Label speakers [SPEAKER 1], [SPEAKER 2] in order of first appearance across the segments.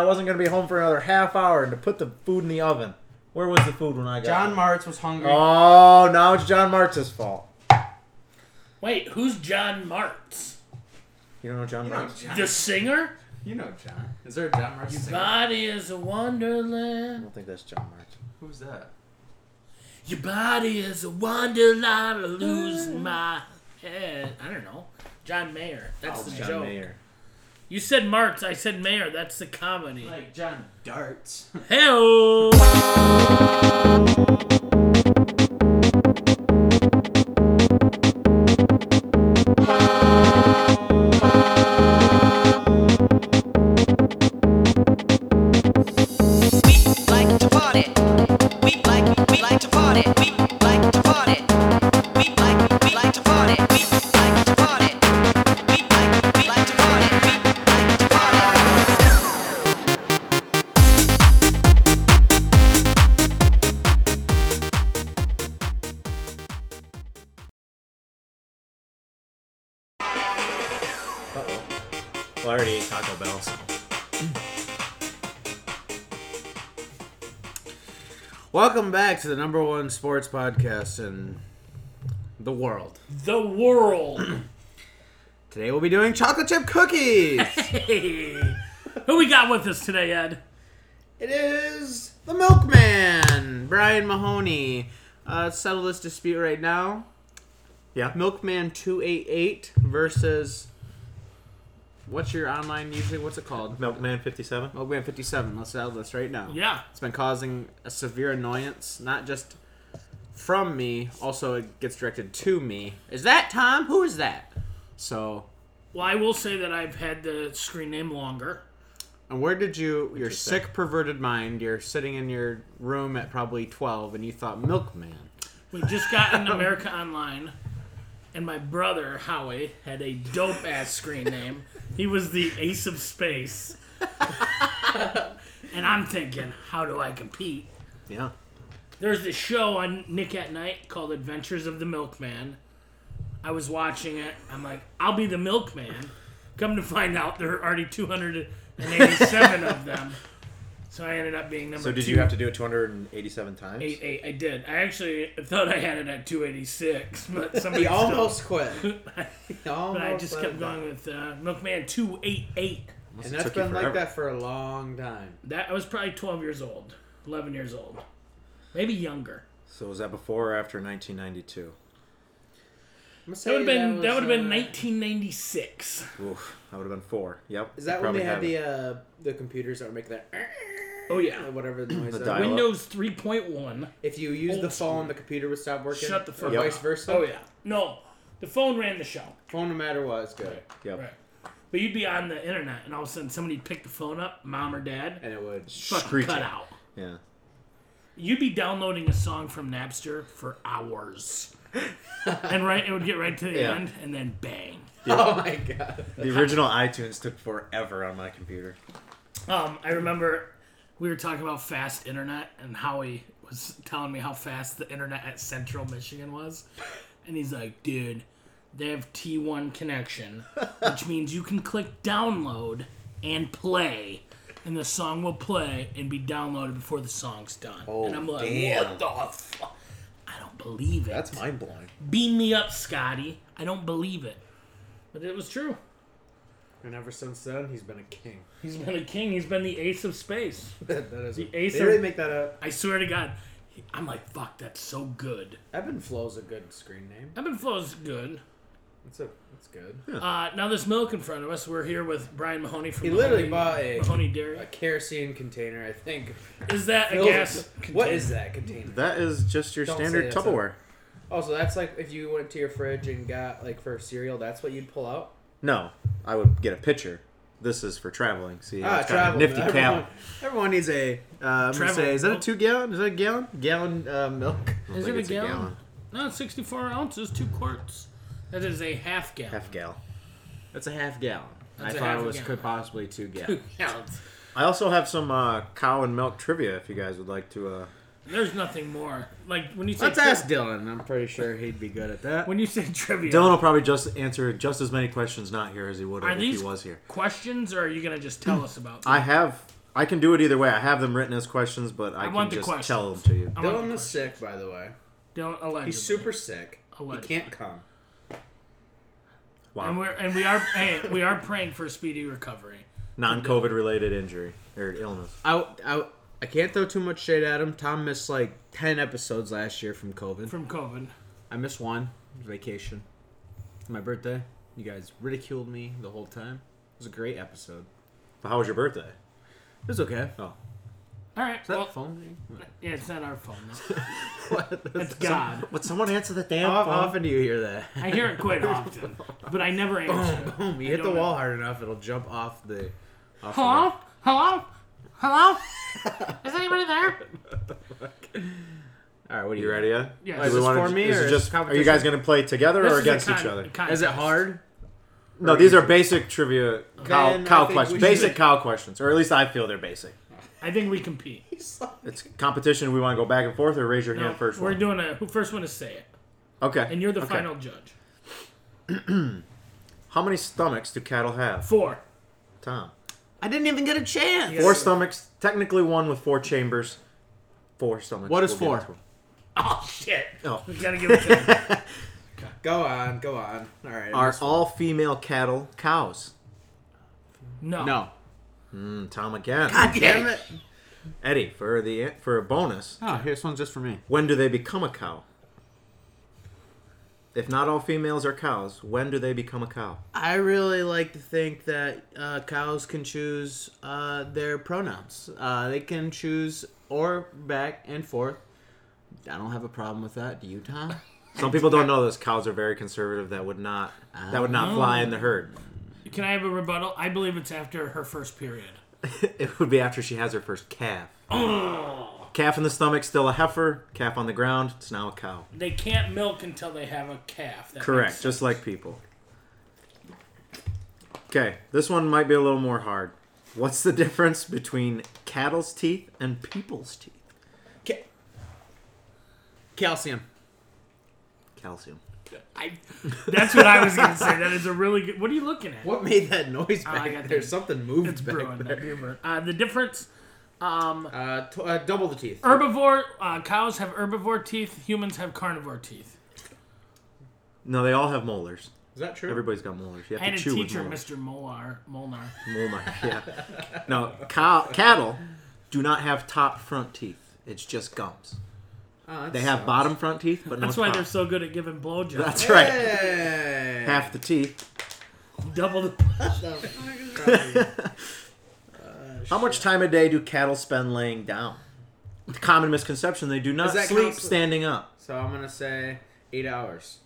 [SPEAKER 1] I wasn't gonna be home for another half hour and to put the food in the oven. Where was the food when I got?
[SPEAKER 2] John
[SPEAKER 1] home?
[SPEAKER 2] Martz was hungry.
[SPEAKER 1] Oh, now it's John Martz's fault.
[SPEAKER 3] Wait, who's John Martz?
[SPEAKER 1] You don't know John
[SPEAKER 2] you know
[SPEAKER 1] Martz?
[SPEAKER 2] John.
[SPEAKER 3] The singer?
[SPEAKER 2] you know John. Is there a John Martz?
[SPEAKER 3] Your
[SPEAKER 2] singer?
[SPEAKER 3] body is a
[SPEAKER 1] I
[SPEAKER 3] wonderland.
[SPEAKER 1] don't think that's John Martz.
[SPEAKER 2] Who's that?
[SPEAKER 3] Your body is a wonderland. I lose
[SPEAKER 1] Mm.
[SPEAKER 3] my head. I don't know. John Mayer. That's
[SPEAKER 1] Oh,
[SPEAKER 3] the
[SPEAKER 1] John
[SPEAKER 3] joke.
[SPEAKER 1] Mayer.
[SPEAKER 3] You said Martz. I said Mayer. That's the comedy.
[SPEAKER 2] Like John Darts.
[SPEAKER 3] Heyo.
[SPEAKER 4] We like to party. We like we like to party. We like to party. We like we like to party. We like to party. We like we like to party. We like to party.
[SPEAKER 1] Uh-oh. Well, I already ate Taco Bell. So.
[SPEAKER 2] Welcome back to the number one sports podcast in the world.
[SPEAKER 3] The world.
[SPEAKER 2] Today we'll be doing chocolate chip cookies.
[SPEAKER 3] Hey. Who we got with us today, Ed?
[SPEAKER 2] It is the milkman, Brian Mahoney. Uh, settle this dispute right now.
[SPEAKER 1] Yeah.
[SPEAKER 2] Milkman two eight eight versus what's your online usually? What's it called?
[SPEAKER 1] Milkman 57.
[SPEAKER 2] Milkman fifty seven. Let's settle this right now.
[SPEAKER 3] Yeah.
[SPEAKER 2] It's been causing a severe annoyance, not just from me, also it gets directed to me. Is that Tom? Who is that? So,
[SPEAKER 3] Well, I will say that I've had the screen name longer.
[SPEAKER 2] and where did you, your
[SPEAKER 1] Interesting.
[SPEAKER 2] sick, perverted mind, you're sitting in your room at probably 12 and you thought milkman.
[SPEAKER 3] We just got in America Online, and my brother Howie had a dope ass screen name. He was the Ace of Space, and I'm thinking, how do I compete?
[SPEAKER 2] Yeah.
[SPEAKER 3] There's this show on Nick at Night called Adventures of the Milkman. I was watching it. I'm like, I'll be the milkman. Come to find out, there are already 287 of them. So I ended up being number.
[SPEAKER 1] So did
[SPEAKER 3] two.
[SPEAKER 1] you have to do it 287 times?
[SPEAKER 3] Eight, eight, I did. I actually thought I had it at 286, but somebody
[SPEAKER 2] He
[SPEAKER 3] still-
[SPEAKER 2] almost quit. He
[SPEAKER 3] But I
[SPEAKER 2] almost
[SPEAKER 3] just
[SPEAKER 2] let
[SPEAKER 3] kept
[SPEAKER 2] it
[SPEAKER 3] going with uh, Milkman 288.
[SPEAKER 2] go.
[SPEAKER 1] It
[SPEAKER 2] And that's
[SPEAKER 1] took you
[SPEAKER 2] been like
[SPEAKER 1] forever.
[SPEAKER 2] that for a long time.
[SPEAKER 3] That I was probably 12 years old, 11 years old, maybe younger.
[SPEAKER 1] So was that before or after 1992?
[SPEAKER 3] That uh, would have been that, would have been
[SPEAKER 2] uh,
[SPEAKER 3] 1996.
[SPEAKER 1] Oof, that would have been four. Yep.
[SPEAKER 2] Is
[SPEAKER 1] you
[SPEAKER 2] that when
[SPEAKER 1] probably
[SPEAKER 2] they had
[SPEAKER 1] have
[SPEAKER 2] the
[SPEAKER 1] it.
[SPEAKER 2] uh, the computers that were making that
[SPEAKER 3] Oh yeah,
[SPEAKER 2] or whatever the noise?
[SPEAKER 1] The
[SPEAKER 2] that-
[SPEAKER 1] dial-up.
[SPEAKER 2] When-
[SPEAKER 3] Windows 3.1.
[SPEAKER 2] if you use the
[SPEAKER 3] Old
[SPEAKER 2] phone, the computer would stop working.
[SPEAKER 3] Shut the fuck
[SPEAKER 2] Or
[SPEAKER 3] up.
[SPEAKER 2] vice versa.
[SPEAKER 3] Oh yeah, no, the phone ran the show.
[SPEAKER 2] Phone, no matter what, is good.
[SPEAKER 1] Yep.
[SPEAKER 3] Right, but you'd be on the internet, and all of a sudden somebody'd pick the phone up, mom or dad,
[SPEAKER 2] And it would.
[SPEAKER 3] fucking
[SPEAKER 1] Screeching.
[SPEAKER 3] cut out.
[SPEAKER 1] Yeah.
[SPEAKER 3] You'd be downloading a song from Napster for hours, and right, it would get right to the
[SPEAKER 1] Yeah.
[SPEAKER 3] end, and then bang.
[SPEAKER 2] Oh my god.
[SPEAKER 1] The original iTunes took forever on my computer.
[SPEAKER 3] Um, I remember we were talking about fast internet, and Howie was telling me how fast the internet at Central Michigan was, and he's like, "Dude, they have T1 connection, which means you can click download and play, and the song will play and be downloaded before the song's done." and I'm like,
[SPEAKER 1] Oh, damn.
[SPEAKER 3] "What the fuck?" I don't believe it.
[SPEAKER 1] That's mind blowing.
[SPEAKER 3] Beam me up, Scotty. I don't believe it, but it was true.
[SPEAKER 2] And ever since then, he's been a king.
[SPEAKER 3] He's been a king. He's been the ace of space.
[SPEAKER 2] that is.
[SPEAKER 3] The ace
[SPEAKER 2] they
[SPEAKER 3] of-
[SPEAKER 2] really make that up.
[SPEAKER 3] I swear to God, I'm like, fuck, that's so good.
[SPEAKER 2] Ebb and flow's a good screen name.
[SPEAKER 3] Ebb and flow's good.
[SPEAKER 2] That's a. That's good.
[SPEAKER 3] Uh, now there's milk in front of us. We're here with Brian Mahoney from
[SPEAKER 2] He literally
[SPEAKER 3] Mahoney,
[SPEAKER 2] bought a,
[SPEAKER 3] Mahoney Dairy.
[SPEAKER 2] a kerosene container, I think.
[SPEAKER 3] Is that a
[SPEAKER 2] Filled-
[SPEAKER 3] gas?
[SPEAKER 2] What
[SPEAKER 3] container?
[SPEAKER 2] is that container?
[SPEAKER 1] That is just your
[SPEAKER 2] Don't say
[SPEAKER 1] standard
[SPEAKER 2] that's a-
[SPEAKER 1] Tupperware.
[SPEAKER 2] Also, that's like if you went to your fridge and got like for cereal, that's what you'd pull out.
[SPEAKER 1] No, I would get a pitcher. This is for traveling. See,
[SPEAKER 2] Ah,
[SPEAKER 1] it's got a
[SPEAKER 2] travel.
[SPEAKER 1] nifty
[SPEAKER 2] everyone,
[SPEAKER 1] cap.
[SPEAKER 2] Everyone needs a. Uh, I'm gonna
[SPEAKER 3] Travel.
[SPEAKER 2] say, is that a two gallon? Is that a gallon? Gallon uh, milk.
[SPEAKER 1] I don't
[SPEAKER 3] Is
[SPEAKER 1] think
[SPEAKER 3] it a
[SPEAKER 1] it's
[SPEAKER 3] gallon? No, it's 64 ounces, two quarts. That is a half gallon.
[SPEAKER 1] Half gal.
[SPEAKER 2] That's a half gallon.
[SPEAKER 3] That's a
[SPEAKER 2] I thought
[SPEAKER 3] half
[SPEAKER 2] it was
[SPEAKER 3] gallon.
[SPEAKER 2] could possibly two gallons.
[SPEAKER 3] Two gallons.
[SPEAKER 1] I also have some uh, cow and milk trivia if you guys would like to. Uh...
[SPEAKER 3] There's nothing more. Like when you say
[SPEAKER 2] Let's
[SPEAKER 3] tri-
[SPEAKER 2] ask Dylan. I'm pretty sure he'd be good at that.
[SPEAKER 3] when you say trivia.
[SPEAKER 1] Dylan will probably just answer just as many questions not here as he would
[SPEAKER 3] are
[SPEAKER 1] have if
[SPEAKER 3] these
[SPEAKER 1] he was here.
[SPEAKER 3] questions, or are you gonna just tell us about? Them?
[SPEAKER 1] I have. I can do it either way. I have them written as questions, but I,
[SPEAKER 3] I
[SPEAKER 1] can
[SPEAKER 3] want the
[SPEAKER 1] just
[SPEAKER 3] questions.
[SPEAKER 1] tell them to you.
[SPEAKER 3] I want
[SPEAKER 2] Dylan
[SPEAKER 3] the
[SPEAKER 2] is
[SPEAKER 3] question.
[SPEAKER 2] sick, by the way.
[SPEAKER 3] Dylan, allegedly.
[SPEAKER 2] He's super sick. He
[SPEAKER 3] Allegedly.
[SPEAKER 2] can't come.
[SPEAKER 3] And
[SPEAKER 1] Wow.
[SPEAKER 3] we're and we are hey, we are praying for a speedy recovery.
[SPEAKER 1] Non-COVID related injury or illness.
[SPEAKER 2] I, I, I can't throw too much shade at him. Tom missed like 10 episodes last year from COVID.
[SPEAKER 3] from COVID.
[SPEAKER 2] I missed one. It was Vacation. My birthday. You guys ridiculed me the whole time. It was a great episode.
[SPEAKER 1] But how was your birthday?
[SPEAKER 2] It was okay.
[SPEAKER 1] Oh,
[SPEAKER 3] All right.
[SPEAKER 2] Is that
[SPEAKER 3] well,
[SPEAKER 2] phone thing?
[SPEAKER 3] yeah, it's not our phone. though.
[SPEAKER 2] What?
[SPEAKER 3] It's God.
[SPEAKER 1] would someone answer the damn
[SPEAKER 2] How
[SPEAKER 1] phone?
[SPEAKER 2] often do you hear that?
[SPEAKER 3] I hear it quite often, but I
[SPEAKER 2] Oh,
[SPEAKER 3] never answer.
[SPEAKER 2] Boom, you
[SPEAKER 3] I
[SPEAKER 2] hit the
[SPEAKER 3] don't
[SPEAKER 2] wall hard enough, it'll jump off the. Off the
[SPEAKER 3] Hello?
[SPEAKER 2] wall.
[SPEAKER 3] Hello? Hello? Is anybody there?
[SPEAKER 2] All right, what are
[SPEAKER 1] You ready yet?
[SPEAKER 3] Yeah.
[SPEAKER 1] Do
[SPEAKER 3] Is
[SPEAKER 1] we
[SPEAKER 3] this
[SPEAKER 1] wanna-
[SPEAKER 2] for me
[SPEAKER 1] is
[SPEAKER 2] or
[SPEAKER 1] it
[SPEAKER 2] is
[SPEAKER 1] just?
[SPEAKER 2] this
[SPEAKER 1] Are you guys gonna play together or against each other?
[SPEAKER 2] Is it hard?
[SPEAKER 1] No, these are basic trivia cow,
[SPEAKER 2] Then I
[SPEAKER 1] cow
[SPEAKER 2] think
[SPEAKER 1] questions.
[SPEAKER 2] we should-
[SPEAKER 1] Basic cow questions, or at least I feel they're basic.
[SPEAKER 3] I think we compete.
[SPEAKER 1] It's competition. We want to go back and forth, or raise your
[SPEAKER 3] No,
[SPEAKER 1] hand first.
[SPEAKER 3] we're
[SPEAKER 1] one.
[SPEAKER 3] doing a who first one to say it,
[SPEAKER 1] okay.
[SPEAKER 3] and you're the
[SPEAKER 1] Okay.
[SPEAKER 3] final judge.
[SPEAKER 1] How many stomachs do cattle have,
[SPEAKER 3] Four.
[SPEAKER 1] Tom?
[SPEAKER 2] I didn't even get a chance.
[SPEAKER 3] Yeah.
[SPEAKER 1] Four stomachs. Technically, one with four chambers. Four stomachs.
[SPEAKER 2] What is
[SPEAKER 1] We'll give
[SPEAKER 2] four?
[SPEAKER 3] Oh shit!
[SPEAKER 1] Oh.
[SPEAKER 3] We gotta give it to him.
[SPEAKER 2] Go on, go on. All right.
[SPEAKER 1] it to- Are all female cattle cows?
[SPEAKER 3] No.
[SPEAKER 2] no.
[SPEAKER 1] Mm, Tom again.
[SPEAKER 2] Damn it.
[SPEAKER 1] Eddie for the for a bonus.
[SPEAKER 2] Oh, here's one's just for me.
[SPEAKER 1] When do they become a cow? If not all females are cows, when do they become a cow?
[SPEAKER 2] I really like to think that uh, cows can choose uh, their pronouns. Uh, they can choose or back and forth. I don't have a problem with that. Do you, Tom?
[SPEAKER 1] Some people don't know this. Cows are very conservative. That would not that would not fly in the herd.
[SPEAKER 3] Can I have a rebuttal? I believe it's after her first period.
[SPEAKER 1] It would be after she has her first calf. Calf in the stomach, still a heifer. Calf on the ground, it's now a cow.
[SPEAKER 3] They can't milk until they have a calf. That
[SPEAKER 1] Correct,
[SPEAKER 3] makes
[SPEAKER 1] just like people. Okay, this one might be a little more hard. What's the difference between cattle's teeth and people's teeth?
[SPEAKER 2] Ca- Calcium.
[SPEAKER 1] Calcium.
[SPEAKER 3] I, that's what I was gonna say. That is a really good. What are you looking at?
[SPEAKER 2] What made that noise
[SPEAKER 3] Oh, I
[SPEAKER 2] back
[SPEAKER 3] got
[SPEAKER 2] there?
[SPEAKER 3] that.
[SPEAKER 2] Something moved
[SPEAKER 3] It's
[SPEAKER 2] back
[SPEAKER 3] brewing that
[SPEAKER 2] there.
[SPEAKER 3] humor. Uh, the difference. Um,
[SPEAKER 2] Uh, t- uh, double the teeth.
[SPEAKER 3] herbivore uh, cows have herbivore teeth. Humans have carnivore teeth.
[SPEAKER 1] No, they all have molars.
[SPEAKER 2] Is that true?
[SPEAKER 1] Everybody's got molars. You
[SPEAKER 3] I
[SPEAKER 1] have
[SPEAKER 3] had a
[SPEAKER 1] to chew with
[SPEAKER 3] teacher,
[SPEAKER 1] molars.
[SPEAKER 3] Mr. Molar, Molnar.
[SPEAKER 1] Molnar, yeah. No, cow, cattle do not have top front teeth. It's just gums.
[SPEAKER 2] Oh, that
[SPEAKER 1] They have
[SPEAKER 2] sucks.
[SPEAKER 1] bottom front teeth, but no
[SPEAKER 3] That's why
[SPEAKER 1] top.
[SPEAKER 3] they're so good at giving blowjobs.
[SPEAKER 1] That's right.
[SPEAKER 2] Hey.
[SPEAKER 1] Half the teeth.
[SPEAKER 3] Double the.
[SPEAKER 1] How much time a day do cattle spend laying down? Common misconception: they do not
[SPEAKER 2] Does that
[SPEAKER 1] sleep
[SPEAKER 2] count for-
[SPEAKER 1] standing up.
[SPEAKER 2] So I'm gonna say eight hours.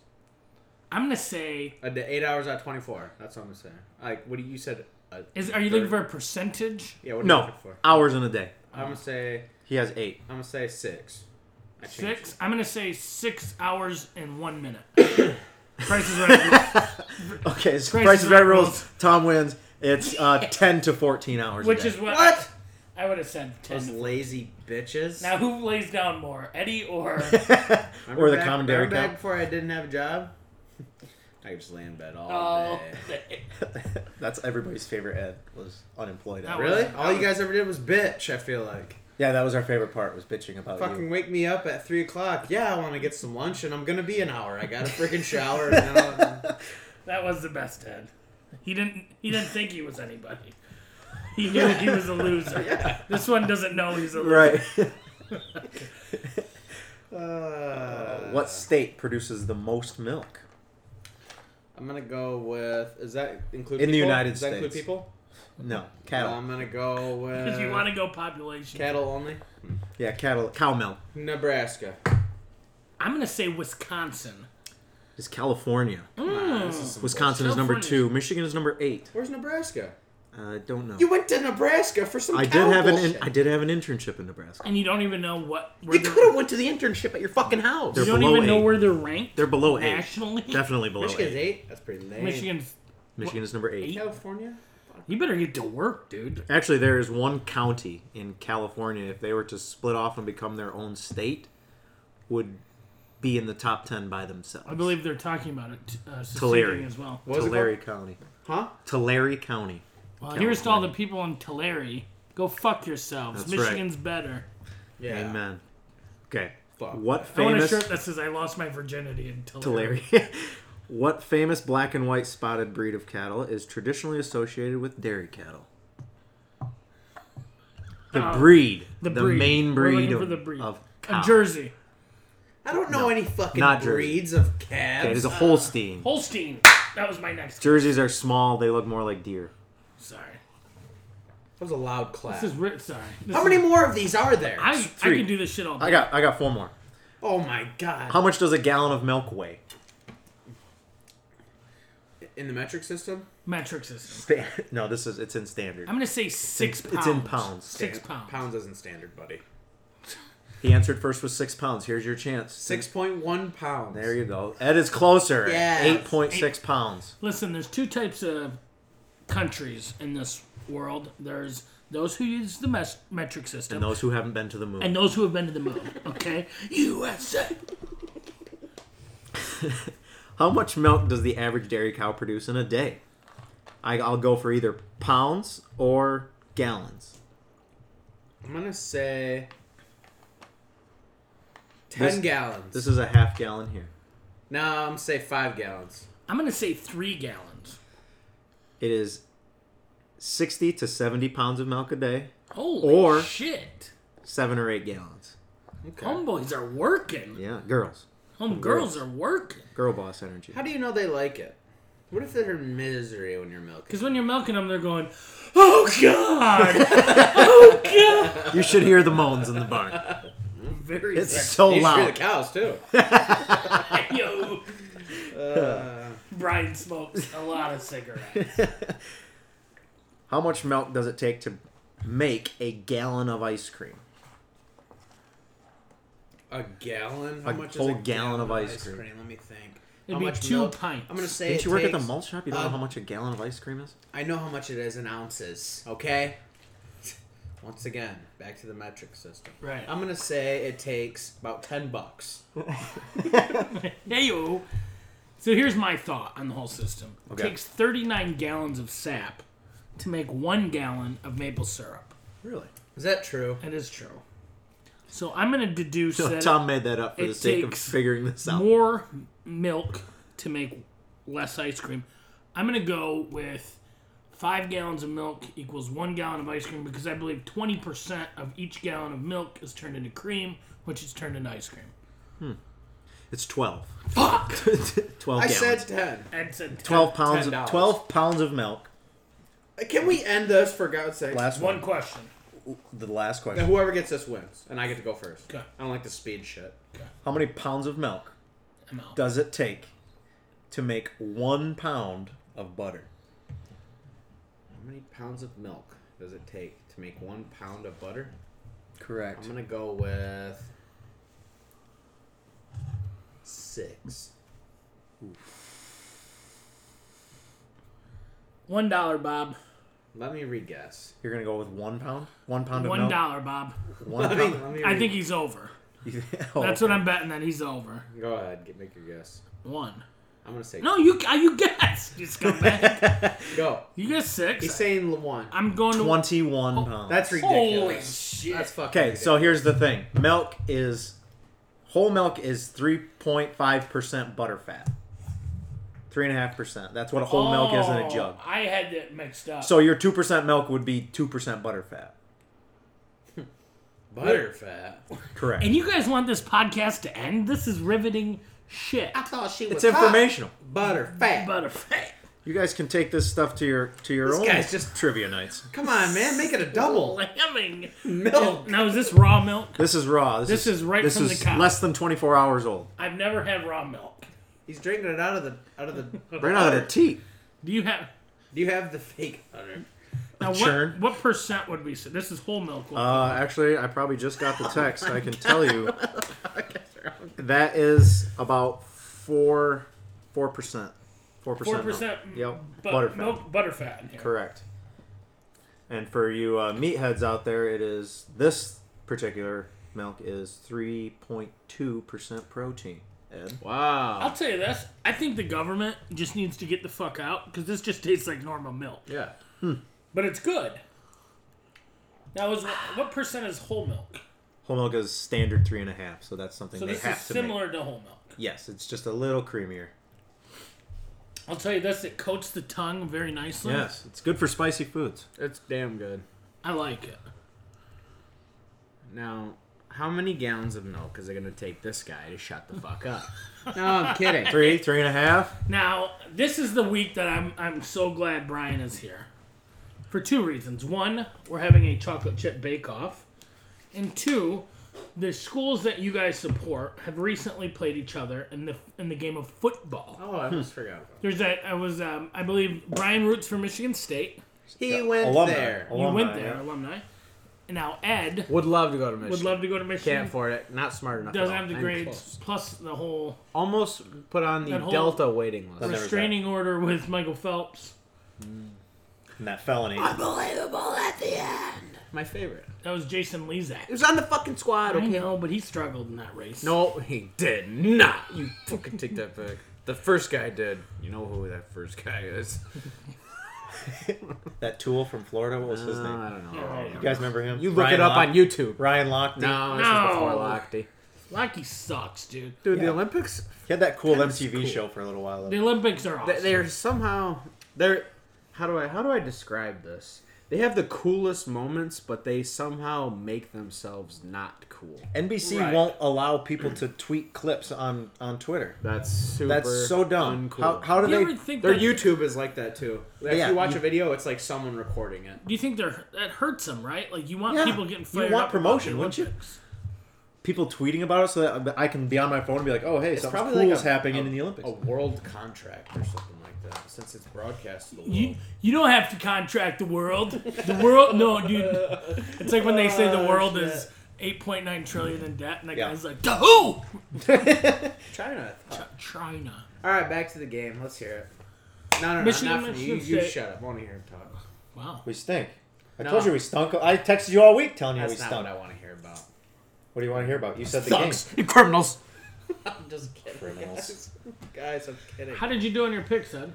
[SPEAKER 3] I'm gonna say.
[SPEAKER 2] A day- Eight hours out of twenty-four. That's what I'm saying. Like, what do you you said? Uh,
[SPEAKER 3] Is are you looking for a percentage?
[SPEAKER 2] yeah? What are you
[SPEAKER 1] No,
[SPEAKER 2] looking for?
[SPEAKER 1] hours in a day.
[SPEAKER 2] I'm gonna say
[SPEAKER 1] He has eight.
[SPEAKER 2] I'm gonna say six. I changed
[SPEAKER 3] Six. I'm gonna say six hours and one minute. Price is right.
[SPEAKER 1] Okay, so
[SPEAKER 3] Price
[SPEAKER 1] Price
[SPEAKER 3] is
[SPEAKER 1] is Right
[SPEAKER 3] Right
[SPEAKER 1] rules. Tom wins. It's uh, ten to fourteen hours. a
[SPEAKER 3] Which
[SPEAKER 1] day.
[SPEAKER 3] is
[SPEAKER 2] it.
[SPEAKER 3] what,
[SPEAKER 2] What?
[SPEAKER 3] I would have said
[SPEAKER 2] Those
[SPEAKER 3] ten.
[SPEAKER 2] lazy bitches.
[SPEAKER 3] Now who lays down more, Eddie or?
[SPEAKER 2] Remember
[SPEAKER 1] or the
[SPEAKER 2] back-
[SPEAKER 1] commentary
[SPEAKER 2] remember back
[SPEAKER 1] count?
[SPEAKER 2] before I didn't have a job. I could just lay in bed all
[SPEAKER 3] oh,
[SPEAKER 2] day.
[SPEAKER 1] that's everybody's favorite. Ed was unemployed.
[SPEAKER 3] That
[SPEAKER 1] Ed.
[SPEAKER 3] was-
[SPEAKER 2] Really?
[SPEAKER 3] That
[SPEAKER 2] All you guys ever did was bitch. I feel like.
[SPEAKER 1] Yeah, that was our favorite part. Was bitching about
[SPEAKER 2] Fucking
[SPEAKER 1] you.
[SPEAKER 2] wake me up at three o'clock. Yeah, I want to get some lunch, and I'm gonna be an hour. I got to freaking shower. and then I'll-
[SPEAKER 3] that was the best Ed. He didn't. He didn't think he was anybody. He knew he was a loser. This one doesn't know he's a loser.
[SPEAKER 1] Right.
[SPEAKER 2] Uh,
[SPEAKER 1] what state produces the most milk?
[SPEAKER 2] I'm gonna go with. Is that include
[SPEAKER 1] In the
[SPEAKER 2] people?
[SPEAKER 1] United
[SPEAKER 2] Does that include
[SPEAKER 1] States.
[SPEAKER 2] people?
[SPEAKER 1] No, cattle.
[SPEAKER 2] I'm gonna go with.
[SPEAKER 3] Because you want to go population.
[SPEAKER 2] cattle only?
[SPEAKER 1] yeah, cattle. Cow milk
[SPEAKER 2] Nebraska.
[SPEAKER 3] I'm gonna say Wisconsin.
[SPEAKER 1] is California.
[SPEAKER 2] Nah, this is some
[SPEAKER 1] Wisconsin is number
[SPEAKER 3] California.
[SPEAKER 1] two. Michigan is number eight.
[SPEAKER 2] Where's Nebraska?
[SPEAKER 1] I don't know.
[SPEAKER 2] You went to Nebraska for some.
[SPEAKER 1] I did
[SPEAKER 2] cow
[SPEAKER 1] have an in,
[SPEAKER 2] bullshit.
[SPEAKER 1] I did have an internship in Nebraska.
[SPEAKER 3] Mm. And you don't even know what. Where
[SPEAKER 2] You
[SPEAKER 3] they're-
[SPEAKER 2] could have went to the internship at your fucking house.
[SPEAKER 1] They're
[SPEAKER 3] you don't
[SPEAKER 1] below
[SPEAKER 3] even know
[SPEAKER 1] eight.
[SPEAKER 3] where they're ranked.
[SPEAKER 1] They're below eight.
[SPEAKER 3] nationally.
[SPEAKER 1] Definitely below
[SPEAKER 2] Michigan's
[SPEAKER 1] eight.
[SPEAKER 2] eight. That's pretty lame.
[SPEAKER 3] Michigan's.
[SPEAKER 1] Michigan is number eight.
[SPEAKER 3] Eight?
[SPEAKER 2] California.
[SPEAKER 3] You better get to work, dude.
[SPEAKER 1] Actually, there is one county in California. If they were to split off and become their own state, would be in the top ten by themselves.
[SPEAKER 3] I believe they're talking about it uh,
[SPEAKER 1] Tulare.
[SPEAKER 3] seceding as well.
[SPEAKER 2] was it
[SPEAKER 1] Tulare County.
[SPEAKER 2] Huh?
[SPEAKER 1] Tulare County.
[SPEAKER 3] Well, here's to all the people in Tulare Go fuck yourselves.
[SPEAKER 1] That's right.
[SPEAKER 3] Michigan's better.
[SPEAKER 2] Yeah.
[SPEAKER 1] Amen. Okay.
[SPEAKER 2] Fuck.
[SPEAKER 1] What
[SPEAKER 3] I want a
[SPEAKER 1] famous
[SPEAKER 3] shirt that says I lost my virginity in Tulare.
[SPEAKER 1] Larry? what famous black and white spotted breed of cattle is traditionally associated with dairy cattle? The
[SPEAKER 3] Oh,
[SPEAKER 1] breed, the,
[SPEAKER 3] the breed.
[SPEAKER 1] main
[SPEAKER 3] We're
[SPEAKER 1] breed
[SPEAKER 3] looking
[SPEAKER 1] of,
[SPEAKER 3] for the breed.
[SPEAKER 1] of cow.
[SPEAKER 3] A Jersey.
[SPEAKER 2] I don't know any fucking
[SPEAKER 1] Not Jersey.
[SPEAKER 2] breeds of calves.
[SPEAKER 1] Okay, it is a Holstein.
[SPEAKER 3] Holstein. That was my next.
[SPEAKER 1] Jerseys are small; they look more like deer.
[SPEAKER 3] Sorry.
[SPEAKER 2] that was a loud clap.
[SPEAKER 3] This is ri- sorry. This
[SPEAKER 2] How
[SPEAKER 3] is-
[SPEAKER 2] many more of these are there?
[SPEAKER 3] I, I
[SPEAKER 1] Three.
[SPEAKER 3] can do this shit all day.
[SPEAKER 1] I got, I got four more.
[SPEAKER 2] oh my god.
[SPEAKER 1] How much does a gallon of milk weigh?
[SPEAKER 2] In the metric system?
[SPEAKER 3] Metric system.
[SPEAKER 1] Sta- no, this is it's in standard.
[SPEAKER 3] I'm gonna say six
[SPEAKER 1] It's in-
[SPEAKER 3] pounds.
[SPEAKER 1] it's in pounds.
[SPEAKER 3] Six
[SPEAKER 2] Yeah,
[SPEAKER 3] pounds.
[SPEAKER 2] Pounds isn't standard, buddy.
[SPEAKER 1] He answered first with six pounds. Here's your chance.
[SPEAKER 2] 6.1 pounds.
[SPEAKER 1] There you go. Ed is closer.
[SPEAKER 2] Yes.
[SPEAKER 1] Eight point six pounds.
[SPEAKER 3] Listen, there's two types of countries in this world. There's those who use the mes- metric system,
[SPEAKER 1] And those who haven't been to the moon.
[SPEAKER 3] and those who have been to the moon. Okay, USA.
[SPEAKER 1] How much milk does the average dairy cow produce in a day? I, I'll go for either pounds or gallons.
[SPEAKER 2] I'm going to say 10
[SPEAKER 1] This-
[SPEAKER 2] gallons.
[SPEAKER 1] This is a half gallon here.
[SPEAKER 2] no, I'm going to say 5 gallons.
[SPEAKER 3] I'm gonna say three gallons.
[SPEAKER 1] It is sixty to seventy pounds of milk a day,
[SPEAKER 3] Holy
[SPEAKER 1] Or-
[SPEAKER 3] shit!
[SPEAKER 1] seven or eight gallons.
[SPEAKER 2] Okay.
[SPEAKER 3] Homeboys are working.
[SPEAKER 1] Yeah, girls,
[SPEAKER 3] Homegirls are working.
[SPEAKER 1] girl boss energy.
[SPEAKER 2] How do you know they like it? What if they're in misery when you're milking?
[SPEAKER 3] Because when you're milking them, they're going, "Oh God, oh God!"
[SPEAKER 1] You should hear the moans in the barn.
[SPEAKER 3] Very
[SPEAKER 1] It's
[SPEAKER 3] sexy.
[SPEAKER 1] so
[SPEAKER 2] You should hear the
[SPEAKER 1] loud.
[SPEAKER 2] cows, too.
[SPEAKER 3] Yo,
[SPEAKER 2] Uh,
[SPEAKER 3] Brian smokes a lot of cigarettes.
[SPEAKER 1] How much milk does it take to make a gallon of ice cream?
[SPEAKER 2] a gallon? How
[SPEAKER 1] A
[SPEAKER 2] much
[SPEAKER 1] whole
[SPEAKER 2] is a
[SPEAKER 1] gallon of ice cream.
[SPEAKER 2] Let me think.
[SPEAKER 3] It'd
[SPEAKER 2] How
[SPEAKER 3] be
[SPEAKER 2] much
[SPEAKER 3] two
[SPEAKER 2] milk-
[SPEAKER 3] pints.
[SPEAKER 2] I'm going to say
[SPEAKER 1] Didn't
[SPEAKER 2] it
[SPEAKER 1] you work at the
[SPEAKER 2] takes-
[SPEAKER 1] malt shop? You don't know
[SPEAKER 2] uh,
[SPEAKER 1] how much a gallon of ice cream is?
[SPEAKER 2] I know how much it is in ounces, okay? Once again, back to the metric system.
[SPEAKER 3] Right.
[SPEAKER 2] I'm gonna say it takes about ten bucks.
[SPEAKER 3] Hey yo. So here's my thought on the whole system. It
[SPEAKER 1] Okay.
[SPEAKER 3] takes 39 gallons of sap to make one gallon of maple syrup.
[SPEAKER 1] Really?
[SPEAKER 2] Is that true?
[SPEAKER 3] That is true. So I'm gonna deduce
[SPEAKER 1] So
[SPEAKER 3] that
[SPEAKER 1] Tom made that up for
[SPEAKER 3] it
[SPEAKER 1] the sake of
[SPEAKER 3] takes
[SPEAKER 1] figuring this out.
[SPEAKER 3] more milk to make less ice cream. I'm gonna go with five gallons of milk equals one gallon of ice cream because I believe 20% of each gallon of milk is turned into cream, which is turned into ice cream.
[SPEAKER 1] It's twelve.
[SPEAKER 3] Fuck!
[SPEAKER 1] twelve
[SPEAKER 2] I
[SPEAKER 1] gallons.
[SPEAKER 2] said ten.
[SPEAKER 3] Ed said 10.
[SPEAKER 1] twelve pounds.
[SPEAKER 2] $10.
[SPEAKER 1] Of, twelve pounds of milk.
[SPEAKER 2] Uh, Can we end this for God's sake?
[SPEAKER 1] Last one.
[SPEAKER 3] One question.
[SPEAKER 1] The last
[SPEAKER 2] Now,
[SPEAKER 1] question.
[SPEAKER 2] whoever gets this wins, and I get to go first.
[SPEAKER 3] Okay.
[SPEAKER 2] I don't like the speed shit.
[SPEAKER 1] How many pounds of milk
[SPEAKER 3] I'm out.
[SPEAKER 1] does it take to make one pound of butter?
[SPEAKER 2] How many pounds of milk does it take to make one pound of butter?
[SPEAKER 1] Correct.
[SPEAKER 2] I'm gonna go with six.
[SPEAKER 3] One dollar, Bob.
[SPEAKER 2] Let me re-guess.
[SPEAKER 1] You're gonna go with one pound. One pound of
[SPEAKER 3] One
[SPEAKER 1] milk.
[SPEAKER 3] dollar, Bob.
[SPEAKER 1] One
[SPEAKER 2] Let me,
[SPEAKER 1] pound.
[SPEAKER 2] let me
[SPEAKER 3] I
[SPEAKER 2] re-
[SPEAKER 3] think he's over.
[SPEAKER 1] oh,
[SPEAKER 3] That's what I'm betting that he's over.
[SPEAKER 2] Go ahead. Get, make your guess.
[SPEAKER 3] One.
[SPEAKER 2] I'm gonna say
[SPEAKER 3] No, you uh, you guessed. You scumbag.
[SPEAKER 2] Go.
[SPEAKER 3] you guess six.
[SPEAKER 2] He's saying the one.
[SPEAKER 3] I'm going to
[SPEAKER 1] Twenty-one
[SPEAKER 3] Oh,
[SPEAKER 1] pounds.
[SPEAKER 2] That's
[SPEAKER 3] Holy
[SPEAKER 2] ridiculous.
[SPEAKER 3] shit.
[SPEAKER 2] That's fucking.
[SPEAKER 1] Okay, so here's the thing. Milk is whole milk is three point five percent butterfat. Three and a half percent. That's what a whole milk is in a
[SPEAKER 3] Oh,
[SPEAKER 1] jug.
[SPEAKER 3] I had that mixed up.
[SPEAKER 1] So your two percent milk would be two percent butterfat.
[SPEAKER 2] butterfat.
[SPEAKER 1] Correct.
[SPEAKER 3] and you guys want this podcast to end? This is riveting shit.
[SPEAKER 2] thought she
[SPEAKER 1] it's informational.
[SPEAKER 2] Butterfat.
[SPEAKER 3] Butterfat.
[SPEAKER 1] You guys can take this stuff to your to your own
[SPEAKER 2] guy's just-
[SPEAKER 1] trivia nights.
[SPEAKER 2] Come on, man, make it a double.
[SPEAKER 3] Lambing. Oh,
[SPEAKER 2] Milk.
[SPEAKER 3] Now is this raw milk?
[SPEAKER 1] This is raw. This,
[SPEAKER 3] This is right
[SPEAKER 1] this
[SPEAKER 3] from the
[SPEAKER 1] is
[SPEAKER 3] cow.
[SPEAKER 1] less than twenty four hours old.
[SPEAKER 3] I've never had raw milk.
[SPEAKER 2] He's drinking it out of the out of the.
[SPEAKER 1] Right out of the teat.
[SPEAKER 3] Do you have?
[SPEAKER 2] Do you have the fake butter?
[SPEAKER 3] Now what,
[SPEAKER 1] Churn.
[SPEAKER 3] what percent would we say? This is whole milk.
[SPEAKER 1] Uh, actually, I probably just got the text. I can tell you that is about four four percent. Four
[SPEAKER 3] Four
[SPEAKER 1] percent.
[SPEAKER 3] percent. mm,
[SPEAKER 1] Yep.
[SPEAKER 3] But
[SPEAKER 1] Butterfat.
[SPEAKER 3] milk butterfat. in here.
[SPEAKER 1] Correct. And for you uh, meatheads out there, it is this particular milk is three point two percent protein. Ed.
[SPEAKER 2] Wow.
[SPEAKER 3] I'll tell you this. I think the government just needs to get the fuck out because this just tastes like normal milk.
[SPEAKER 2] Yeah.
[SPEAKER 3] But it's good. Now, is what, what percent is whole milk?
[SPEAKER 1] Whole milk is standard three and a half, so that's something
[SPEAKER 3] So
[SPEAKER 1] they
[SPEAKER 3] this
[SPEAKER 1] have
[SPEAKER 3] is
[SPEAKER 1] to
[SPEAKER 3] similar to whole milk.
[SPEAKER 1] make. Yes, it's just a little creamier.
[SPEAKER 3] I'll tell you this: it coats the tongue very nicely.
[SPEAKER 1] Yes, it's good for spicy foods.
[SPEAKER 2] It's damn good.
[SPEAKER 3] I like it.
[SPEAKER 2] Now, how many gallons of milk is it gonna take this guy to shut the fuck up? no, I'm kidding.
[SPEAKER 1] Three, three and a half.
[SPEAKER 3] Now, this is the week that I'm I'm so glad Brian is here. For two reasons. One, we're having a chocolate chip bake off. And two, the schools that you guys support have recently played each other in the in the game of football.
[SPEAKER 2] Oh, I almost forgot.
[SPEAKER 3] There's that I was um, I believe Brian roots for Michigan State.
[SPEAKER 2] He went
[SPEAKER 1] Alumni.
[SPEAKER 2] there.
[SPEAKER 1] Alumni,
[SPEAKER 3] You went there,
[SPEAKER 1] yeah.
[SPEAKER 3] alumni. And now Ed
[SPEAKER 2] Would love to go to Michigan.
[SPEAKER 3] would love to go to
[SPEAKER 2] Can't
[SPEAKER 3] Michigan.
[SPEAKER 2] afford it. Not smart enough.
[SPEAKER 3] Doesn't
[SPEAKER 2] at all.
[SPEAKER 3] have the
[SPEAKER 2] I'm
[SPEAKER 3] grades
[SPEAKER 2] close.
[SPEAKER 3] plus the whole
[SPEAKER 2] Almost put on the
[SPEAKER 3] That whole-
[SPEAKER 2] Delta waiting list.
[SPEAKER 1] That's- Never
[SPEAKER 3] restraining order with Michael Phelps.
[SPEAKER 1] And that felony.
[SPEAKER 2] Unbelievable at the end. My favorite.
[SPEAKER 3] That was Jason Lezak.
[SPEAKER 2] He was on the fucking squad.
[SPEAKER 3] I
[SPEAKER 2] Okay.
[SPEAKER 3] know, but he struggled in that race.
[SPEAKER 2] No, he did not. You fucking take that back. The first guy did. You know who that first guy is.
[SPEAKER 1] That tool from Florida. What was his
[SPEAKER 2] Uh, I
[SPEAKER 1] name?
[SPEAKER 2] don't know.
[SPEAKER 1] You guys remember him?
[SPEAKER 2] You look it up on YouTube.
[SPEAKER 1] Ryan Lochte.
[SPEAKER 2] No, this
[SPEAKER 3] No.
[SPEAKER 2] is before Lochte.
[SPEAKER 3] Locky sucks, dude.
[SPEAKER 2] Dude,
[SPEAKER 1] Yeah.
[SPEAKER 2] the Olympics,
[SPEAKER 1] He had that cool
[SPEAKER 2] That was
[SPEAKER 1] MTV
[SPEAKER 2] cool.
[SPEAKER 1] show for a little while.
[SPEAKER 3] The
[SPEAKER 1] Though.
[SPEAKER 3] Olympics are
[SPEAKER 2] they-
[SPEAKER 3] awesome.
[SPEAKER 2] they're somehow they're how do I how do I describe this? They have the coolest moments, but they somehow make themselves not cool.
[SPEAKER 1] NBC
[SPEAKER 3] Right.
[SPEAKER 1] won't allow people to tweet clips on on Twitter.
[SPEAKER 2] That's super.
[SPEAKER 1] That's so dumb.
[SPEAKER 2] Uncool.
[SPEAKER 1] How, how do
[SPEAKER 3] you
[SPEAKER 1] they?
[SPEAKER 3] ever think
[SPEAKER 2] Their
[SPEAKER 3] that-
[SPEAKER 2] YouTube is like that too. If
[SPEAKER 1] Yeah,
[SPEAKER 2] you watch
[SPEAKER 1] you-
[SPEAKER 2] a video, it's like someone recording it.
[SPEAKER 3] Do you think they're that hurts them, right? Like you want
[SPEAKER 1] Yeah.
[SPEAKER 3] people getting
[SPEAKER 1] You
[SPEAKER 3] fired
[SPEAKER 1] want
[SPEAKER 3] up
[SPEAKER 1] promotion,
[SPEAKER 3] about
[SPEAKER 1] wouldn't
[SPEAKER 3] the
[SPEAKER 1] you?
[SPEAKER 3] Olympics.
[SPEAKER 1] people tweeting about it so that I can be on my phone and be like, oh hey, something cool
[SPEAKER 2] like
[SPEAKER 1] is happening in the Olympics.
[SPEAKER 2] A oh. world contract or something like that, since it's broadcast to the world.
[SPEAKER 3] You you don't have to contract the world. The world, no, dude. It's like when they say the world is 8.9 trillion in debt, and that
[SPEAKER 1] Yeah.
[SPEAKER 3] guy's like, "To who?
[SPEAKER 2] China.
[SPEAKER 3] China."
[SPEAKER 2] All right, back to the game. Let's hear it. No, no, no,
[SPEAKER 3] Michigan-
[SPEAKER 2] not from you.
[SPEAKER 3] Michigan
[SPEAKER 2] You, you
[SPEAKER 3] State.
[SPEAKER 2] shut up. I want to hear him talk.
[SPEAKER 3] Wow.
[SPEAKER 1] we stink. I
[SPEAKER 2] No.
[SPEAKER 1] told you we stunk. I texted you all week telling you
[SPEAKER 2] That's
[SPEAKER 1] we
[SPEAKER 2] not
[SPEAKER 1] stunk.
[SPEAKER 2] what I want to hear about.
[SPEAKER 1] What do you want to hear about? You said the
[SPEAKER 2] Thugs and criminals.
[SPEAKER 5] I'm just kidding.
[SPEAKER 1] game. Criminals.
[SPEAKER 2] guys, Guys, I'm kidding. Uh,
[SPEAKER 3] How did you do on your picks, Ed?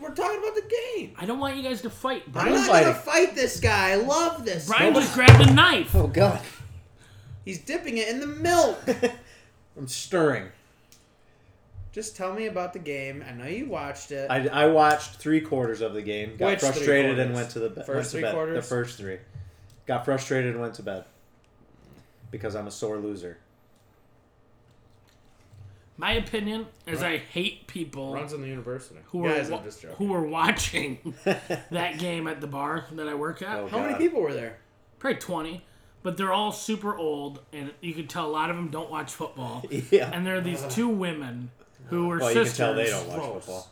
[SPEAKER 2] We're talking about the game.
[SPEAKER 3] I don't want you guys to fight.
[SPEAKER 2] I'm
[SPEAKER 3] Brian,
[SPEAKER 2] not gonna fight this guy. I love this.
[SPEAKER 3] Brian just grabbed a knife.
[SPEAKER 1] Oh god.
[SPEAKER 2] He's dipping it in the milk.
[SPEAKER 1] I'm stirring.
[SPEAKER 2] Just tell me about the game. I know you watched it.
[SPEAKER 1] I, I watched three quarters of the game. Got
[SPEAKER 2] Which three
[SPEAKER 1] frustrated and
[SPEAKER 2] quarters?
[SPEAKER 1] went to the be-
[SPEAKER 2] First
[SPEAKER 1] went to
[SPEAKER 2] three
[SPEAKER 1] bed. The
[SPEAKER 2] quarters?
[SPEAKER 1] first three. Got frustrated and went to bed because I'm a sore loser.
[SPEAKER 3] My opinion is I hate people
[SPEAKER 2] in the university.
[SPEAKER 3] who were
[SPEAKER 2] Guys,
[SPEAKER 3] wa-
[SPEAKER 2] I'm just joking.
[SPEAKER 3] who were watching that game at the bar that I work at.
[SPEAKER 1] Oh.
[SPEAKER 2] How many
[SPEAKER 1] God.
[SPEAKER 2] people were there?
[SPEAKER 3] Probably twenty, but they're all super old, and you could tell a lot of them don't watch football.
[SPEAKER 1] Yeah.
[SPEAKER 3] And there are these two women who are
[SPEAKER 1] well, you can
[SPEAKER 3] sisters.
[SPEAKER 1] tell they don't watch
[SPEAKER 2] Gross.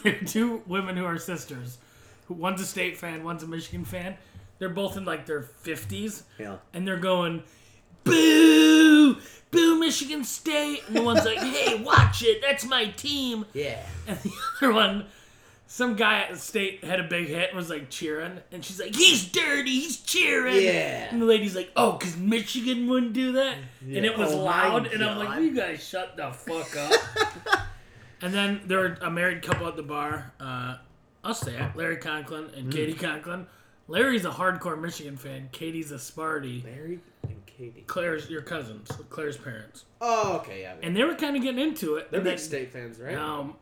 [SPEAKER 1] football.
[SPEAKER 3] two women who are sisters. who- One's a state fan, one's a Michigan fan. They're both in like their fifties,
[SPEAKER 1] Yeah.
[SPEAKER 3] and they're going, "Boo, boo, Michigan State!" And the one's like, "Hey, watch it, that's my team."
[SPEAKER 2] Yeah.
[SPEAKER 3] And the other one, some guy at the state had a big hit and was like cheering. And she's like, he's dirty, he's cheering.
[SPEAKER 2] Yeah.
[SPEAKER 3] And the lady's like, oh, because Michigan wouldn't do that. And it was
[SPEAKER 2] Oh, my
[SPEAKER 3] loud. And I'm like,
[SPEAKER 2] God.
[SPEAKER 3] you guys shut the fuck up. and then there were a married couple at the bar. Uh, I'll say it Larry Conklin and
[SPEAKER 2] Mm.
[SPEAKER 3] Katie Conklin. Larry's a hardcore Michigan fan, Katie's a Sparty.
[SPEAKER 2] Mary and Katie.
[SPEAKER 3] Claire's your cousins, Claire's parents.
[SPEAKER 2] Oh, okay, yeah.
[SPEAKER 3] And they were kind of getting into it.
[SPEAKER 2] they're
[SPEAKER 3] and
[SPEAKER 2] big
[SPEAKER 3] then,
[SPEAKER 2] state fans, right?
[SPEAKER 3] Um,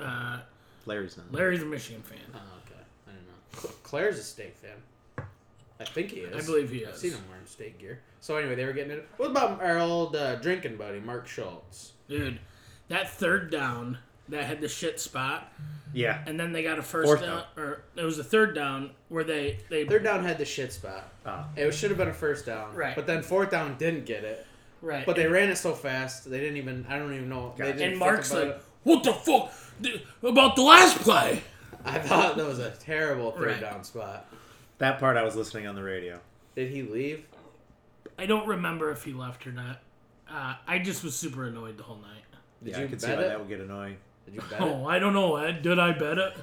[SPEAKER 3] uh,
[SPEAKER 1] Larry's not.
[SPEAKER 3] Larry's a Michigan fan.
[SPEAKER 2] Oh, okay. I don't know. Cl- Claire's a state fan. I think he is.
[SPEAKER 3] I believe he
[SPEAKER 2] I've
[SPEAKER 3] is.
[SPEAKER 2] seen him wearing state gear. So anyway, they were getting it. What about our old uh, drinking buddy, Mark Schultz?
[SPEAKER 3] Dude, that third down that had the shit spot,
[SPEAKER 1] Yeah.
[SPEAKER 3] and then they got a first
[SPEAKER 1] Fourth
[SPEAKER 3] down, or it was a third down where they they
[SPEAKER 2] Third down had the shit spot.
[SPEAKER 1] Ah.
[SPEAKER 2] It should have been a first down.
[SPEAKER 3] Mm-hmm. Right.
[SPEAKER 2] But then fourth down didn't get it.
[SPEAKER 3] right,
[SPEAKER 2] But they ran it so fast, they didn't even. I don't even know. They
[SPEAKER 1] Gotcha.
[SPEAKER 2] didn't
[SPEAKER 3] and
[SPEAKER 2] think
[SPEAKER 3] Mark's
[SPEAKER 2] about
[SPEAKER 3] like,
[SPEAKER 2] it.
[SPEAKER 3] "What the fuck Th- about the last play?"
[SPEAKER 2] I thought that was a terrible third
[SPEAKER 3] Right.
[SPEAKER 2] down spot.
[SPEAKER 1] That part I was listening on the radio.
[SPEAKER 2] Did he leave?
[SPEAKER 3] I don't remember if he left or not. Uh, I just was super annoyed the whole night.
[SPEAKER 2] Did
[SPEAKER 1] yeah,
[SPEAKER 2] you
[SPEAKER 1] I could see
[SPEAKER 2] bet
[SPEAKER 1] why
[SPEAKER 2] it?
[SPEAKER 1] that would get annoying.
[SPEAKER 2] Did you bet? it?
[SPEAKER 3] Oh, I don't know, Ed. Did I bet it?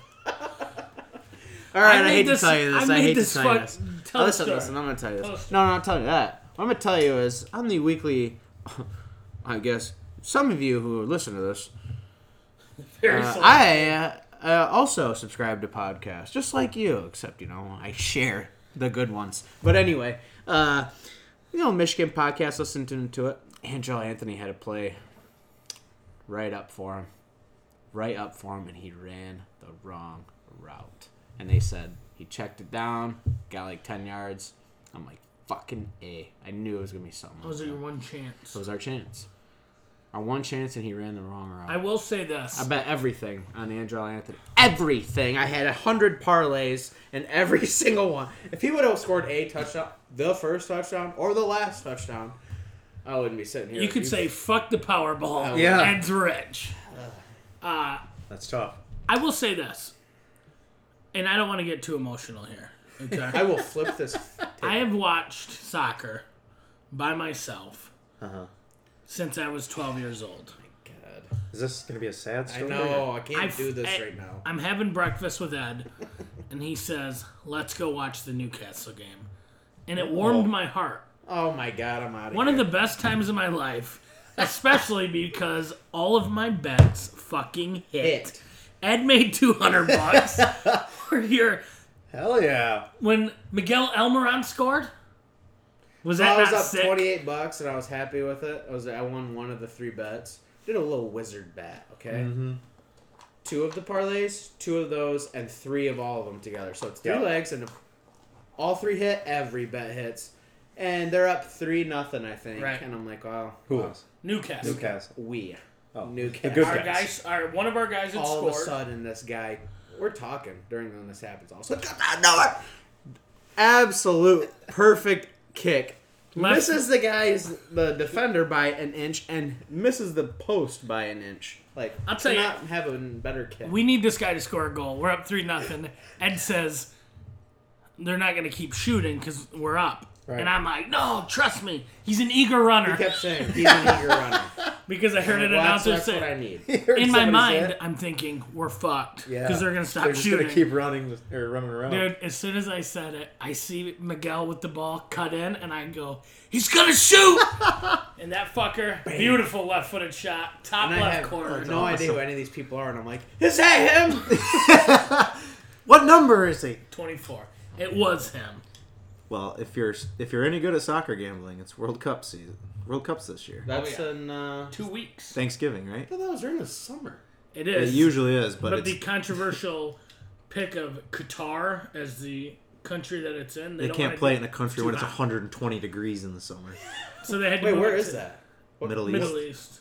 [SPEAKER 2] All right,
[SPEAKER 3] I
[SPEAKER 2] I,
[SPEAKER 3] made
[SPEAKER 2] hate
[SPEAKER 3] this-
[SPEAKER 2] to tell you
[SPEAKER 3] I
[SPEAKER 2] this. I,
[SPEAKER 3] made
[SPEAKER 2] hate
[SPEAKER 3] this
[SPEAKER 2] to tell you
[SPEAKER 3] fuck-
[SPEAKER 2] this.
[SPEAKER 3] tell
[SPEAKER 2] Oh,
[SPEAKER 3] the
[SPEAKER 2] listen,
[SPEAKER 3] story.
[SPEAKER 2] listen. I'm gonna tell you
[SPEAKER 3] Tell the
[SPEAKER 2] this.
[SPEAKER 3] story.
[SPEAKER 2] No, no, I'm telling you that. What I'm gonna tell you is on the weekly. I guess some of you who listen to this,
[SPEAKER 3] Very
[SPEAKER 2] uh,
[SPEAKER 3] slow.
[SPEAKER 2] I uh, uh, also subscribe to podcasts, just like you. Except you know, I share the good ones. But anyway, uh, you know, Michigan podcast, listened to it. Angel Anthony had a play right up for him, right up for him, and he ran the wrong route. And they said he checked it down, got like 10 yards. I'm like, fucking A. I knew it was going to be something.
[SPEAKER 3] That was
[SPEAKER 2] like
[SPEAKER 3] your
[SPEAKER 2] that.
[SPEAKER 3] one chance.
[SPEAKER 2] It was our chance. Our one chance, and he ran the wrong route.
[SPEAKER 3] I will say this.
[SPEAKER 2] I bet everything on Andrew Anthony. Everything. I had a hundred parlays and every single one. If he would have scored a touchdown, the first touchdown or the last touchdown, I wouldn't be sitting here.
[SPEAKER 3] you could say fuck the
[SPEAKER 2] Oh,
[SPEAKER 3] Powerball.
[SPEAKER 1] Yeah.
[SPEAKER 3] Ed's rich.
[SPEAKER 2] Uh.
[SPEAKER 1] That's tough.
[SPEAKER 3] I will say this, and I don't want to get too emotional here. Okay.
[SPEAKER 2] I will flip this.
[SPEAKER 3] I have watched soccer by myself
[SPEAKER 2] Uh-huh.
[SPEAKER 3] since I was 12 years old.
[SPEAKER 2] God.
[SPEAKER 1] Is this gonna be a sad
[SPEAKER 2] I
[SPEAKER 1] story?
[SPEAKER 2] know. I can't
[SPEAKER 3] I've-
[SPEAKER 2] do this
[SPEAKER 3] I-
[SPEAKER 2] right now.
[SPEAKER 3] I'm having breakfast with Ed, and he says, "Let's go watch the Newcastle game," and it warmed my heart.
[SPEAKER 2] Oh my God. I'm out of
[SPEAKER 3] One
[SPEAKER 2] here.
[SPEAKER 3] of the best times of my life, especially because all of my bets fucking hit.
[SPEAKER 2] Hit.
[SPEAKER 3] Ed made 200 bucks. We're here
[SPEAKER 1] Hell yeah.
[SPEAKER 3] when Miguel Elmiron scored. Was that
[SPEAKER 2] I was
[SPEAKER 3] not
[SPEAKER 2] up
[SPEAKER 3] sick?
[SPEAKER 2] 28 bucks and I was happy with it. I was I won one of the three bets. Did a little wizard bet, okay?
[SPEAKER 3] Mm-hmm.
[SPEAKER 2] Two of the parlays, two of those, and three of all of them together. So it's three
[SPEAKER 1] Yeah.
[SPEAKER 2] legs, and if all three hit. Every bet hits, and they're up three nothing, I think.
[SPEAKER 3] Right.
[SPEAKER 2] And I'm like, wow,
[SPEAKER 1] Who
[SPEAKER 2] wow.
[SPEAKER 1] was?
[SPEAKER 3] Newcastle.
[SPEAKER 1] Newcastle.
[SPEAKER 2] we
[SPEAKER 1] Oh,
[SPEAKER 2] Newcastle.
[SPEAKER 1] the good
[SPEAKER 3] Our
[SPEAKER 1] guys.
[SPEAKER 3] guys, our, one of our guys had
[SPEAKER 2] all
[SPEAKER 3] scored.
[SPEAKER 2] of a sudden this guy we're talking during when this happens also absolute perfect kick
[SPEAKER 3] Left-
[SPEAKER 2] misses the guy's the defender by an inch and misses the post by an inch like
[SPEAKER 3] I'll tell you-
[SPEAKER 2] not have a better kick
[SPEAKER 3] we need this guy to score a goal. We're up three nothing. Ed says they're not going to keep shooting because we're up.
[SPEAKER 1] Right.
[SPEAKER 3] And I'm like, no, trust me. He's an eager runner
[SPEAKER 2] kept saying he's an eager runner
[SPEAKER 3] because I heard an
[SPEAKER 2] that's,
[SPEAKER 3] announcer
[SPEAKER 2] that's what i
[SPEAKER 3] say.
[SPEAKER 2] need
[SPEAKER 3] In my mind, I'm thinking we're fucked because they're going to stop
[SPEAKER 1] They're just
[SPEAKER 3] shooting.
[SPEAKER 1] gonna keep running or running around.
[SPEAKER 3] Dude, as soon as I said it, I see Miguel with the ball cut in, and I go, "He's gonna shoot!" and that fucker, beautiful left-footed shot, top
[SPEAKER 2] and i
[SPEAKER 3] left
[SPEAKER 2] have
[SPEAKER 3] corner.
[SPEAKER 2] no idea who any of these people are and i'm like is that
[SPEAKER 1] Hey him. what number is he?
[SPEAKER 3] 24. It was him.
[SPEAKER 1] Well, if you're if you're any good at soccer gambling, it's World Cup season. World Cups this year.
[SPEAKER 2] that's
[SPEAKER 3] yeah.
[SPEAKER 2] an uh
[SPEAKER 3] Two weeks.
[SPEAKER 1] Thanksgiving, right?
[SPEAKER 2] I thought that was during the summer
[SPEAKER 3] It
[SPEAKER 1] It
[SPEAKER 3] is.
[SPEAKER 1] usually is, but,
[SPEAKER 3] but
[SPEAKER 1] it's,
[SPEAKER 3] the controversial pick of Qatar as the country that it's in, they,
[SPEAKER 1] they
[SPEAKER 3] don't
[SPEAKER 1] can't
[SPEAKER 3] wanna
[SPEAKER 1] play it
[SPEAKER 3] do-
[SPEAKER 1] in a country
[SPEAKER 3] too
[SPEAKER 1] when it's
[SPEAKER 3] hot.
[SPEAKER 1] 120 degrees in the summer.
[SPEAKER 3] So they had to
[SPEAKER 2] wait
[SPEAKER 3] go
[SPEAKER 2] where
[SPEAKER 3] to
[SPEAKER 2] is that
[SPEAKER 1] Middle East.
[SPEAKER 3] Middle East.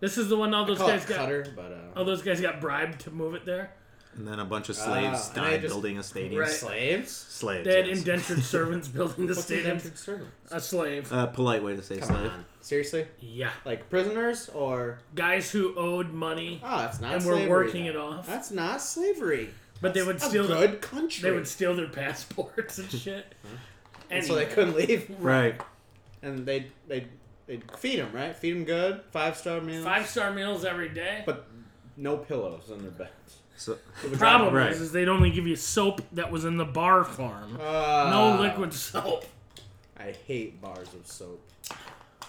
[SPEAKER 3] This is the one all those
[SPEAKER 2] call it
[SPEAKER 3] guys got.
[SPEAKER 2] cutter but uh
[SPEAKER 3] All Oh, those guys got bribed to move it there.
[SPEAKER 1] And then a bunch of slaves
[SPEAKER 2] Ah, and I
[SPEAKER 1] died
[SPEAKER 2] just-
[SPEAKER 1] building a stadium.
[SPEAKER 3] Right.
[SPEAKER 2] slaves.
[SPEAKER 1] Slaves.
[SPEAKER 3] They had
[SPEAKER 1] yes.
[SPEAKER 3] indentured servants building the
[SPEAKER 2] What's an
[SPEAKER 3] stadium.
[SPEAKER 2] indentured servant?
[SPEAKER 3] A slave.
[SPEAKER 1] uh, polite way to say
[SPEAKER 2] Come
[SPEAKER 1] slave.
[SPEAKER 2] on, seriously?
[SPEAKER 3] Yeah.
[SPEAKER 2] Like prisoners or
[SPEAKER 3] Guys who owed money,
[SPEAKER 2] oh, that's not.
[SPEAKER 3] And we're
[SPEAKER 2] slavery,
[SPEAKER 3] working
[SPEAKER 2] then.
[SPEAKER 3] it off.
[SPEAKER 2] That's not slavery.
[SPEAKER 3] but they would
[SPEAKER 2] a
[SPEAKER 3] steal
[SPEAKER 2] good
[SPEAKER 3] their,
[SPEAKER 2] country.
[SPEAKER 3] they would steal their passports and shit.
[SPEAKER 2] and so they
[SPEAKER 3] Anyway.
[SPEAKER 2] couldn't leave,
[SPEAKER 1] Right.
[SPEAKER 2] and they they they feed them right, feed them good, five star meals,
[SPEAKER 3] Five star meals every day.
[SPEAKER 2] but no pillows in their beds.
[SPEAKER 1] So
[SPEAKER 3] problem
[SPEAKER 1] Right.
[SPEAKER 3] is, is they'd only give you soap that was in the bar form.
[SPEAKER 2] Uh,
[SPEAKER 3] no liquid soap.
[SPEAKER 2] I hate bars of soap.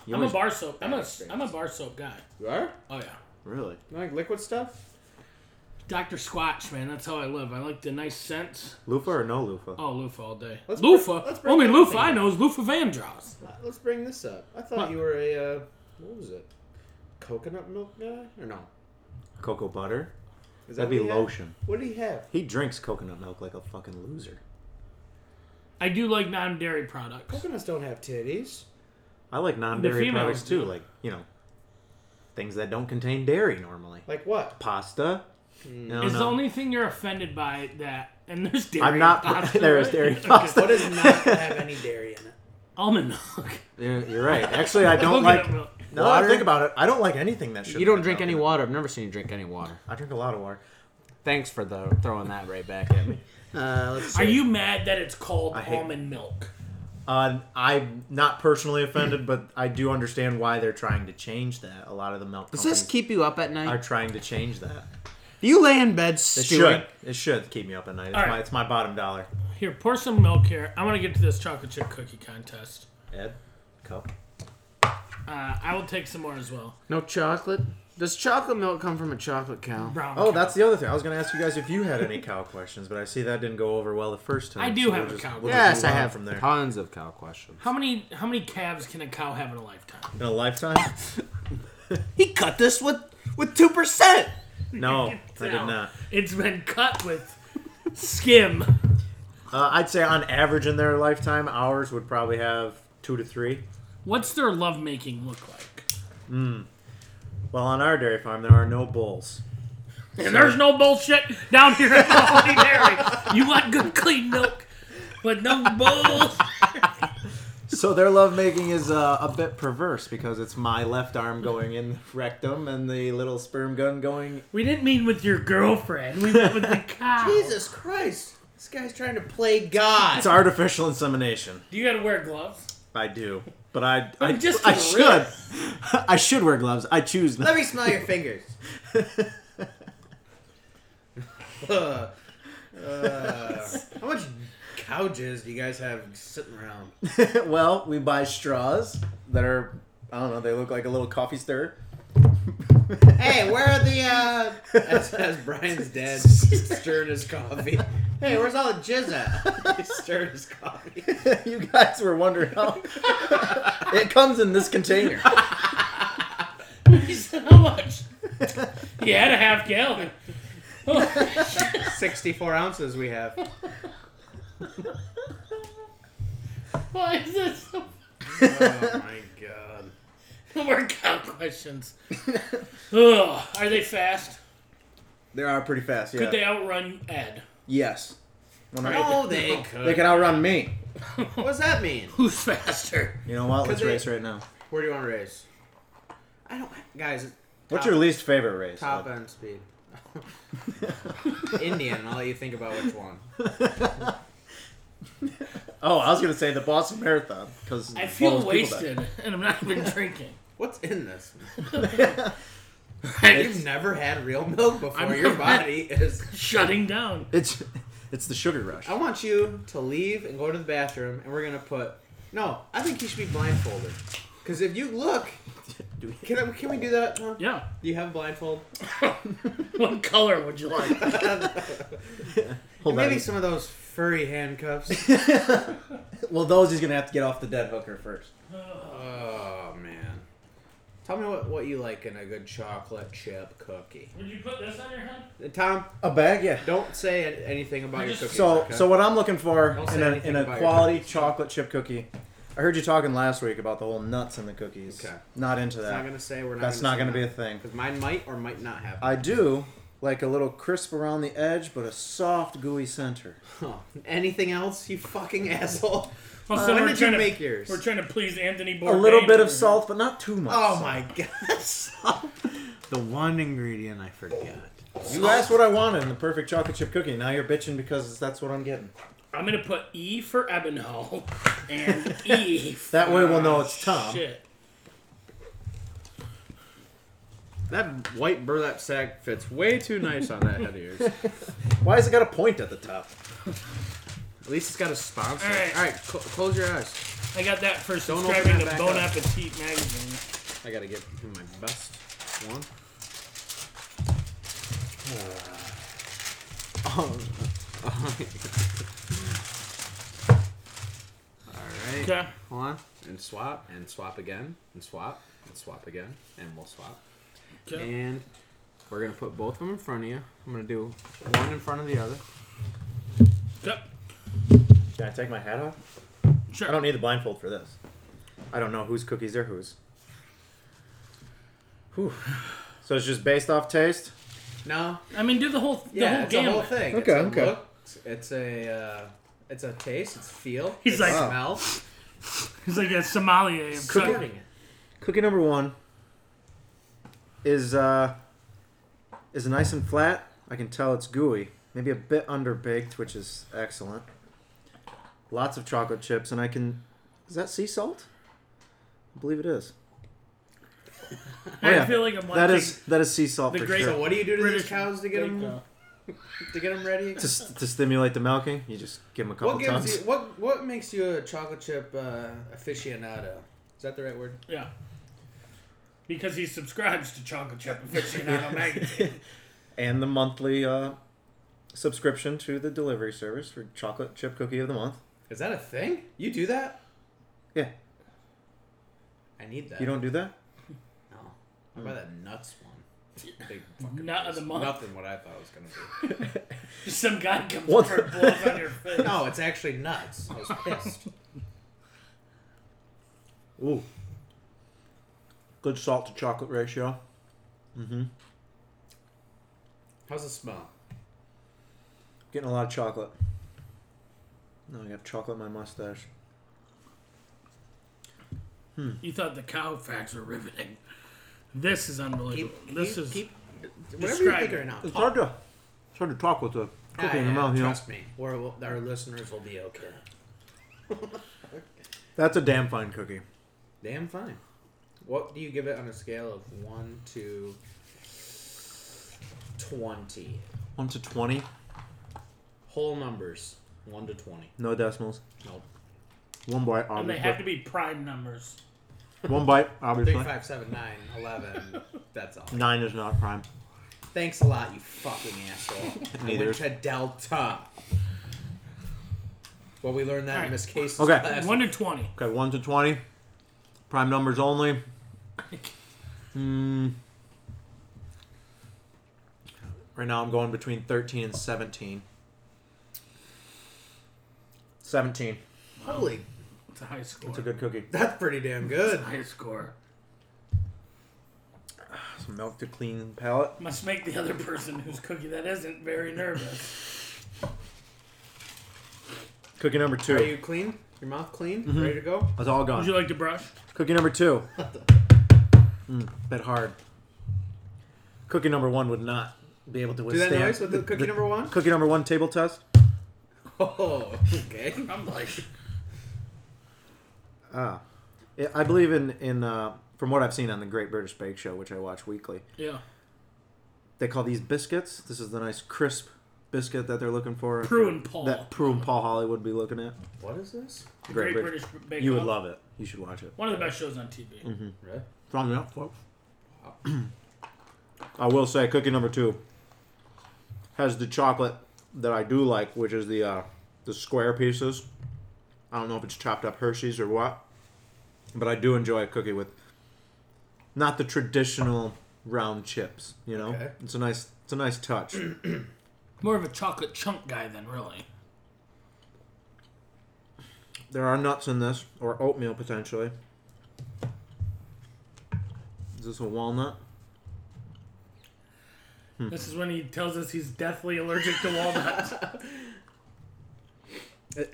[SPEAKER 1] you
[SPEAKER 3] I'm a
[SPEAKER 1] always-
[SPEAKER 3] bar soap. I'm a
[SPEAKER 2] experience.
[SPEAKER 3] I'm a bar soap guy.
[SPEAKER 2] You are?
[SPEAKER 3] Oh yeah.
[SPEAKER 1] Really?
[SPEAKER 2] You like liquid stuff?
[SPEAKER 3] Dr. Squatch, man, that's how I live. I like the nice scents.
[SPEAKER 1] Loofah or no loofah?
[SPEAKER 3] Oh, loofah all day.
[SPEAKER 2] Let's bring-
[SPEAKER 3] loofah.
[SPEAKER 2] let's bring
[SPEAKER 3] Only
[SPEAKER 2] that
[SPEAKER 3] loofah
[SPEAKER 2] thing
[SPEAKER 3] I
[SPEAKER 2] up.
[SPEAKER 3] know is loofah Van Vandross.
[SPEAKER 2] Uh, Let's bring this up. I thought
[SPEAKER 3] What?
[SPEAKER 2] you were a uh, what was it? Coconut milk guy or no?
[SPEAKER 1] Cocoa butter?
[SPEAKER 2] Is
[SPEAKER 1] That'd
[SPEAKER 2] what
[SPEAKER 1] be
[SPEAKER 2] he had?
[SPEAKER 1] lotion.
[SPEAKER 2] What do you have?
[SPEAKER 1] He drinks coconut milk like a fucking loser.
[SPEAKER 3] I do like non-dairy products.
[SPEAKER 2] Coconuts don't have titties.
[SPEAKER 1] I like non-dairy
[SPEAKER 3] females
[SPEAKER 1] products too,
[SPEAKER 3] do.
[SPEAKER 1] like you know, things that don't contain dairy normally.
[SPEAKER 2] Like what?
[SPEAKER 1] Pasta. No,
[SPEAKER 3] It's
[SPEAKER 1] no.
[SPEAKER 3] the only thing you're offended by that, and there's dairy.
[SPEAKER 1] I'm not.
[SPEAKER 3] in pasta,
[SPEAKER 1] there is
[SPEAKER 3] right?
[SPEAKER 1] dairy
[SPEAKER 3] Okay.
[SPEAKER 1] pasta.
[SPEAKER 2] What does not have any dairy in it?
[SPEAKER 3] Almond milk.
[SPEAKER 1] You're, you're right. Actually, I don't
[SPEAKER 3] Coconut
[SPEAKER 1] like.
[SPEAKER 3] milk.
[SPEAKER 1] No, I
[SPEAKER 2] Water?
[SPEAKER 1] think about it. I don't like anything that should.
[SPEAKER 2] water. I've never seen you drink any water.
[SPEAKER 1] I drink a lot of water.
[SPEAKER 2] Thanks for the throwing that right back at me. Uh, let's
[SPEAKER 3] Are you mad that it's called
[SPEAKER 1] I hate-
[SPEAKER 3] almond milk?
[SPEAKER 1] Uh, I'm not personally offended, but I do understand why they're trying to change that. A lot of the milk
[SPEAKER 2] Does
[SPEAKER 1] companies
[SPEAKER 2] this keep you up at night?
[SPEAKER 1] are trying to change that.
[SPEAKER 2] Do you lay in bed
[SPEAKER 1] It
[SPEAKER 2] stewing?
[SPEAKER 1] should. It should keep me up at night. It's,
[SPEAKER 3] All right.
[SPEAKER 1] my, it's my bottom dollar.
[SPEAKER 3] Here, pour some milk here. I want to get to this chocolate chip cookie contest.
[SPEAKER 1] Ed, cup.
[SPEAKER 3] Uh, I will take some more as well.
[SPEAKER 2] No chocolate. Does chocolate milk come from a chocolate cow?
[SPEAKER 3] Brown.
[SPEAKER 1] Oh,
[SPEAKER 3] cow.
[SPEAKER 1] that's the other thing. I was going to ask you guys if you had any cow questions, but I see that didn't go over well the first time.
[SPEAKER 3] I do
[SPEAKER 1] so
[SPEAKER 3] have
[SPEAKER 1] we'll
[SPEAKER 3] a
[SPEAKER 1] just-
[SPEAKER 3] cow
[SPEAKER 1] we'll just
[SPEAKER 2] Yes,
[SPEAKER 1] move
[SPEAKER 2] I
[SPEAKER 1] on
[SPEAKER 2] have
[SPEAKER 1] from there
[SPEAKER 2] tons of cow questions.
[SPEAKER 3] how many how many calves can a cow have in a lifetime?
[SPEAKER 1] in a lifetime.
[SPEAKER 2] He cut this with with two percent.
[SPEAKER 1] No, I did
[SPEAKER 3] Now,
[SPEAKER 1] not.
[SPEAKER 3] It's been cut with skim.
[SPEAKER 1] Uh, I'd say on average in their lifetime, ours would probably have two to three.
[SPEAKER 3] What's their lovemaking look like?
[SPEAKER 1] Well, on our dairy farm, there are no bulls.
[SPEAKER 3] And there's no bullshit down here at Quality Dairy. You want good clean milk, but no bulls.
[SPEAKER 1] So their lovemaking is uh, a bit perverse because it's my left arm going in the rectum and the little sperm gun going.
[SPEAKER 3] We didn't mean with your girlfriend. We meant with the cow.
[SPEAKER 2] Christ! This guy's trying to play God.
[SPEAKER 1] It's artificial insemination.
[SPEAKER 3] Do you gotta wear gloves?
[SPEAKER 1] I do, but I I
[SPEAKER 3] just
[SPEAKER 1] I
[SPEAKER 3] for
[SPEAKER 1] should I should wear gloves. I choose not.
[SPEAKER 2] me smell your fingers. uh, how much cow jizz do you guys have sitting around?
[SPEAKER 1] well, we buy straws that are I don't know. They look like a little coffee stirrer.
[SPEAKER 2] Hey, where are the? uh... That's, that's Brian's dad stirring his coffee. Hey, where's all the jizz at? He's stirring his coffee.
[SPEAKER 1] you guys were wondering how it comes in this container.
[SPEAKER 3] He said, How much? He had a half gallon.
[SPEAKER 2] Sixty-four ounces we have.
[SPEAKER 3] Why is this so
[SPEAKER 2] Oh my god.
[SPEAKER 3] More cow questions. Ugh, are they fast?
[SPEAKER 1] They are pretty fast. Yeah.
[SPEAKER 3] Could they outrun Ed?
[SPEAKER 1] Yes. When I-
[SPEAKER 2] No, they could.
[SPEAKER 1] They can outrun me.
[SPEAKER 2] What does that mean?
[SPEAKER 3] Who's faster?
[SPEAKER 1] You know what? Let's
[SPEAKER 2] they-
[SPEAKER 1] race right now.
[SPEAKER 2] Where do you want to race? I don't, guys. it's
[SPEAKER 1] What's
[SPEAKER 2] top-
[SPEAKER 1] your least favorite race?
[SPEAKER 2] top end speed? Indian. I'll let you think about which one.
[SPEAKER 1] Oh, I was gonna say the Boston Marathon because
[SPEAKER 3] I feel wasted, and I'm not even drinking.
[SPEAKER 2] What's in this? You've
[SPEAKER 3] It's
[SPEAKER 2] never had real milk before.
[SPEAKER 3] I'm-
[SPEAKER 2] Your body is.
[SPEAKER 3] shutting down.
[SPEAKER 1] It's it's the sugar rush.
[SPEAKER 2] I want you to leave and go to the bathroom, and we're gonna put. No, I think you should be blindfolded. Because if you look,
[SPEAKER 1] Do we-
[SPEAKER 2] can I, can we do that? Tom?
[SPEAKER 3] Yeah.
[SPEAKER 2] Do you have a blindfold?
[SPEAKER 1] Oh,
[SPEAKER 3] What color would you like?
[SPEAKER 1] Hold on.
[SPEAKER 2] Maybe some of those furry handcuffs.
[SPEAKER 1] Well, those he's gonna have to get off the dead hooker first.
[SPEAKER 2] oh man. Tell me what, what you like in a good chocolate chip cookie.
[SPEAKER 3] Would you put this on your head?
[SPEAKER 2] Uh, Tom,
[SPEAKER 1] A bag, yeah.
[SPEAKER 2] don't say an- anything about your
[SPEAKER 3] Just-
[SPEAKER 2] cookies.
[SPEAKER 1] So,
[SPEAKER 2] okay?
[SPEAKER 1] so what I'm looking for
[SPEAKER 2] Don't say
[SPEAKER 1] in a,
[SPEAKER 2] anything
[SPEAKER 1] in a
[SPEAKER 2] about your
[SPEAKER 1] quality
[SPEAKER 2] cookies.
[SPEAKER 1] chocolate chip cookie, I heard you talking last week about the whole nuts in the cookies.
[SPEAKER 2] Okay.
[SPEAKER 1] Not into
[SPEAKER 2] I'm
[SPEAKER 1] that.
[SPEAKER 2] not gonna say we're not.
[SPEAKER 1] That's
[SPEAKER 2] gonna
[SPEAKER 1] not
[SPEAKER 2] say
[SPEAKER 1] gonna be a
[SPEAKER 2] that.
[SPEAKER 1] thing.
[SPEAKER 2] Because mine might or might not happen.
[SPEAKER 1] I do like a little crisp around the edge, but a soft, gooey center.
[SPEAKER 2] Oh, anything else, you fucking asshole?
[SPEAKER 3] Well,
[SPEAKER 2] when
[SPEAKER 3] we're
[SPEAKER 2] did
[SPEAKER 3] trying
[SPEAKER 2] you
[SPEAKER 3] to-
[SPEAKER 2] make yours?
[SPEAKER 3] We're trying to please Anthony
[SPEAKER 1] A
[SPEAKER 3] Bourdain.
[SPEAKER 1] little bit of
[SPEAKER 3] over
[SPEAKER 1] salt, but not too much.
[SPEAKER 2] Oh
[SPEAKER 1] salt.
[SPEAKER 2] my god, salt. The one ingredient I forgot.
[SPEAKER 1] You asked what I wanted in the perfect chocolate chip cookie. Now you're bitching because that's what I'm getting.
[SPEAKER 3] here. I'm gonna put E for Ebonho and E. For
[SPEAKER 1] That way we'll know it's Tom.
[SPEAKER 3] Shit.
[SPEAKER 2] That white burlap sack fits way too nice on that head of yours. At
[SPEAKER 1] Why has it got a point at the top?
[SPEAKER 2] least it's got a sponsor. All right,
[SPEAKER 3] Alright.
[SPEAKER 2] cl- close your eyes.
[SPEAKER 3] I got that for
[SPEAKER 2] Don't open
[SPEAKER 3] subscribing
[SPEAKER 2] that
[SPEAKER 3] to
[SPEAKER 2] back
[SPEAKER 3] Bon
[SPEAKER 2] up.
[SPEAKER 3] Appetit magazine.
[SPEAKER 2] I gotta get my best one. Alright.
[SPEAKER 3] Okay.
[SPEAKER 2] Hold on. And swap, and swap again, and swap, and swap again, and we'll swap.
[SPEAKER 3] Okay.
[SPEAKER 2] And we're gonna put both of them in front of you. I'm gonna do one in front of the other.
[SPEAKER 3] Okay.
[SPEAKER 1] Can I take my hat off?
[SPEAKER 3] Sure.
[SPEAKER 1] I don't need the blindfold for this. I don't know whose cookies are whose. Whew. So it's just based off taste?
[SPEAKER 2] No,
[SPEAKER 3] I mean, do the whole the
[SPEAKER 2] yeah,
[SPEAKER 3] whole
[SPEAKER 2] it's a
[SPEAKER 3] gamut.
[SPEAKER 2] whole thing.
[SPEAKER 1] Okay,
[SPEAKER 2] it's
[SPEAKER 1] okay.
[SPEAKER 2] A look, it's a uh, it's a taste. It's feel.
[SPEAKER 3] He's
[SPEAKER 2] it's
[SPEAKER 3] like-
[SPEAKER 1] Oh.
[SPEAKER 2] smell.
[SPEAKER 3] He's like a sommelier. Of
[SPEAKER 2] Sorting it.
[SPEAKER 1] Cookie number one is uh is nice and flat. I can tell it's gooey. Maybe a bit underbaked, which is excellent. Lots of chocolate chips, and I can is that sea salt? I believe it is.
[SPEAKER 3] I
[SPEAKER 1] Oh, yeah.
[SPEAKER 3] feel like I'm watching
[SPEAKER 1] That is that is sea salt
[SPEAKER 3] The
[SPEAKER 1] for
[SPEAKER 3] great-
[SPEAKER 1] sure.
[SPEAKER 2] So what do you do to
[SPEAKER 3] British
[SPEAKER 2] these cows to get
[SPEAKER 3] Bake uh,
[SPEAKER 2] them
[SPEAKER 3] Off.
[SPEAKER 2] to get them ready?
[SPEAKER 1] to, s- to stimulate the milking, you just give them a couple
[SPEAKER 2] What gives
[SPEAKER 1] times.
[SPEAKER 2] you what what makes you a chocolate chip uh, aficionado? Is that the right word?
[SPEAKER 3] Yeah. because he subscribes to Chocolate Chip Aficionado magazine.
[SPEAKER 1] and the monthly uh, subscription to the delivery service for chocolate chip cookie of the month.
[SPEAKER 2] Is that a thing? You do that?
[SPEAKER 1] Yeah,
[SPEAKER 2] I need that.
[SPEAKER 1] you don't do that.
[SPEAKER 2] No. How about that nuts one? Big fucking
[SPEAKER 3] Nut of
[SPEAKER 2] waste.
[SPEAKER 3] the month.
[SPEAKER 2] Nothing what I thought it was gonna
[SPEAKER 3] Just some guy comes
[SPEAKER 1] What
[SPEAKER 3] over and blows on your face.
[SPEAKER 2] be. no, it's actually nuts. I was pissed.
[SPEAKER 1] Ooh, good salt to chocolate ratio.
[SPEAKER 2] How's it smell?
[SPEAKER 1] Getting a lot of chocolate. No, I got chocolate in my mustache.
[SPEAKER 3] You thought the cow facts were riveting. This is unbelievable. this is
[SPEAKER 2] keep, whatever you're
[SPEAKER 3] Describe it.
[SPEAKER 2] figuring out.
[SPEAKER 1] It's hard to it's hard to talk with the
[SPEAKER 2] Ah,
[SPEAKER 1] cookie in the
[SPEAKER 2] yeah,
[SPEAKER 1] mouth. You know,
[SPEAKER 2] trust me, or we'll- our listeners will be okay.
[SPEAKER 1] that's a damn fine cookie.
[SPEAKER 2] Damn fine. What do you give it on a scale of one to twenty?
[SPEAKER 1] One to twenty,
[SPEAKER 2] Whole numbers, one to twenty.
[SPEAKER 1] no decimals.
[SPEAKER 2] Nope.
[SPEAKER 1] One bite,
[SPEAKER 3] and they have
[SPEAKER 1] obviously.
[SPEAKER 3] to be prime numbers.
[SPEAKER 1] One bite,
[SPEAKER 2] Three,
[SPEAKER 1] obviously.
[SPEAKER 2] five, seven, nine, eleven. That's all.
[SPEAKER 1] Nine is not prime.
[SPEAKER 2] Thanks a lot, you fucking asshole. I
[SPEAKER 1] Neither.
[SPEAKER 2] went to Delta. Well, we learned that in Miss Case's
[SPEAKER 1] Okay.
[SPEAKER 2] class.
[SPEAKER 3] One to twenty.
[SPEAKER 1] Okay, one to twenty, prime numbers only. Hmm. Right now, I'm going between thirteen and seventeen. Seventeen.
[SPEAKER 2] Holy,
[SPEAKER 3] It's a high score.
[SPEAKER 1] It's a good cookie.
[SPEAKER 2] that's pretty damn good.
[SPEAKER 3] high score.
[SPEAKER 1] Some milk to clean palate.
[SPEAKER 3] Must make the other person whose cookie that isn't very nervous.
[SPEAKER 1] Cookie number
[SPEAKER 2] Are
[SPEAKER 1] two. Mm-hmm.
[SPEAKER 2] you clean? Your mouth clean? Ready to go?
[SPEAKER 1] That's all gone.
[SPEAKER 3] Would you like to brush?
[SPEAKER 1] Cookie number two. Mm, bit hard. Cookie number one would not be able to
[SPEAKER 2] Do that
[SPEAKER 1] withstand.
[SPEAKER 2] noise with the cookie number one.
[SPEAKER 1] Cookie number one table test.
[SPEAKER 2] Oh, okay.
[SPEAKER 3] I'm like,
[SPEAKER 1] Ah, I- I believe in in uh, from what I've seen on the Great British Bake Show, which I watch weekly.
[SPEAKER 3] yeah.
[SPEAKER 1] They call these biscuits. This is the nice crisp biscuit that they're looking for.
[SPEAKER 3] Prue and Paul.
[SPEAKER 1] That Prue and Paul Holly would be looking at.
[SPEAKER 2] What is this?
[SPEAKER 3] Great British Bake
[SPEAKER 1] You would
[SPEAKER 3] Off.
[SPEAKER 1] love Mm-hmm. it. You should watch it.
[SPEAKER 3] One of the best shows on TV.
[SPEAKER 2] Really?
[SPEAKER 1] Strong enough, folks. I will say, cookie number two has the chocolate that I do like, which is the uh, the square pieces. I don't know if it's chopped up Hershey's or what, but I do enjoy a cookie with not the traditional round chips. You know,
[SPEAKER 2] Okay.
[SPEAKER 1] it's a nice it's a nice touch.
[SPEAKER 3] More of a chocolate chunk guy than really.
[SPEAKER 1] there are nuts in this, or oatmeal potentially. Is this a walnut? Hmm.
[SPEAKER 3] This is when he tells us he's deathly allergic to walnuts.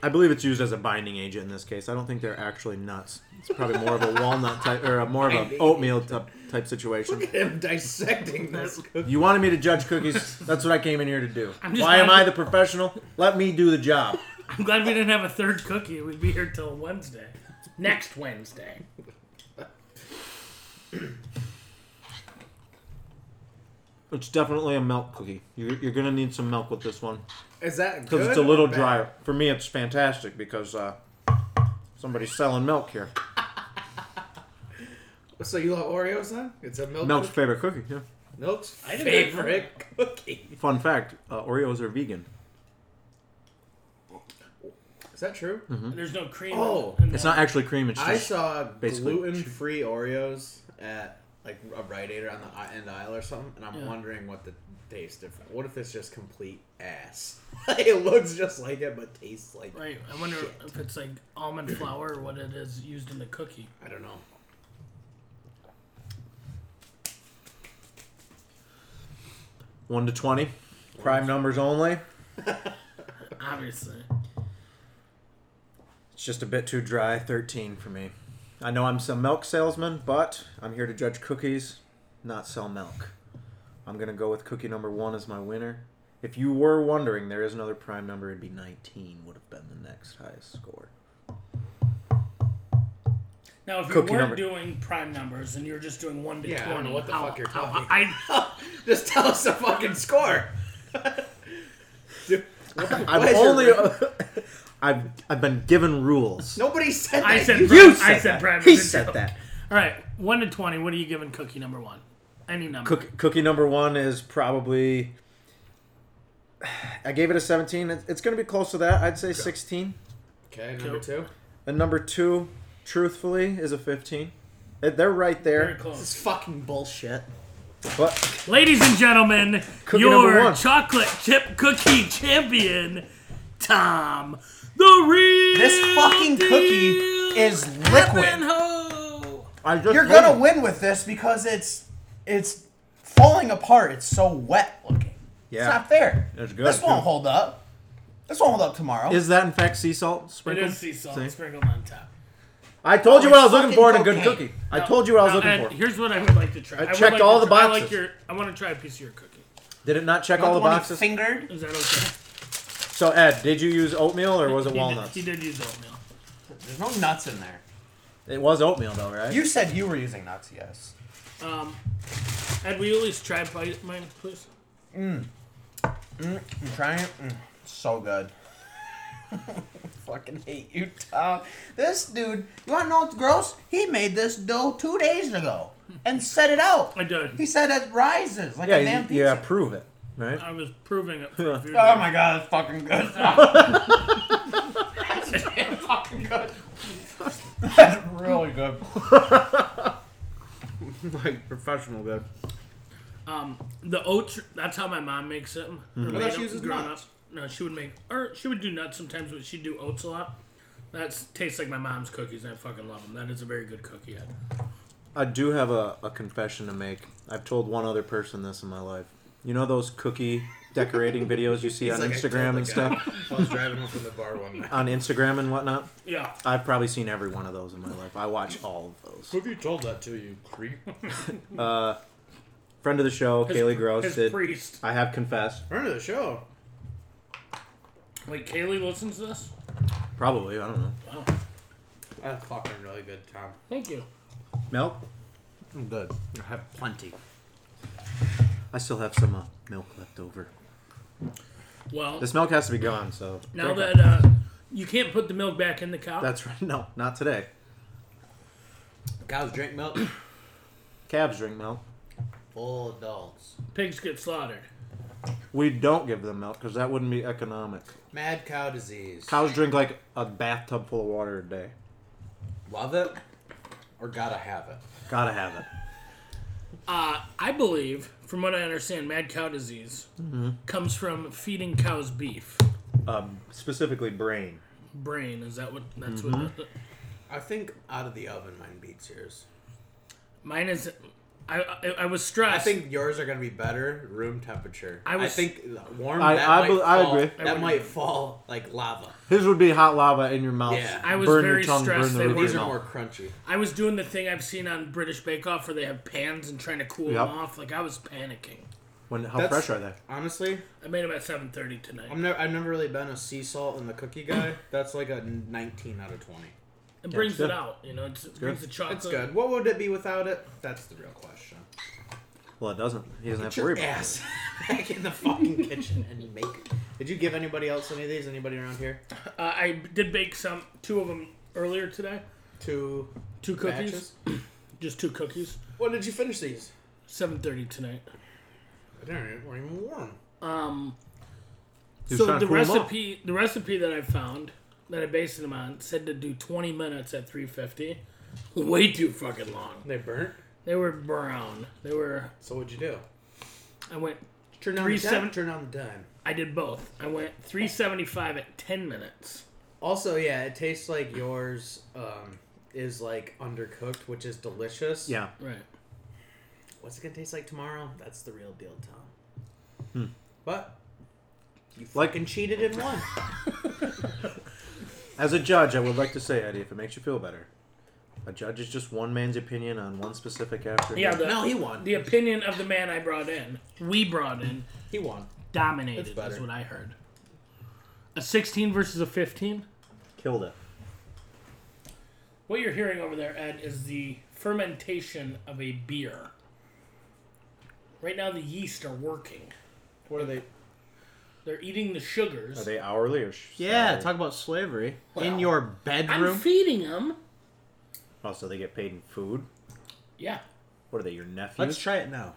[SPEAKER 1] I believe it's used as a binding agent in this case. I don't think they're actually nuts. It's probably more of a walnut type or a, more of an
[SPEAKER 2] Binding
[SPEAKER 1] oatmeal type, type situation.
[SPEAKER 2] I'm dissecting this cookie.
[SPEAKER 1] You wanted me to judge cookies. That's what I came in here to do.
[SPEAKER 3] just
[SPEAKER 1] Why am
[SPEAKER 3] glad-
[SPEAKER 1] I the professional? Let me do the job.
[SPEAKER 3] I'm glad we didn't have a third cookie. We'd be here till Wednesday. Next Wednesday.
[SPEAKER 1] It's definitely a milk cookie. You're, you're gonna need some milk with this one
[SPEAKER 2] Is that good?
[SPEAKER 1] because it's a little
[SPEAKER 2] or bad?
[SPEAKER 1] drier. For me, it's fantastic because uh, somebody's selling milk here.
[SPEAKER 2] So you love Oreos then? It's a milk.
[SPEAKER 1] Milk's
[SPEAKER 2] Milk's,
[SPEAKER 1] favorite cookie. Yeah.
[SPEAKER 2] milk's
[SPEAKER 3] I didn't-
[SPEAKER 2] favorite cookie.
[SPEAKER 1] Fun fact: uh, Oreos are vegan.
[SPEAKER 2] Is that true?
[SPEAKER 3] There's no cream.
[SPEAKER 2] Oh.
[SPEAKER 3] in
[SPEAKER 1] It's
[SPEAKER 3] there.
[SPEAKER 1] not actually cream. It's Mm, just
[SPEAKER 2] I saw
[SPEAKER 1] basically-
[SPEAKER 2] gluten-free Oreos at like a Rite Aid or on the i- end aisle or something, and I'm
[SPEAKER 3] Yeah.
[SPEAKER 2] wondering what the taste different. What if it's just complete ass? it looks just like it, but tastes like
[SPEAKER 3] Right. I wonder if it's like almond flour or what it is used in the cookie.
[SPEAKER 2] I don't know.
[SPEAKER 1] one to twenty, prime numbers only.
[SPEAKER 3] Obviously.
[SPEAKER 1] It's just a bit too dry. 13 for me. I know I'm some milk salesman, but I'm here to judge cookies, not sell milk. I'm going to go with cookie number one as my winner. If you were wondering, there is another prime number. It'd be 19, would have been the next highest score.
[SPEAKER 3] Now, if you
[SPEAKER 1] Cookie
[SPEAKER 3] weren't
[SPEAKER 1] number-
[SPEAKER 3] doing prime numbers and you were just doing one to
[SPEAKER 2] Yeah, I don't
[SPEAKER 3] twenty,
[SPEAKER 2] know what the
[SPEAKER 3] how-
[SPEAKER 2] fuck you're
[SPEAKER 3] how-
[SPEAKER 2] talking
[SPEAKER 3] I,
[SPEAKER 2] Just tell us the fucking score. Dude, what- why
[SPEAKER 1] I've
[SPEAKER 2] is your
[SPEAKER 1] only.
[SPEAKER 2] brain-
[SPEAKER 1] I've, I've been given rules.
[SPEAKER 2] Nobody said that.
[SPEAKER 3] I said
[SPEAKER 2] You-
[SPEAKER 1] You
[SPEAKER 3] prime-
[SPEAKER 1] said
[SPEAKER 3] I said
[SPEAKER 1] that.
[SPEAKER 3] prime
[SPEAKER 1] He
[SPEAKER 3] numbers.
[SPEAKER 1] said that.
[SPEAKER 3] All right, one to twenty. What are you giving cookie number one? Any number.
[SPEAKER 1] Cook, cookie number one is probably. I gave it a 17. It's, it's going to be close to that. I'd say 16.
[SPEAKER 6] Okay, number
[SPEAKER 3] Cool.
[SPEAKER 6] two.
[SPEAKER 1] And number two, truthfully, is a 15. Eh, They're right
[SPEAKER 3] Very
[SPEAKER 1] there.
[SPEAKER 3] close.
[SPEAKER 6] fucking bullshit.
[SPEAKER 1] But
[SPEAKER 3] Ladies and gentlemen,
[SPEAKER 1] Cookie number
[SPEAKER 3] your
[SPEAKER 1] one.
[SPEAKER 3] chocolate chip cookie champion, Tom, the real.
[SPEAKER 7] This fucking
[SPEAKER 3] deal
[SPEAKER 7] cookie is liquid.
[SPEAKER 3] Evan Ho.
[SPEAKER 1] I just
[SPEAKER 7] You're gonna win with this because it's it's falling apart. It's so wet looking.
[SPEAKER 1] Yeah.
[SPEAKER 7] It's not fair.
[SPEAKER 1] It's good,
[SPEAKER 7] This won't
[SPEAKER 1] too.
[SPEAKER 7] hold up. This won't hold up tomorrow.
[SPEAKER 1] Is that in fact sea salt
[SPEAKER 3] It
[SPEAKER 1] sprinkled?
[SPEAKER 3] is sea salt
[SPEAKER 1] See?
[SPEAKER 3] sprinkled on top.
[SPEAKER 1] I told you what I was looking
[SPEAKER 7] Fucking
[SPEAKER 1] for in a good
[SPEAKER 7] cocaine.
[SPEAKER 1] cookie. I told you what I was
[SPEAKER 3] Now,
[SPEAKER 1] looking
[SPEAKER 3] Ed,
[SPEAKER 1] for.
[SPEAKER 3] Here's what I would like to try.
[SPEAKER 1] I
[SPEAKER 3] would
[SPEAKER 1] checked
[SPEAKER 3] like to
[SPEAKER 1] all the
[SPEAKER 3] try- I like
[SPEAKER 1] boxes.
[SPEAKER 3] your. I want to try a piece of your cookie.
[SPEAKER 1] Did it not check
[SPEAKER 7] Not
[SPEAKER 1] all
[SPEAKER 7] the
[SPEAKER 1] the
[SPEAKER 7] one he
[SPEAKER 1] boxes?
[SPEAKER 7] fingered?
[SPEAKER 3] Is that okay?
[SPEAKER 1] So Ed, did you use oatmeal or was it
[SPEAKER 3] He did-
[SPEAKER 1] walnuts?
[SPEAKER 3] He did use oatmeal.
[SPEAKER 7] There's no nuts in there.
[SPEAKER 1] It was oatmeal though, right?
[SPEAKER 7] You said you were using nuts. Yes.
[SPEAKER 3] Um, Ed, will you at least try bite mine, please?
[SPEAKER 7] I'm trying. Mm, so good. Fucking hate you, Tom. This dude. You want to know what's gross? He made this dough two days ago and set it out.
[SPEAKER 3] I did.
[SPEAKER 7] He said it rises like
[SPEAKER 1] yeah,
[SPEAKER 7] a damn
[SPEAKER 1] you,
[SPEAKER 7] pizza.
[SPEAKER 1] yeah, prove it, right?
[SPEAKER 3] I was proving it. For a few
[SPEAKER 7] Oh
[SPEAKER 3] days.
[SPEAKER 7] my god, it's fucking good. That's fucking good. That's really good.
[SPEAKER 1] like professional good.
[SPEAKER 3] Um, the oats. That's how my mom makes them.
[SPEAKER 1] Mm-hmm.
[SPEAKER 3] Or
[SPEAKER 7] thought
[SPEAKER 3] made
[SPEAKER 7] Oh, she
[SPEAKER 3] them
[SPEAKER 7] uses
[SPEAKER 3] growing
[SPEAKER 7] nuts.
[SPEAKER 3] up. No, she would make, or she would do nuts sometimes, but she'd do oats a lot. That's tastes like my mom's cookies, and I fucking love them. That is a very good cookie. Ed.
[SPEAKER 1] I do have a, a confession to make. I've told one other person this in my life. You know those cookie decorating videos you see on
[SPEAKER 2] like, I
[SPEAKER 1] Instagram
[SPEAKER 2] told
[SPEAKER 1] and
[SPEAKER 2] the guy.
[SPEAKER 1] stuff?
[SPEAKER 7] uh,
[SPEAKER 2] I was driving home from the bar one night.
[SPEAKER 1] on Instagram and whatnot?
[SPEAKER 3] Yeah.
[SPEAKER 1] I've probably seen every one of those in my life. I watch all of those.
[SPEAKER 2] Who have you told that to, you creep?
[SPEAKER 1] Friend of the show,
[SPEAKER 3] His-
[SPEAKER 1] Kaylee Gross
[SPEAKER 3] his
[SPEAKER 1] did.
[SPEAKER 3] priest.
[SPEAKER 1] I have confessed.
[SPEAKER 2] Friend of the show.
[SPEAKER 3] Wait, Kaylee listens to this.
[SPEAKER 1] Probably, I don't know.
[SPEAKER 3] Wow.
[SPEAKER 2] That's fucking really good, Tom.
[SPEAKER 3] Thank you.
[SPEAKER 1] Milk?
[SPEAKER 2] I'm good.
[SPEAKER 6] I have plenty.
[SPEAKER 1] I still have some uh, milk left over.
[SPEAKER 3] Well,
[SPEAKER 1] This milk has to be gone, so.
[SPEAKER 3] now
[SPEAKER 1] drink
[SPEAKER 3] that uh, you can't put the milk back in the cow.
[SPEAKER 1] it. That's right. No, not today.
[SPEAKER 2] Cows drink milk.
[SPEAKER 1] Cabs drink milk.
[SPEAKER 2] Full adults.
[SPEAKER 3] pigs get slaughtered.
[SPEAKER 1] We don't give them milk because that wouldn't be economic.
[SPEAKER 2] Mad cow disease.
[SPEAKER 1] Cows drink like a bathtub full of water a day.
[SPEAKER 2] Love it or gotta have it.
[SPEAKER 1] Gotta have it.
[SPEAKER 3] Uh, I believe, from what I understand, mad cow disease
[SPEAKER 2] Mm-hmm.
[SPEAKER 3] comes from feeding cows beef.
[SPEAKER 1] Um, specifically, brain.
[SPEAKER 3] Brain is that what? That's
[SPEAKER 2] Mm-hmm.
[SPEAKER 3] what.
[SPEAKER 2] I think out of the oven mine beats yours.
[SPEAKER 3] Mine is. I, I, I was stressed.
[SPEAKER 2] I think yours are gonna be better room temperature.
[SPEAKER 3] I
[SPEAKER 2] I,
[SPEAKER 3] was-
[SPEAKER 2] think warm.
[SPEAKER 1] I-
[SPEAKER 2] that
[SPEAKER 1] I
[SPEAKER 2] might
[SPEAKER 1] bel- I
[SPEAKER 2] fall-
[SPEAKER 1] agree.
[SPEAKER 2] That might fall like lava.
[SPEAKER 1] His would be hot lava in your mouth.
[SPEAKER 2] Yeah.
[SPEAKER 3] I was
[SPEAKER 1] burn
[SPEAKER 3] very
[SPEAKER 1] your tongue,
[SPEAKER 3] stressed
[SPEAKER 1] burn
[SPEAKER 3] that
[SPEAKER 1] the roof of
[SPEAKER 3] these
[SPEAKER 2] These
[SPEAKER 1] your
[SPEAKER 2] are
[SPEAKER 1] mouth.
[SPEAKER 2] more crunchy.
[SPEAKER 3] I was doing the thing I've seen on British Bake Off where they have pans and trying to cool
[SPEAKER 1] Yep.
[SPEAKER 3] them off. Like I was panicking.
[SPEAKER 1] When, how
[SPEAKER 2] That's-
[SPEAKER 1] fresh are they?
[SPEAKER 2] Honestly,
[SPEAKER 3] I made them at 7:30 tonight.
[SPEAKER 2] I'm never. I've never really been a sea salt and the cookie guy. That's like a 19 out of 20.
[SPEAKER 3] it brings
[SPEAKER 1] good.
[SPEAKER 3] it out, you know. It's, it brings the chocolate.
[SPEAKER 2] It's good. What would it be without it? That's the real question.
[SPEAKER 1] Well, it doesn't. He doesn't have
[SPEAKER 2] Put
[SPEAKER 1] to worry
[SPEAKER 2] your
[SPEAKER 1] about it.
[SPEAKER 2] ass back in the fucking kitchen and make. it. Did you give anybody else any of these? Anybody around here?
[SPEAKER 3] Uh, I did bake some, two of them earlier today.
[SPEAKER 2] Two
[SPEAKER 3] Two cookies,
[SPEAKER 2] batches.
[SPEAKER 3] just two cookies.
[SPEAKER 2] When did you finish these?
[SPEAKER 3] 7:30 tonight.
[SPEAKER 2] They weren't even warm.
[SPEAKER 3] Um,
[SPEAKER 1] He was
[SPEAKER 3] so
[SPEAKER 1] trying
[SPEAKER 3] the
[SPEAKER 1] to cool 'em off.
[SPEAKER 3] recipe, the recipe that I found that I based them on said to do 20 minutes at 350. Way too fucking long.
[SPEAKER 2] They burnt.
[SPEAKER 3] They were brown. They were.
[SPEAKER 2] So what'd you do?
[SPEAKER 3] I went.
[SPEAKER 2] Turn down
[SPEAKER 3] Three
[SPEAKER 2] the time.
[SPEAKER 3] seven-
[SPEAKER 2] Turn down the time.
[SPEAKER 3] I did both. I went 375 at 10 minutes.
[SPEAKER 2] Also, yeah, it tastes like yours um, is like undercooked, which is delicious.
[SPEAKER 1] Yeah.
[SPEAKER 3] Right.
[SPEAKER 2] What's it gonna taste like tomorrow? That's the real deal, Tom. But you
[SPEAKER 1] Like-
[SPEAKER 2] fucking cheated and won.
[SPEAKER 1] As a judge, I would like to say, Eddie, if it makes you feel better, a judge is just one man's opinion on one specific actor.
[SPEAKER 3] Yeah. The,
[SPEAKER 2] no, he won.
[SPEAKER 3] The opinion of the man I brought in, we brought in,
[SPEAKER 2] He won. That's
[SPEAKER 3] dominated.
[SPEAKER 2] better.
[SPEAKER 3] Is what I heard. A 16 versus a 15.
[SPEAKER 1] Killed it.
[SPEAKER 3] What you're hearing over there, Ed, is the fermentation of a beer. Right now, the yeast are working.
[SPEAKER 2] What are they?
[SPEAKER 3] They're eating the sugars.
[SPEAKER 1] Are they hourly or? Sh-
[SPEAKER 6] Yeah,
[SPEAKER 1] salary?
[SPEAKER 6] talk about slavery
[SPEAKER 3] Well,
[SPEAKER 6] in your
[SPEAKER 3] I'm
[SPEAKER 6] bedroom.
[SPEAKER 3] feeding them.
[SPEAKER 1] Oh, so they get paid in food?
[SPEAKER 3] Yeah,
[SPEAKER 1] What are they, your nephews?
[SPEAKER 8] Let's try it now.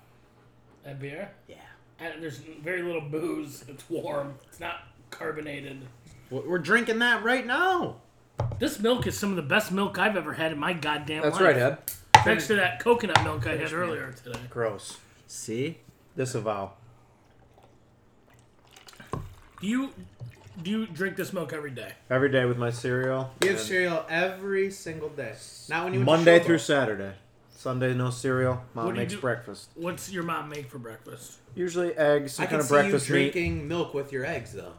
[SPEAKER 3] that beer.
[SPEAKER 8] Yeah.
[SPEAKER 3] And there's very little booze. It's warm. It's not carbonated.
[SPEAKER 9] We're we're drinking that right now.
[SPEAKER 3] This milk is some of the best milk I've ever had in my goddamn life.
[SPEAKER 9] Ed.
[SPEAKER 3] Next to that coconut milk I had earlier today.
[SPEAKER 1] Gross.
[SPEAKER 9] See,
[SPEAKER 1] Disavow.
[SPEAKER 3] Do you do you drink this milk every day?
[SPEAKER 1] Every day with my cereal.
[SPEAKER 2] You have
[SPEAKER 1] and
[SPEAKER 2] cereal every single day. Not when you went to
[SPEAKER 1] Monday
[SPEAKER 2] Showboat.
[SPEAKER 1] through Saturday. Sunday, no cereal.
[SPEAKER 3] What
[SPEAKER 1] Mom
[SPEAKER 3] do you
[SPEAKER 1] makes
[SPEAKER 3] do-
[SPEAKER 1] breakfast.
[SPEAKER 3] What's your mom make for breakfast?
[SPEAKER 1] Usually eggs, some
[SPEAKER 2] I
[SPEAKER 1] kind
[SPEAKER 2] can
[SPEAKER 1] of
[SPEAKER 2] see
[SPEAKER 1] breakfast
[SPEAKER 2] you
[SPEAKER 1] meat.
[SPEAKER 2] drinking milk with your eggs though.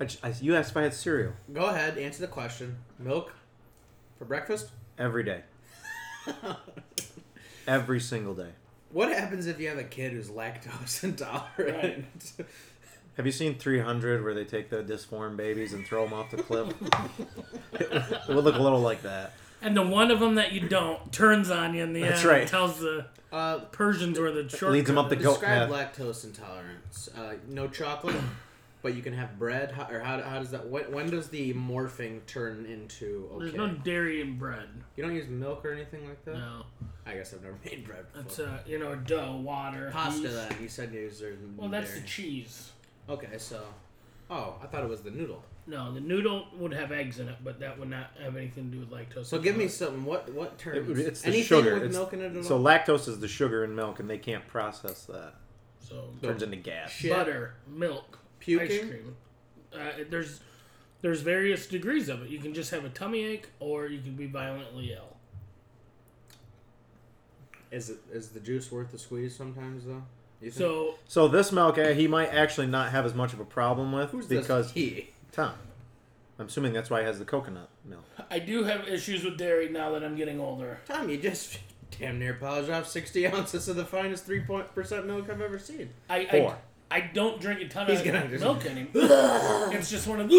[SPEAKER 1] I j- I- you asked if I had cereal.
[SPEAKER 2] Go ahead, answer the question. Milk for breakfast?
[SPEAKER 1] Every day. Every single day.
[SPEAKER 2] What happens if you have a kid who's lactose intolerant?
[SPEAKER 1] Have you seen 300 where they take the disformed babies and throw them off the cliff? it would look a little like that.
[SPEAKER 3] And the one of them that you don't turns on you in the
[SPEAKER 1] That's
[SPEAKER 3] end. and
[SPEAKER 1] right.
[SPEAKER 3] Tells the
[SPEAKER 2] uh,
[SPEAKER 3] Persians where the short
[SPEAKER 1] Leads 'em up the goat
[SPEAKER 2] describe
[SPEAKER 1] path.
[SPEAKER 2] lactose intolerance. Uh, no chocolate, but you can have bread. How, or how, how does that? When, when does the morphing turn into okay?
[SPEAKER 3] There's no dairy in bread.
[SPEAKER 2] you don't use milk or anything like that.
[SPEAKER 3] No,
[SPEAKER 2] I guess I've never made bread before.
[SPEAKER 3] that's uh, you know dough, water,
[SPEAKER 2] Pasta.
[SPEAKER 3] yeast.
[SPEAKER 2] Then you said you used. there's
[SPEAKER 3] Well, that's the
[SPEAKER 2] dairy.
[SPEAKER 3] cheese.
[SPEAKER 2] okay. So, oh, I thought it was the noodle.
[SPEAKER 3] No, the noodle would have eggs in it, but that would not have anything to do with lactose.
[SPEAKER 2] So give me something. What what
[SPEAKER 1] It
[SPEAKER 2] turns
[SPEAKER 1] would- it's the
[SPEAKER 2] anything
[SPEAKER 1] sugar.
[SPEAKER 2] with
[SPEAKER 1] It's-
[SPEAKER 2] milk in it at
[SPEAKER 1] so
[SPEAKER 2] all?
[SPEAKER 1] lactose is the sugar in milk, and they can't process that.
[SPEAKER 3] so
[SPEAKER 1] Turns into gas.
[SPEAKER 2] Shit.
[SPEAKER 3] butter, milk, ice
[SPEAKER 2] Puking?
[SPEAKER 3] cream. Uh, there's there's various degrees of it. You can just have a tummy ache, or you can be violently ill.
[SPEAKER 2] Is it is the juice worth the squeeze sometimes though? You think?
[SPEAKER 3] So
[SPEAKER 1] So this milk, eh, he might actually not have as much of a problem with
[SPEAKER 2] who's
[SPEAKER 1] because
[SPEAKER 2] this he?
[SPEAKER 1] Tom. I'm assuming that's why he has the coconut milk.
[SPEAKER 3] I do have issues with dairy now that I'm getting older.
[SPEAKER 2] Tom, you just damn near polished off 60 ounces of the finest 3% milk I've ever seen.
[SPEAKER 3] I
[SPEAKER 1] Four.
[SPEAKER 3] I, I don't drink a ton
[SPEAKER 2] He's
[SPEAKER 3] of
[SPEAKER 2] gonna understand.
[SPEAKER 3] milk anymore. it's just one of.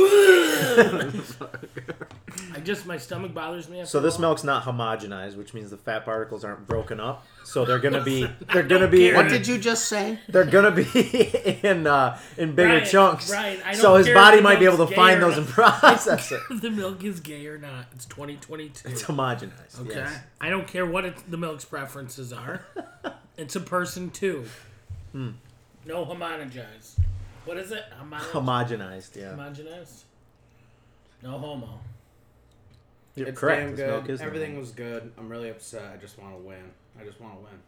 [SPEAKER 3] I just my stomach bothers me. After
[SPEAKER 1] So
[SPEAKER 2] Oh.
[SPEAKER 1] this
[SPEAKER 3] a while.
[SPEAKER 1] milk's not homogenized, which means the fat particles aren't broken up. So they're gonna be they're gonna be
[SPEAKER 8] What
[SPEAKER 1] in,
[SPEAKER 8] did you just say?
[SPEAKER 1] they're gonna be in uh, in bigger
[SPEAKER 3] Brian,
[SPEAKER 1] chunks.
[SPEAKER 3] Brian, I
[SPEAKER 1] so
[SPEAKER 3] don't
[SPEAKER 1] his
[SPEAKER 3] care
[SPEAKER 1] body
[SPEAKER 3] if
[SPEAKER 1] might be
[SPEAKER 3] the
[SPEAKER 1] able
[SPEAKER 3] milk's
[SPEAKER 1] to
[SPEAKER 3] gay
[SPEAKER 1] find
[SPEAKER 3] or
[SPEAKER 1] those
[SPEAKER 3] not.
[SPEAKER 1] and process it.
[SPEAKER 3] the milk is gay or not. It's 2022.
[SPEAKER 1] It's homogenized.
[SPEAKER 3] okay.
[SPEAKER 1] yes.
[SPEAKER 3] I don't care what it, the milk's preferences are. it's a person too.
[SPEAKER 1] Hmm.
[SPEAKER 3] No homogenize. What is it? Homogenize.
[SPEAKER 1] Homogenized, yeah.
[SPEAKER 3] Homogenize. No homo.
[SPEAKER 1] You're
[SPEAKER 2] It's
[SPEAKER 1] correct.
[SPEAKER 2] damn
[SPEAKER 1] This milk
[SPEAKER 2] good.
[SPEAKER 1] is
[SPEAKER 2] Everything
[SPEAKER 1] normal.
[SPEAKER 2] was good. I'm really upset. I just want to win. I just want to win.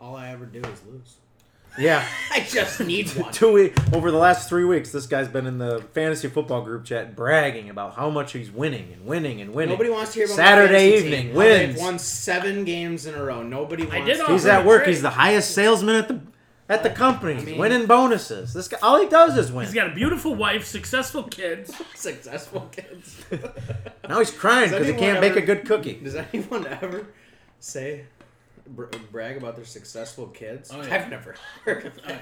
[SPEAKER 2] All I ever do is lose.
[SPEAKER 1] Yeah.
[SPEAKER 2] I just need one.
[SPEAKER 1] Two week over the last three weeks, this guy's been in the fantasy football group chat bragging about how much he's winning and winning and winning.
[SPEAKER 2] Nobody wants to hear about my
[SPEAKER 1] Saturday
[SPEAKER 2] fantasy
[SPEAKER 1] evening
[SPEAKER 2] team.
[SPEAKER 1] wins.
[SPEAKER 2] They've won seven games in a row. Nobody wants.
[SPEAKER 3] did
[SPEAKER 2] to-
[SPEAKER 3] all-
[SPEAKER 1] He's at work. He's the highest salesman at the at the company. He's
[SPEAKER 2] mean-
[SPEAKER 1] winning bonuses. This guy, all he does is win.
[SPEAKER 3] He's got a beautiful wife, successful kids.
[SPEAKER 2] successful kids.
[SPEAKER 1] now he's crying because he
[SPEAKER 2] anyone
[SPEAKER 1] can't make
[SPEAKER 2] ever-
[SPEAKER 1] a good cookie.
[SPEAKER 2] Does anyone ever say br- brag about their successful kids?
[SPEAKER 3] Oh, yeah. Oh,
[SPEAKER 2] I've never heard of that.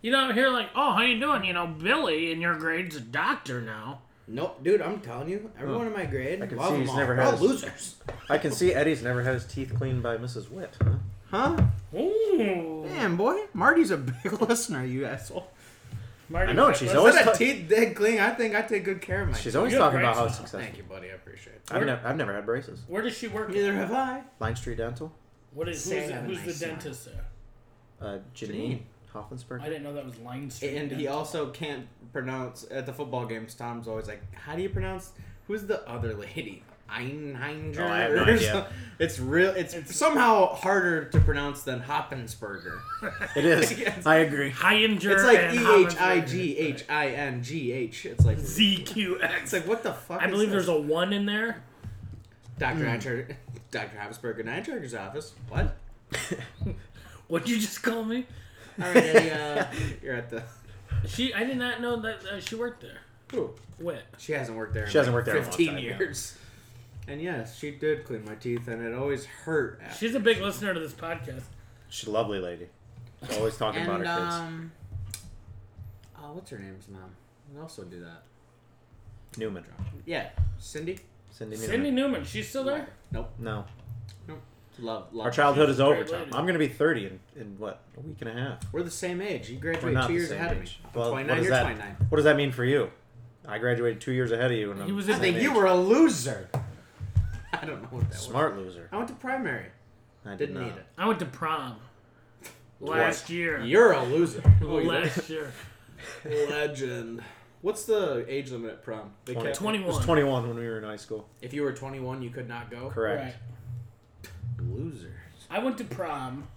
[SPEAKER 3] You know, here like, oh, how you doing? You know, Billy in your grade's a doctor now.
[SPEAKER 2] Nope, dude. I'm telling you, everyone in my grade,
[SPEAKER 1] can
[SPEAKER 2] love
[SPEAKER 1] see
[SPEAKER 2] them
[SPEAKER 1] he's
[SPEAKER 2] all.
[SPEAKER 1] never
[SPEAKER 2] They're
[SPEAKER 1] had
[SPEAKER 2] all
[SPEAKER 1] his-
[SPEAKER 2] losers.
[SPEAKER 1] I can see Eddie's never had his teeth cleaned by Mrs. Witt. Huh?
[SPEAKER 8] Huh?
[SPEAKER 3] Ooh.
[SPEAKER 8] Damn, boy. Marty's a big listener, you asshole.
[SPEAKER 3] Marty,
[SPEAKER 1] I know,
[SPEAKER 3] what-
[SPEAKER 1] she's
[SPEAKER 3] what's
[SPEAKER 1] always-
[SPEAKER 3] that?
[SPEAKER 2] Instead of teeth that cling, I think I take good care of my.
[SPEAKER 1] She's always
[SPEAKER 3] You're
[SPEAKER 1] talking about how
[SPEAKER 3] great.
[SPEAKER 1] successful.
[SPEAKER 2] Thank you, buddy. I appreciate it.
[SPEAKER 1] I've, nev- I've never had braces.
[SPEAKER 3] Where does she work?
[SPEAKER 2] Neither have I.
[SPEAKER 1] Line Street Dental.
[SPEAKER 3] What is
[SPEAKER 2] Say
[SPEAKER 3] who's,
[SPEAKER 2] have a
[SPEAKER 3] who's
[SPEAKER 2] nice
[SPEAKER 3] the
[SPEAKER 2] smile.
[SPEAKER 3] dentist there?
[SPEAKER 1] Uh, Janine Hoffensperger.
[SPEAKER 3] I didn't know that was Line Street.
[SPEAKER 2] And he also can't pronounce at the football games. Tom's always like, "How do you pronounce? Who's the other lady? Einheimer."
[SPEAKER 1] Oh, I have no
[SPEAKER 2] or
[SPEAKER 1] idea.
[SPEAKER 2] some- It's real. It's, somehow harder to pronounce than Hoppensberger.
[SPEAKER 1] It is. I agree.
[SPEAKER 3] Hyinger
[SPEAKER 2] It's like
[SPEAKER 3] and
[SPEAKER 2] E H I G H I N G H. It's like It's
[SPEAKER 3] ZQX.
[SPEAKER 2] like what the fuck?
[SPEAKER 3] I
[SPEAKER 2] is
[SPEAKER 3] believe there's
[SPEAKER 2] this?
[SPEAKER 3] a one in there.
[SPEAKER 2] Dr. Eintrager, Dr. Habsburg in Eintrager's office. What?
[SPEAKER 3] What'd you just call me?
[SPEAKER 2] All right, Eddie, uh, you're at the.
[SPEAKER 3] She, I did not know that uh, she worked there.
[SPEAKER 2] Ooh,
[SPEAKER 3] What?
[SPEAKER 2] she hasn't worked there.
[SPEAKER 1] She hasn't
[SPEAKER 2] in
[SPEAKER 1] worked
[SPEAKER 2] like
[SPEAKER 1] there in a long
[SPEAKER 2] 15
[SPEAKER 1] time, yeah.
[SPEAKER 2] years. And yes, she did clean my teeth, and it always hurt. After.
[SPEAKER 3] She's a big listener to this podcast.
[SPEAKER 1] She's a lovely lady. Always talking about
[SPEAKER 2] and
[SPEAKER 1] her kids.
[SPEAKER 2] um, oh, what's her name's mom? I also do that.
[SPEAKER 1] Newman.
[SPEAKER 2] Yeah, Cindy.
[SPEAKER 1] Cindy Newman.
[SPEAKER 3] Cindy Newman, she's still there.
[SPEAKER 2] Nope,
[SPEAKER 1] No.
[SPEAKER 2] nope. Love, love.
[SPEAKER 1] Our childhood
[SPEAKER 3] She's
[SPEAKER 1] is
[SPEAKER 3] a
[SPEAKER 1] over,
[SPEAKER 3] great
[SPEAKER 1] Tom.
[SPEAKER 3] lady.
[SPEAKER 1] I'm going to be 30 in, in, what, a week and a half?
[SPEAKER 2] We're the same age. You graduated
[SPEAKER 1] We're not
[SPEAKER 2] two
[SPEAKER 1] the
[SPEAKER 2] years
[SPEAKER 1] same age.
[SPEAKER 2] ahead of me. I'm
[SPEAKER 1] Well, what
[SPEAKER 2] 29.
[SPEAKER 1] does
[SPEAKER 2] You're
[SPEAKER 1] that-
[SPEAKER 2] 29.
[SPEAKER 1] What does that mean for you? I graduated two years ahead of you. And I'm
[SPEAKER 3] He was
[SPEAKER 1] the
[SPEAKER 3] in-
[SPEAKER 1] same
[SPEAKER 2] I think
[SPEAKER 1] age.
[SPEAKER 2] you were a loser. I don't know what that was.
[SPEAKER 1] Smart loser.
[SPEAKER 2] I went to primary.
[SPEAKER 1] I did
[SPEAKER 2] Didn't
[SPEAKER 1] not.
[SPEAKER 2] need it.
[SPEAKER 3] I went to prom last year.
[SPEAKER 2] You're a loser.
[SPEAKER 3] Last year,
[SPEAKER 2] Legend. What's the age limit at prom? They
[SPEAKER 1] Twenty-
[SPEAKER 2] kept-
[SPEAKER 1] It was
[SPEAKER 3] 21.
[SPEAKER 1] 21 when we were in high school.
[SPEAKER 2] if you were 21, you could not go.
[SPEAKER 1] Correct.
[SPEAKER 3] Right.
[SPEAKER 2] Losers.
[SPEAKER 3] I went to prom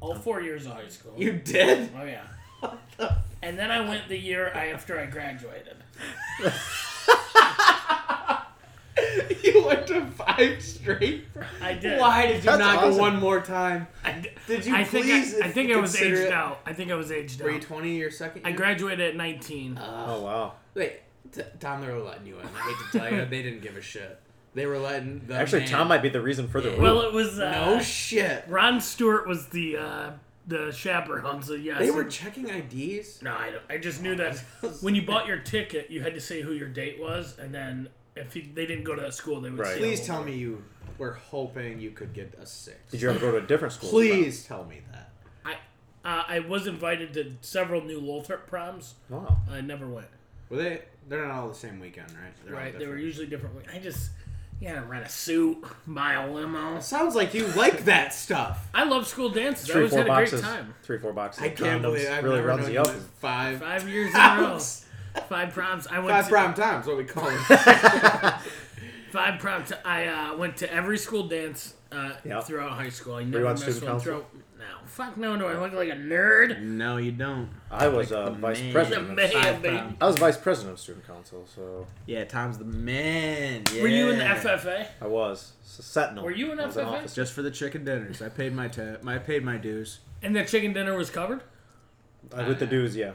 [SPEAKER 3] all four years of high school.
[SPEAKER 2] Oh. You did?
[SPEAKER 3] Oh yeah. And then I went the year I- after I graduated.
[SPEAKER 2] you went to five straight. prom-
[SPEAKER 3] I did.
[SPEAKER 2] Why did you
[SPEAKER 1] That's
[SPEAKER 2] not
[SPEAKER 1] awesome.
[SPEAKER 2] go one more time?
[SPEAKER 3] I, d-
[SPEAKER 2] Did you
[SPEAKER 3] I think
[SPEAKER 2] please?
[SPEAKER 3] I, I think I was
[SPEAKER 2] consider
[SPEAKER 3] aged
[SPEAKER 2] it-
[SPEAKER 3] out. I think I was aged
[SPEAKER 2] Were you
[SPEAKER 3] out.
[SPEAKER 2] 20 your second
[SPEAKER 3] I
[SPEAKER 2] year?
[SPEAKER 3] graduated at 19.
[SPEAKER 1] Oh wow.
[SPEAKER 2] Wait, t- Tom, they were letting you in. I hate to tell you, they didn't give a shit. They were letting the
[SPEAKER 1] Actually,
[SPEAKER 2] man-
[SPEAKER 1] Tom might be the reason for the rule.
[SPEAKER 3] well, it was uh,
[SPEAKER 2] No shit.
[SPEAKER 3] Ron Stewart was the uh, the chaperone. So yes,
[SPEAKER 2] They were Oh,
[SPEAKER 3] it-
[SPEAKER 2] checking IDs.
[SPEAKER 3] No, I, don't- I just knew that when you bought your ticket, you had to say who your date was, and then if you, they didn't go to that school, they would
[SPEAKER 1] Right.
[SPEAKER 3] say.
[SPEAKER 2] Please tell me you were hoping you could get a six.
[SPEAKER 1] Did you ever go to a different school?
[SPEAKER 2] Please tell me that.
[SPEAKER 3] I uh, I was invited to several new Lothrop proms.
[SPEAKER 1] Wow.
[SPEAKER 3] I never went.
[SPEAKER 2] Were they? They're not all the same weekend, right? They're all
[SPEAKER 3] Right, they were
[SPEAKER 2] different.
[SPEAKER 3] usually different. I just you gotta rent a suit, buy a limo.
[SPEAKER 2] Sounds like you like that stuff.
[SPEAKER 3] I love school dances. I
[SPEAKER 1] Three,
[SPEAKER 3] always
[SPEAKER 1] four
[SPEAKER 3] had a
[SPEAKER 1] boxes.
[SPEAKER 3] great time.
[SPEAKER 1] Three, four boxes.
[SPEAKER 2] I
[SPEAKER 1] of
[SPEAKER 2] can't
[SPEAKER 1] condoms
[SPEAKER 2] believe I've
[SPEAKER 1] really
[SPEAKER 2] never
[SPEAKER 1] runs
[SPEAKER 2] known
[SPEAKER 1] you up.
[SPEAKER 2] you went five
[SPEAKER 3] Five years in a row.
[SPEAKER 2] times.
[SPEAKER 3] Five proms. I went
[SPEAKER 2] Five
[SPEAKER 3] to,
[SPEAKER 2] prime times, what we call it.
[SPEAKER 3] Five proms. I uh, went to every school dance uh,
[SPEAKER 1] Yeah.
[SPEAKER 3] throughoughout high school. I never
[SPEAKER 1] on
[SPEAKER 3] missed
[SPEAKER 1] student
[SPEAKER 3] one.
[SPEAKER 1] council?
[SPEAKER 3] Throughout, no, fuck no. Do I look like a nerd?
[SPEAKER 2] no, you don't.
[SPEAKER 1] I was uh,
[SPEAKER 2] the
[SPEAKER 1] vice
[SPEAKER 2] man.
[SPEAKER 3] The
[SPEAKER 1] president. Of,
[SPEAKER 3] man, baby.
[SPEAKER 1] I was vice president of student council, so
[SPEAKER 2] Yeah, Tom's the man.
[SPEAKER 3] Were you in the FFA?
[SPEAKER 1] I was S- sentinel.
[SPEAKER 3] Were you an
[SPEAKER 1] I was an
[SPEAKER 3] FFA?
[SPEAKER 1] officer.
[SPEAKER 2] Just for the chicken dinners, I paid my ta- my- I paid my dues.
[SPEAKER 3] And the chicken dinner was covered?
[SPEAKER 1] Uh, with
[SPEAKER 3] Ah.
[SPEAKER 1] the dues, yeah.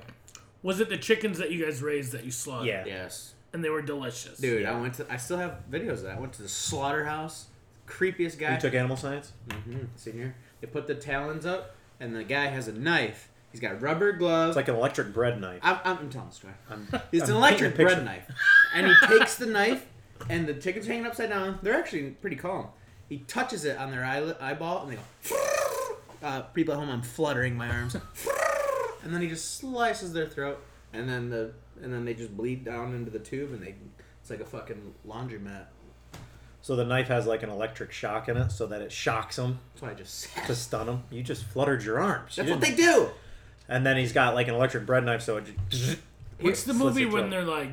[SPEAKER 3] Was it the chickens that you guys raised that you slaughtered?
[SPEAKER 1] Yeah.
[SPEAKER 2] Yes,
[SPEAKER 3] And they were delicious.
[SPEAKER 2] dude. I went to. I still have videos of that. I went to the slaughterhouse. Creepiest guy.
[SPEAKER 1] You took animal science.
[SPEAKER 2] Mhm, see here. They put the talons up, and the guy has a knife. He's got rubber gloves.
[SPEAKER 1] It's like an electric bread knife.
[SPEAKER 2] I'm, I'm, I'm telling the story.
[SPEAKER 1] I'm,
[SPEAKER 2] It's an
[SPEAKER 1] I'm
[SPEAKER 2] electric
[SPEAKER 1] painting a
[SPEAKER 2] bread knife. And he takes the knife, and the chicken's hanging upside down. They're actually pretty calm. He touches it on their eyel eyeball, and they go. Uh, people at home, I'm fluttering my arms. And then he just slices their throat, and then the and then they just bleed down into the tube, and they it's like a fucking laundromat.
[SPEAKER 1] So the knife has like an electric shock in it, so that it shocks him
[SPEAKER 2] That's why I just.
[SPEAKER 1] to stun him. You just fluttered your arms. You
[SPEAKER 2] That's what
[SPEAKER 1] didn't-
[SPEAKER 2] they do.
[SPEAKER 1] And then he's got like an electric bread knife, so it just,
[SPEAKER 3] What's the
[SPEAKER 1] Slits the
[SPEAKER 3] movie when
[SPEAKER 1] throat.
[SPEAKER 3] they're like,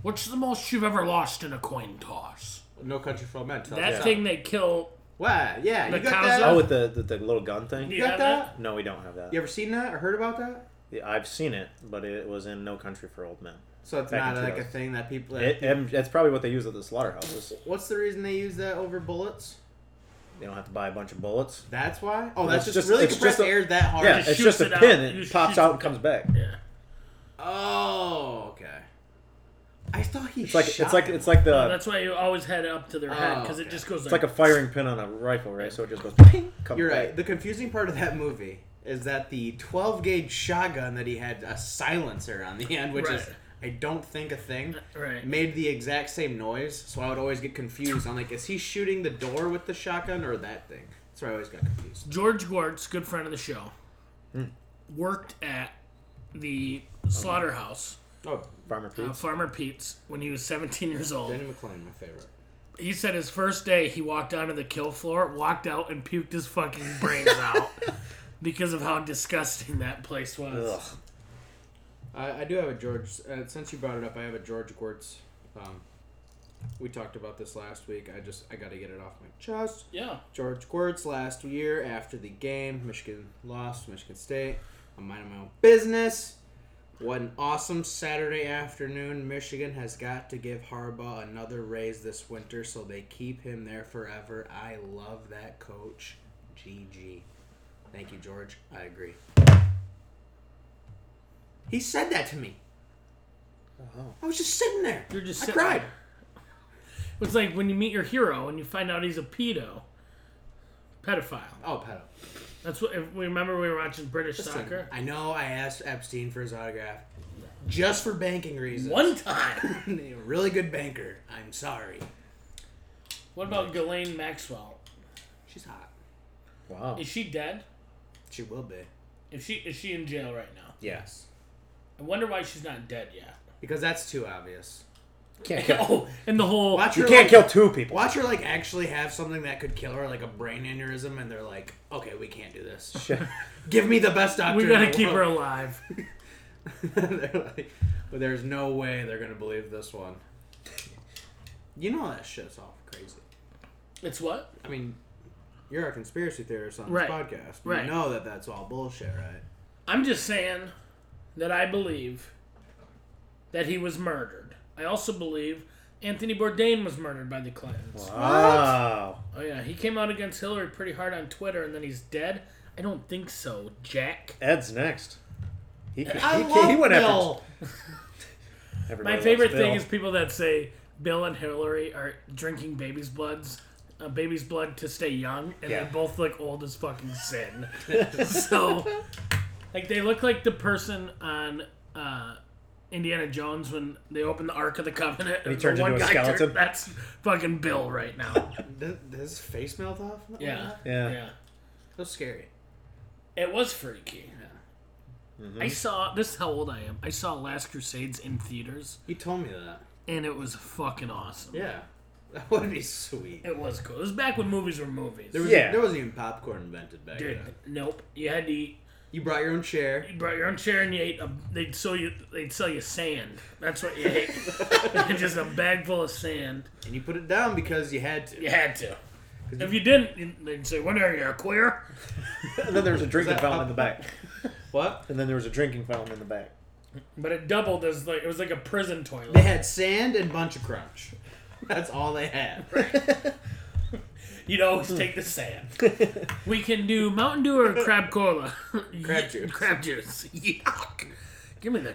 [SPEAKER 3] what's the most you've ever lost in a coin toss?
[SPEAKER 2] No country for old men. tell
[SPEAKER 3] That
[SPEAKER 2] us
[SPEAKER 3] thing they kill.
[SPEAKER 2] Wow, yeah,
[SPEAKER 3] The
[SPEAKER 2] you got
[SPEAKER 3] cows
[SPEAKER 2] that?
[SPEAKER 1] oh, with the, the the little gun thing.
[SPEAKER 2] you got
[SPEAKER 3] Yeah,
[SPEAKER 2] that?
[SPEAKER 1] No, we don't have that.
[SPEAKER 2] You ever seen that or heard about that?
[SPEAKER 1] Yeah, I've seen it, but it was in No Country for Old Men.
[SPEAKER 2] So it's
[SPEAKER 1] Back
[SPEAKER 2] not
[SPEAKER 1] in
[SPEAKER 2] like a
[SPEAKER 1] 2000.
[SPEAKER 2] thing that people.
[SPEAKER 1] It, and that's probably what they use at the slaughterhouses.
[SPEAKER 2] What's the reason they use that over bullets?
[SPEAKER 1] They don't have to buy a bunch of bullets.
[SPEAKER 2] That's why. Oh, that's
[SPEAKER 1] It's just-
[SPEAKER 2] just, really
[SPEAKER 1] it's
[SPEAKER 2] compressed
[SPEAKER 1] just a-
[SPEAKER 2] air that hard.
[SPEAKER 1] Yeah,
[SPEAKER 3] just
[SPEAKER 1] it's
[SPEAKER 3] shoots
[SPEAKER 1] just a
[SPEAKER 3] it out.
[SPEAKER 1] pin.
[SPEAKER 3] You
[SPEAKER 1] It
[SPEAKER 3] just
[SPEAKER 1] pops
[SPEAKER 3] shoot
[SPEAKER 1] out
[SPEAKER 3] it
[SPEAKER 1] and comes back.
[SPEAKER 3] Yeah.
[SPEAKER 2] Oh, okay. I thought he
[SPEAKER 1] It's like
[SPEAKER 2] shot.
[SPEAKER 1] it's like
[SPEAKER 2] him.
[SPEAKER 1] it's like the
[SPEAKER 3] Oh, That's why you always had it up to their head because
[SPEAKER 2] Oh, okay.
[SPEAKER 3] it just goes
[SPEAKER 1] it's
[SPEAKER 3] like,
[SPEAKER 1] like a firing pin on a rifle, right? So it just goes. Ping, comes
[SPEAKER 2] You're
[SPEAKER 1] back.
[SPEAKER 2] right. The confusing part of that movie is that the 12 gauge shotgun that he had a silencer on the end, which is
[SPEAKER 3] Right. Uh,
[SPEAKER 2] I don't think a thing,
[SPEAKER 3] Right.
[SPEAKER 2] made the exact same noise. So I would always get confused. I'm like, is he shooting the door with the shotgun or that thing? That's where I always got confused.
[SPEAKER 3] George Gortz, good friend of the show,
[SPEAKER 2] Hmm.
[SPEAKER 3] worked at the slaughterhouse,
[SPEAKER 2] Oh,
[SPEAKER 1] Farmer
[SPEAKER 3] uh,
[SPEAKER 1] Pete's.
[SPEAKER 3] Farmer Pete's, when he was 17 years old.
[SPEAKER 2] Danny McClain, my favorite.
[SPEAKER 3] He said his first day he walked onto the kill floor, walked out and puked his fucking brains out because of how disgusting that place was.
[SPEAKER 1] Ugh.
[SPEAKER 2] I, I do have a George. Uh, since you brought it up, I have a George Gortz. Um, we talked about this last week. I just I got to get it off my chest.
[SPEAKER 3] Yeah.
[SPEAKER 2] George Gortz last year after the game, Michigan lost to Michigan State. I'm minding my own business. What an awesome Saturday afternoon. Michigan has got to give Harbaugh another raise this winter so they keep him there forever. I love that coach. GG. Thank you, George. I agree. He said that to me.
[SPEAKER 1] Wow.
[SPEAKER 2] I was just sitting there.
[SPEAKER 3] Oh. You're just
[SPEAKER 2] I
[SPEAKER 3] sitting
[SPEAKER 2] cried.
[SPEAKER 3] there. It's like when you meet your hero and you find out he's a pedo. Pedophile.
[SPEAKER 2] Oh, pedo.
[SPEAKER 3] That's what if we remember we were watching British soccer.
[SPEAKER 2] I know I asked Epstein for his autograph just for banking reasons.
[SPEAKER 3] One time.
[SPEAKER 2] A really good banker. I'm sorry.
[SPEAKER 3] What about Ghislaine Maxwell?
[SPEAKER 2] She's hot.
[SPEAKER 1] Wow.
[SPEAKER 3] Is she dead?
[SPEAKER 2] She will be.
[SPEAKER 3] If she is she in jail right now?
[SPEAKER 1] Yes.
[SPEAKER 3] I wonder why she's not dead yet.
[SPEAKER 2] Because that's too obvious.
[SPEAKER 1] Can't kill.
[SPEAKER 3] oh, and the whole
[SPEAKER 10] Watch
[SPEAKER 1] You
[SPEAKER 10] her,
[SPEAKER 1] can't
[SPEAKER 10] like,
[SPEAKER 1] kill two people.
[SPEAKER 10] Watch her like actually have something that could kill her, like a brain aneurysm, and they're like, "Okay, we can't do this. Give me the best doctor."
[SPEAKER 3] we
[SPEAKER 10] in
[SPEAKER 3] gotta
[SPEAKER 10] the
[SPEAKER 3] keep her
[SPEAKER 10] world."
[SPEAKER 3] alive.
[SPEAKER 10] They're like, but there's no way they're gonna believe this one. You know that shit's all crazy.
[SPEAKER 3] It's what?
[SPEAKER 10] I mean, you're a conspiracy theorist on
[SPEAKER 3] Right.
[SPEAKER 10] this podcast.
[SPEAKER 3] Right.
[SPEAKER 10] You know that that's all bullshit, right?
[SPEAKER 3] I'm just saying that I believe that he was murdered. I also believe Anthony Bourdain was murdered by the Clintons.
[SPEAKER 1] Wow.
[SPEAKER 3] Oh yeah, he came out against Hillary pretty hard on Twitter, and then he's dead. I don't think so, Jack.
[SPEAKER 1] Ed's next. He, he,
[SPEAKER 10] I
[SPEAKER 1] he,
[SPEAKER 10] love
[SPEAKER 1] he went after.
[SPEAKER 10] Bill.
[SPEAKER 1] everybody
[SPEAKER 3] My
[SPEAKER 1] loves
[SPEAKER 3] favorite thing
[SPEAKER 1] Bill.
[SPEAKER 3] is people that say Bill and Hillary are drinking baby's bloods, uh, baby's blood to stay young, and
[SPEAKER 1] Yeah.
[SPEAKER 3] they both look old as fucking sin. so, like, they look like the person on uh, Indiana Jones when they open the Ark of the Covenant. And
[SPEAKER 1] he turns
[SPEAKER 3] the
[SPEAKER 1] into a
[SPEAKER 3] guy turned-
[SPEAKER 1] skeleton.
[SPEAKER 3] that's fucking Bill right now.
[SPEAKER 10] Does, does his face melt off?
[SPEAKER 3] Yeah.
[SPEAKER 1] Yeah.
[SPEAKER 3] yeah.
[SPEAKER 10] That's scary.
[SPEAKER 3] It was freaky.
[SPEAKER 1] Mm-hmm.
[SPEAKER 3] I saw this is how old I am. I saw Last Crusades in theaters
[SPEAKER 10] You told me that.
[SPEAKER 3] and it was fucking awesome.
[SPEAKER 10] Yeah. That would be sweet.
[SPEAKER 3] It was cool. It was back when movies were movies.
[SPEAKER 10] There was
[SPEAKER 1] Yeah.
[SPEAKER 10] there wasn't even popcorn invented back
[SPEAKER 3] Dude,
[SPEAKER 10] then.
[SPEAKER 3] nope. You had to eat
[SPEAKER 10] You brought your own chair.
[SPEAKER 3] you brought your own chair and you ate a, they'd sell you they'd sell you sand. That's what you ate. Just a bag full of sand.
[SPEAKER 10] And you put it down because you had to.
[SPEAKER 3] You had to. If you didn't, you- they'd say, "What are you, a queer?"
[SPEAKER 1] And then there was a drinking
[SPEAKER 10] that
[SPEAKER 1] fountain
[SPEAKER 10] pop-
[SPEAKER 1] in the back.
[SPEAKER 10] What?
[SPEAKER 1] And then there was a drinking fountain in the back.
[SPEAKER 3] But it doubled as like it was like a prison toilet.
[SPEAKER 10] They had sand and bunch of crunch. That's all they had.
[SPEAKER 3] You'd always take the sand. we can do Mountain Dew or Crab Cola.
[SPEAKER 10] Crab juice.
[SPEAKER 3] Crab juice. Yuck. Give me the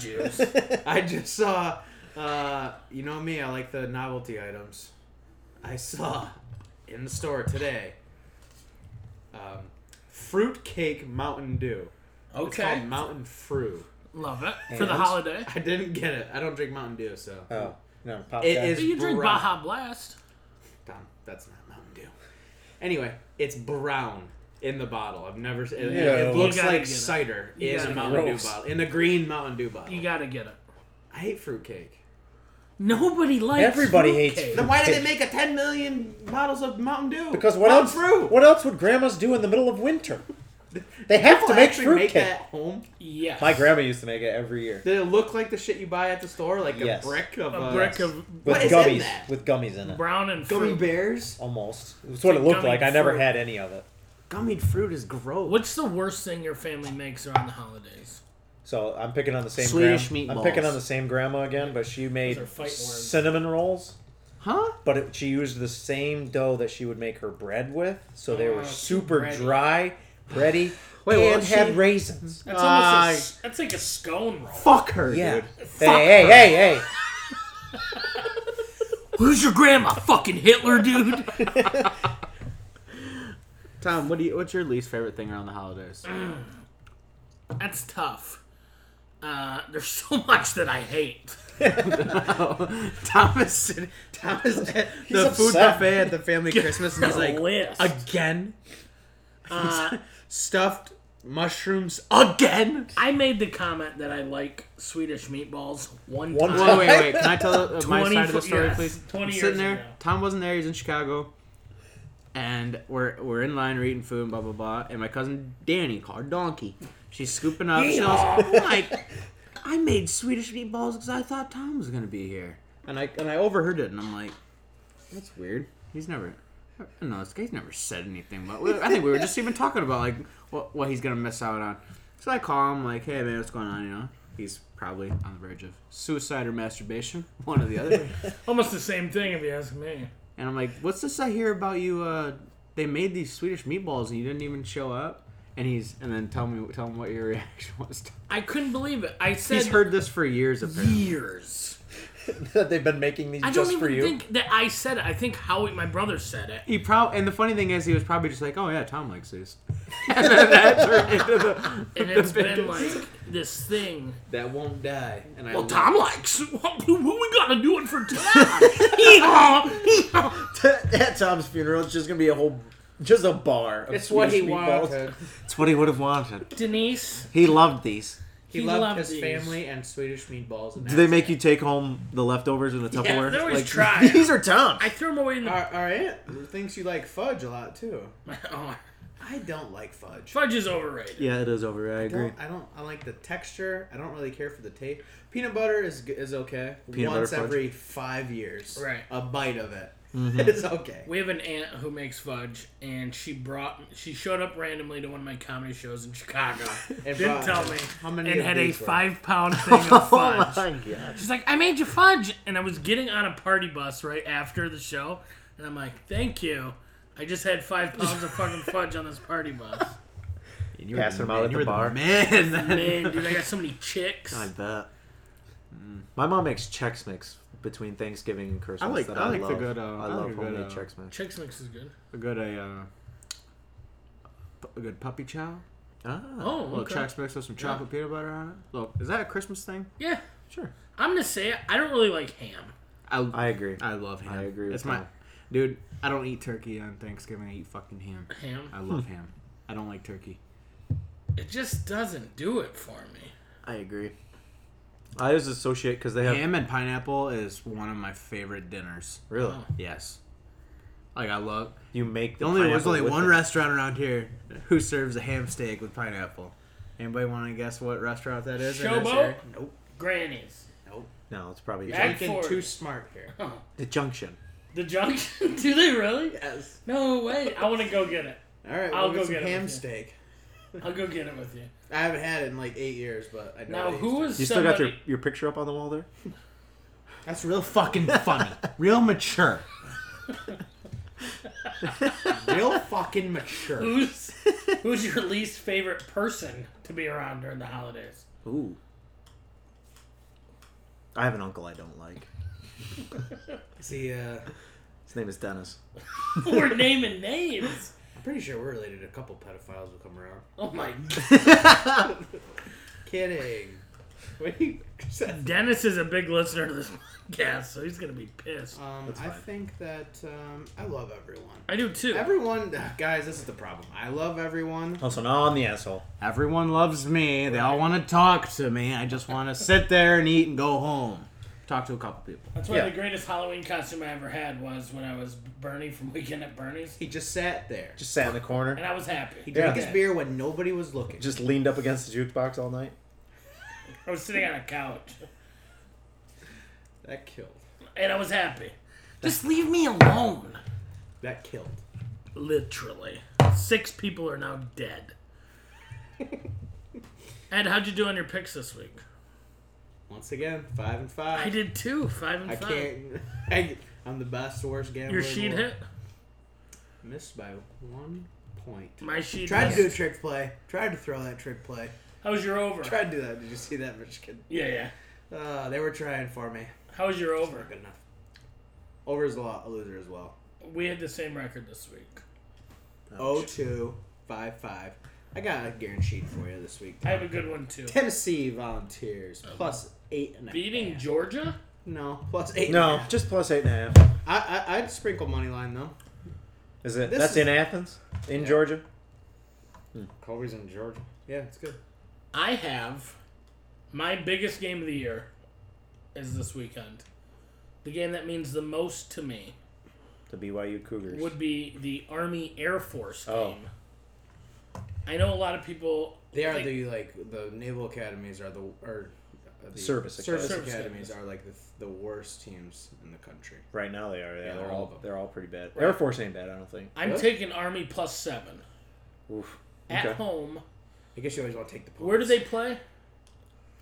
[SPEAKER 3] juice.
[SPEAKER 10] I just saw. Uh, you know me. I like the novelty items. I saw in the store today. Um, fruitcake Mountain Dew. It's
[SPEAKER 3] Okay.
[SPEAKER 10] called Mountain Fruit.
[SPEAKER 3] Love it. For the
[SPEAKER 1] And?
[SPEAKER 3] holiday.
[SPEAKER 10] I didn't get it. I don't drink Mountain Dew, so.
[SPEAKER 1] Oh. No, pop
[SPEAKER 10] It
[SPEAKER 1] that.
[SPEAKER 10] is-
[SPEAKER 3] But you drink
[SPEAKER 10] brown.
[SPEAKER 3] Baja Blast.
[SPEAKER 10] Tom, that's not Mountain Dew. Anyway, it's brown in the bottle. I've never. It, it-
[SPEAKER 1] Yeah.
[SPEAKER 10] it looks
[SPEAKER 3] You gotta
[SPEAKER 10] like
[SPEAKER 3] get it.
[SPEAKER 10] cider
[SPEAKER 3] You
[SPEAKER 10] in
[SPEAKER 3] gotta
[SPEAKER 10] a
[SPEAKER 3] get
[SPEAKER 10] Mountain Dew
[SPEAKER 1] Gross.
[SPEAKER 10] bottle, in a green Mountain Dew bottle.
[SPEAKER 3] You gotta get it.
[SPEAKER 10] I hate fruitcake.
[SPEAKER 3] Nobody likes
[SPEAKER 1] Everybody hates
[SPEAKER 3] fruitcake.
[SPEAKER 1] fruit.
[SPEAKER 10] Then why did they make a 10 million bottles of Mountain Dew?
[SPEAKER 1] Because what
[SPEAKER 10] Mountain
[SPEAKER 1] else?
[SPEAKER 10] Fruit.
[SPEAKER 1] What else would grandmas do in the middle of winter? They have
[SPEAKER 10] People
[SPEAKER 1] to make
[SPEAKER 10] actually
[SPEAKER 1] fruitcake.
[SPEAKER 10] that at home.
[SPEAKER 3] Yes.
[SPEAKER 1] My grandma used to make it every year
[SPEAKER 10] Did it look like the shit you buy at the store, like
[SPEAKER 1] Yes.
[SPEAKER 10] a brick of uh,
[SPEAKER 3] A brick of
[SPEAKER 1] with
[SPEAKER 10] What is in
[SPEAKER 1] gummies.
[SPEAKER 10] that?
[SPEAKER 1] With gummies in it,
[SPEAKER 3] brown and
[SPEAKER 10] gummy
[SPEAKER 3] fruit.
[SPEAKER 10] bears?
[SPEAKER 1] almost. It's what it
[SPEAKER 3] like
[SPEAKER 1] looked
[SPEAKER 3] gummy
[SPEAKER 1] like. I never
[SPEAKER 3] fruit.
[SPEAKER 1] had any of it.
[SPEAKER 10] Gummy fruit is gross.
[SPEAKER 3] What's the worst thing your family makes around the holidays?
[SPEAKER 1] So I'm picking on the same.
[SPEAKER 10] Swedish
[SPEAKER 1] gran-
[SPEAKER 10] meatballs.
[SPEAKER 1] I'm picking on the same grandma again, but she made
[SPEAKER 3] Those are fight words.
[SPEAKER 1] cinnamon rolls.
[SPEAKER 10] Huh?
[SPEAKER 1] But it, she used the same dough that she would make her bread with, so they
[SPEAKER 3] Oh,
[SPEAKER 1] were
[SPEAKER 3] too
[SPEAKER 1] super
[SPEAKER 3] bready.
[SPEAKER 1] dry, bready,
[SPEAKER 10] Wait, what
[SPEAKER 1] and
[SPEAKER 10] was
[SPEAKER 1] had
[SPEAKER 10] she-
[SPEAKER 1] raisins.
[SPEAKER 3] That's
[SPEAKER 10] Ah,
[SPEAKER 3] almost a s that's like a scone roll.
[SPEAKER 10] Fuck her,
[SPEAKER 1] Yeah.
[SPEAKER 10] dude.
[SPEAKER 1] Hey, hey, hey, hey.
[SPEAKER 3] Who's your grandma? Fucking Hitler, dude.
[SPEAKER 10] Tom, what do you?
[SPEAKER 2] What's your least favorite thing around the holidays?
[SPEAKER 3] That's tough. Uh, there's so much that I hate.
[SPEAKER 10] Thomas, sitting- Thomas, at the food
[SPEAKER 1] upset.
[SPEAKER 10] buffet at the family Christmas, and he's
[SPEAKER 3] a
[SPEAKER 10] like,
[SPEAKER 3] list.
[SPEAKER 10] again,
[SPEAKER 3] Uh,
[SPEAKER 10] stuffed mushrooms again.
[SPEAKER 3] I made the comment that I like Swedish meatballs one,
[SPEAKER 1] One
[SPEAKER 3] time.
[SPEAKER 1] time.
[SPEAKER 2] Whoa, wait, wait. Can I tell uh, my
[SPEAKER 3] 20
[SPEAKER 2] side of the
[SPEAKER 3] fo-
[SPEAKER 2] story,
[SPEAKER 3] yes,
[SPEAKER 2] please?
[SPEAKER 3] 20
[SPEAKER 2] I'm
[SPEAKER 3] years
[SPEAKER 2] sitting there.
[SPEAKER 3] ago.
[SPEAKER 2] Tom wasn't there. He's in Chicago. And we're we're in line, we're eating food, and blah blah blah. And my cousin Danny, called her Donkey, she's scooping up. She goes, like, I made Swedish meatballs because I thought Tom was gonna be here, and I and I overheard it, and I'm like, that's weird. He's never. I don't know. This guy's never said anything. But we- I think we were just even talking about like what what he's gonna miss out on. So I call him like, "Hey man, what's going on?" You know, he's probably on the verge of suicide or masturbation, one or the other.
[SPEAKER 3] Almost the same thing if you ask me.
[SPEAKER 2] and I'm like, "What's this I hear about you? Uh, they made these Swedish meatballs and you didn't even show up." And he's and then tell me tell him what your reaction was. To
[SPEAKER 3] I couldn't believe it. I said
[SPEAKER 2] he's heard this for years apparently.
[SPEAKER 3] years.
[SPEAKER 1] That they've been making these
[SPEAKER 3] I don't
[SPEAKER 1] just for
[SPEAKER 3] even
[SPEAKER 1] you.
[SPEAKER 3] think that I said it. I think Howie, my brother, said it.
[SPEAKER 2] He probably and the funny thing is he was probably just like, "Oh yeah, Tom likes these." and then that turned into the
[SPEAKER 3] And it's been like this thing.
[SPEAKER 10] That won't die. And I
[SPEAKER 3] Well,
[SPEAKER 10] love-
[SPEAKER 3] Tom likes. What, what we gotta do it for Tom? Yeehaw! Yeehaw!
[SPEAKER 1] At Tom's funeral, it's just gonna be a whole, just a bar. Of
[SPEAKER 10] It's what he
[SPEAKER 1] Swedish meatballs.
[SPEAKER 10] wanted.
[SPEAKER 2] It's what he would have wanted.
[SPEAKER 3] Denise,
[SPEAKER 2] He loved these. He,
[SPEAKER 3] He
[SPEAKER 2] loved,
[SPEAKER 3] loved
[SPEAKER 2] his
[SPEAKER 3] these.
[SPEAKER 2] family and Swedish meatballs. And
[SPEAKER 1] Do they make you take home the leftovers in the Tupperware?
[SPEAKER 3] they always try.
[SPEAKER 1] These are tough.
[SPEAKER 3] I threw them away in the.
[SPEAKER 2] All right. Thinks you like fudge a lot too.
[SPEAKER 3] oh,
[SPEAKER 2] I don't like fudge.
[SPEAKER 3] fudge is overrated.
[SPEAKER 1] yeah, it is over. I
[SPEAKER 2] I
[SPEAKER 1] agree.
[SPEAKER 2] don't, I don't. I like the texture. I don't really care for the taste. Peanut butter is g- is okay.
[SPEAKER 1] Peanut butter
[SPEAKER 2] Once
[SPEAKER 1] fudge.
[SPEAKER 2] every five years,
[SPEAKER 3] Right.
[SPEAKER 2] A bite of it
[SPEAKER 11] Mm-hmm.
[SPEAKER 2] is okay.
[SPEAKER 3] We have an aunt who makes fudge, and she brought she showed up randomly to one of my comedy shows in Chicago.
[SPEAKER 2] And
[SPEAKER 3] didn't
[SPEAKER 2] brought-
[SPEAKER 3] tell me.
[SPEAKER 2] uh, how many
[SPEAKER 3] And
[SPEAKER 2] of
[SPEAKER 3] had a
[SPEAKER 2] these were?
[SPEAKER 3] five pound thing of
[SPEAKER 1] Oh
[SPEAKER 3] fudge.
[SPEAKER 1] god.
[SPEAKER 3] She's like, I made you fudge, and I was getting on a party bus right after the show, and I'm like, thank you. I just had five pounds of fucking fudge on this party bus.
[SPEAKER 11] And you
[SPEAKER 1] Passing them out at the
[SPEAKER 11] you were
[SPEAKER 1] bar.
[SPEAKER 11] man.
[SPEAKER 3] Man, dude, I got so many chicks.
[SPEAKER 1] I bet. Mm. My mom makes Chex Mix between Thanksgiving and Christmas.
[SPEAKER 11] like-
[SPEAKER 1] that
[SPEAKER 11] I like the
[SPEAKER 1] love.
[SPEAKER 11] good, uh,
[SPEAKER 1] I
[SPEAKER 11] I like
[SPEAKER 1] love
[SPEAKER 11] a good,
[SPEAKER 1] homemade
[SPEAKER 11] uh,
[SPEAKER 1] Chex Mix.
[SPEAKER 3] Chicks mix is good.
[SPEAKER 11] a good a, uh, pu- a good puppy chow.
[SPEAKER 1] Ah,
[SPEAKER 3] Oh,
[SPEAKER 11] A little
[SPEAKER 3] okay.
[SPEAKER 11] Chex Mix with some chocolate peanut butter on it. Look, is that a Christmas thing?
[SPEAKER 3] Yeah,
[SPEAKER 1] sure.
[SPEAKER 3] I'm gonna say it. I don't really like ham.
[SPEAKER 1] I agree.
[SPEAKER 11] I love ham.
[SPEAKER 1] I agree with
[SPEAKER 11] It's my
[SPEAKER 1] Tom.
[SPEAKER 11] dude. I don't eat turkey on Thanksgiving. I eat fucking ham.
[SPEAKER 3] Ham,
[SPEAKER 11] I love ham. I don't like turkey.
[SPEAKER 3] it just doesn't do it for me.
[SPEAKER 1] I agree. I always associate because they have
[SPEAKER 11] Ham and pineapple is one of my favorite dinners.
[SPEAKER 1] really.
[SPEAKER 3] Oh.
[SPEAKER 11] Yes. Like I love.
[SPEAKER 1] You make the
[SPEAKER 11] The only there's
[SPEAKER 1] pineapple
[SPEAKER 11] only
[SPEAKER 1] with
[SPEAKER 11] one
[SPEAKER 1] it.
[SPEAKER 11] restaurant around here who serves a ham steak with pineapple. Anybody want to guess what restaurant that is? in this
[SPEAKER 3] Showboat?
[SPEAKER 11] area? Nope.
[SPEAKER 3] Grannies.
[SPEAKER 1] No, it's probably
[SPEAKER 3] Yeah. Back
[SPEAKER 2] Thinking
[SPEAKER 3] forward.
[SPEAKER 2] too smart here.
[SPEAKER 3] Huh.
[SPEAKER 1] the Junction.
[SPEAKER 3] The junction? do they really?
[SPEAKER 2] Yes.
[SPEAKER 3] No way. I want to go get it.
[SPEAKER 2] All right.
[SPEAKER 3] I'll
[SPEAKER 2] we'll
[SPEAKER 3] go
[SPEAKER 2] some
[SPEAKER 3] get it
[SPEAKER 2] ham
[SPEAKER 3] with you.
[SPEAKER 2] steak.
[SPEAKER 3] I'll go get it with you.
[SPEAKER 2] I haven't had it in like eight years, but I know. I
[SPEAKER 3] Now,
[SPEAKER 2] used
[SPEAKER 3] who
[SPEAKER 2] to.
[SPEAKER 3] was
[SPEAKER 1] You still
[SPEAKER 3] somebody?
[SPEAKER 1] got your, your picture up on the wall there?
[SPEAKER 11] That's real fucking funny. real mature.
[SPEAKER 2] real fucking mature?
[SPEAKER 3] Who's who's your least favorite person to be around during the holidays?
[SPEAKER 1] Ooh. I have an uncle I don't like.
[SPEAKER 2] See, uh,
[SPEAKER 1] His name is Dennis.
[SPEAKER 3] We're naming names.
[SPEAKER 2] I'm pretty sure we're related. A couple pedophiles will come around.
[SPEAKER 3] Oh my! God.
[SPEAKER 2] Kidding. Wait.
[SPEAKER 3] Dennis is a big listener to this podcast, so he's gonna be pissed.
[SPEAKER 2] Um, I think that um, I love everyone.
[SPEAKER 3] I do too.
[SPEAKER 2] Everyone, guys, this is the problem. I love everyone.
[SPEAKER 1] Also, now I'm the asshole.
[SPEAKER 11] Everyone loves me. They all want to talk to me. I just want to sit there and eat and go home. Talk to a couple people.
[SPEAKER 3] That's why
[SPEAKER 1] Yeah.
[SPEAKER 3] the greatest Halloween costume I ever had was when I was Bernie from Weekend at Bernie's,
[SPEAKER 2] He just sat there.
[SPEAKER 1] Just sat in the corner.
[SPEAKER 3] and I was happy. He
[SPEAKER 2] Drink his beer when nobody was looking.
[SPEAKER 1] Just leaned up against the jukebox all night.
[SPEAKER 3] I was sitting on a couch,
[SPEAKER 2] That killed.
[SPEAKER 3] and I was happy. Just leave me alone.
[SPEAKER 2] That killed.
[SPEAKER 3] Literally, six people are now dead. Ed, how'd you do on your picks this week?
[SPEAKER 2] Once again, five and five.
[SPEAKER 3] I did too. Five and
[SPEAKER 2] I
[SPEAKER 3] five.
[SPEAKER 2] can't. I, I'm the best, worst gambler.
[SPEAKER 3] Your
[SPEAKER 2] in the
[SPEAKER 3] sheet
[SPEAKER 2] world.
[SPEAKER 3] hit.
[SPEAKER 2] Missed by one point.
[SPEAKER 3] My sheet.
[SPEAKER 2] Tried to
[SPEAKER 3] hit.
[SPEAKER 2] do a trick play. Tried to throw that trick play.
[SPEAKER 3] How was your over?
[SPEAKER 2] Tried to do that. Did you see that, Michigan?
[SPEAKER 3] yeah, yeah.
[SPEAKER 2] Uh, they were trying for me.
[SPEAKER 3] How was your over?
[SPEAKER 2] Good enough. Over is a lot. A loser as well.
[SPEAKER 3] We had the same record this week.
[SPEAKER 2] Oh two five five. I got a guaranteed for you this week.
[SPEAKER 3] I have a good one too.
[SPEAKER 2] Tennessee Volunteers plus eight and a
[SPEAKER 3] Oh. Beating
[SPEAKER 2] half.
[SPEAKER 3] Georgia?
[SPEAKER 2] no plus eight.
[SPEAKER 1] No, just plus eight and a half.
[SPEAKER 2] I, I I'd sprinkle money line though.
[SPEAKER 1] Is it?
[SPEAKER 2] This
[SPEAKER 1] that's
[SPEAKER 2] is-
[SPEAKER 1] in Athens, in Georgia. Hmm.
[SPEAKER 2] Colby's in Georgia. Yeah, it's good.
[SPEAKER 3] I have my biggest game of the year is this weekend. The game that means the most to me
[SPEAKER 1] The BYU Cougars.
[SPEAKER 3] would be the Army Air Force game.
[SPEAKER 1] Oh.
[SPEAKER 3] I know a lot of people
[SPEAKER 2] They are
[SPEAKER 3] think-
[SPEAKER 2] the like the naval academies are the or uh, the
[SPEAKER 1] Service
[SPEAKER 2] service
[SPEAKER 3] academies.
[SPEAKER 2] academies are like the, the worst teams in the country.
[SPEAKER 1] Right now they are. Yeah, they're
[SPEAKER 2] all
[SPEAKER 1] all
[SPEAKER 2] of them.
[SPEAKER 1] they're all pretty bad. Air Force ain't bad, I don't think.
[SPEAKER 3] I'm
[SPEAKER 2] Really?
[SPEAKER 3] taking Army plus seven.
[SPEAKER 1] Oof.
[SPEAKER 3] At
[SPEAKER 1] Okay.
[SPEAKER 3] home.
[SPEAKER 2] I guess you always want to take the points.
[SPEAKER 3] Where do they play?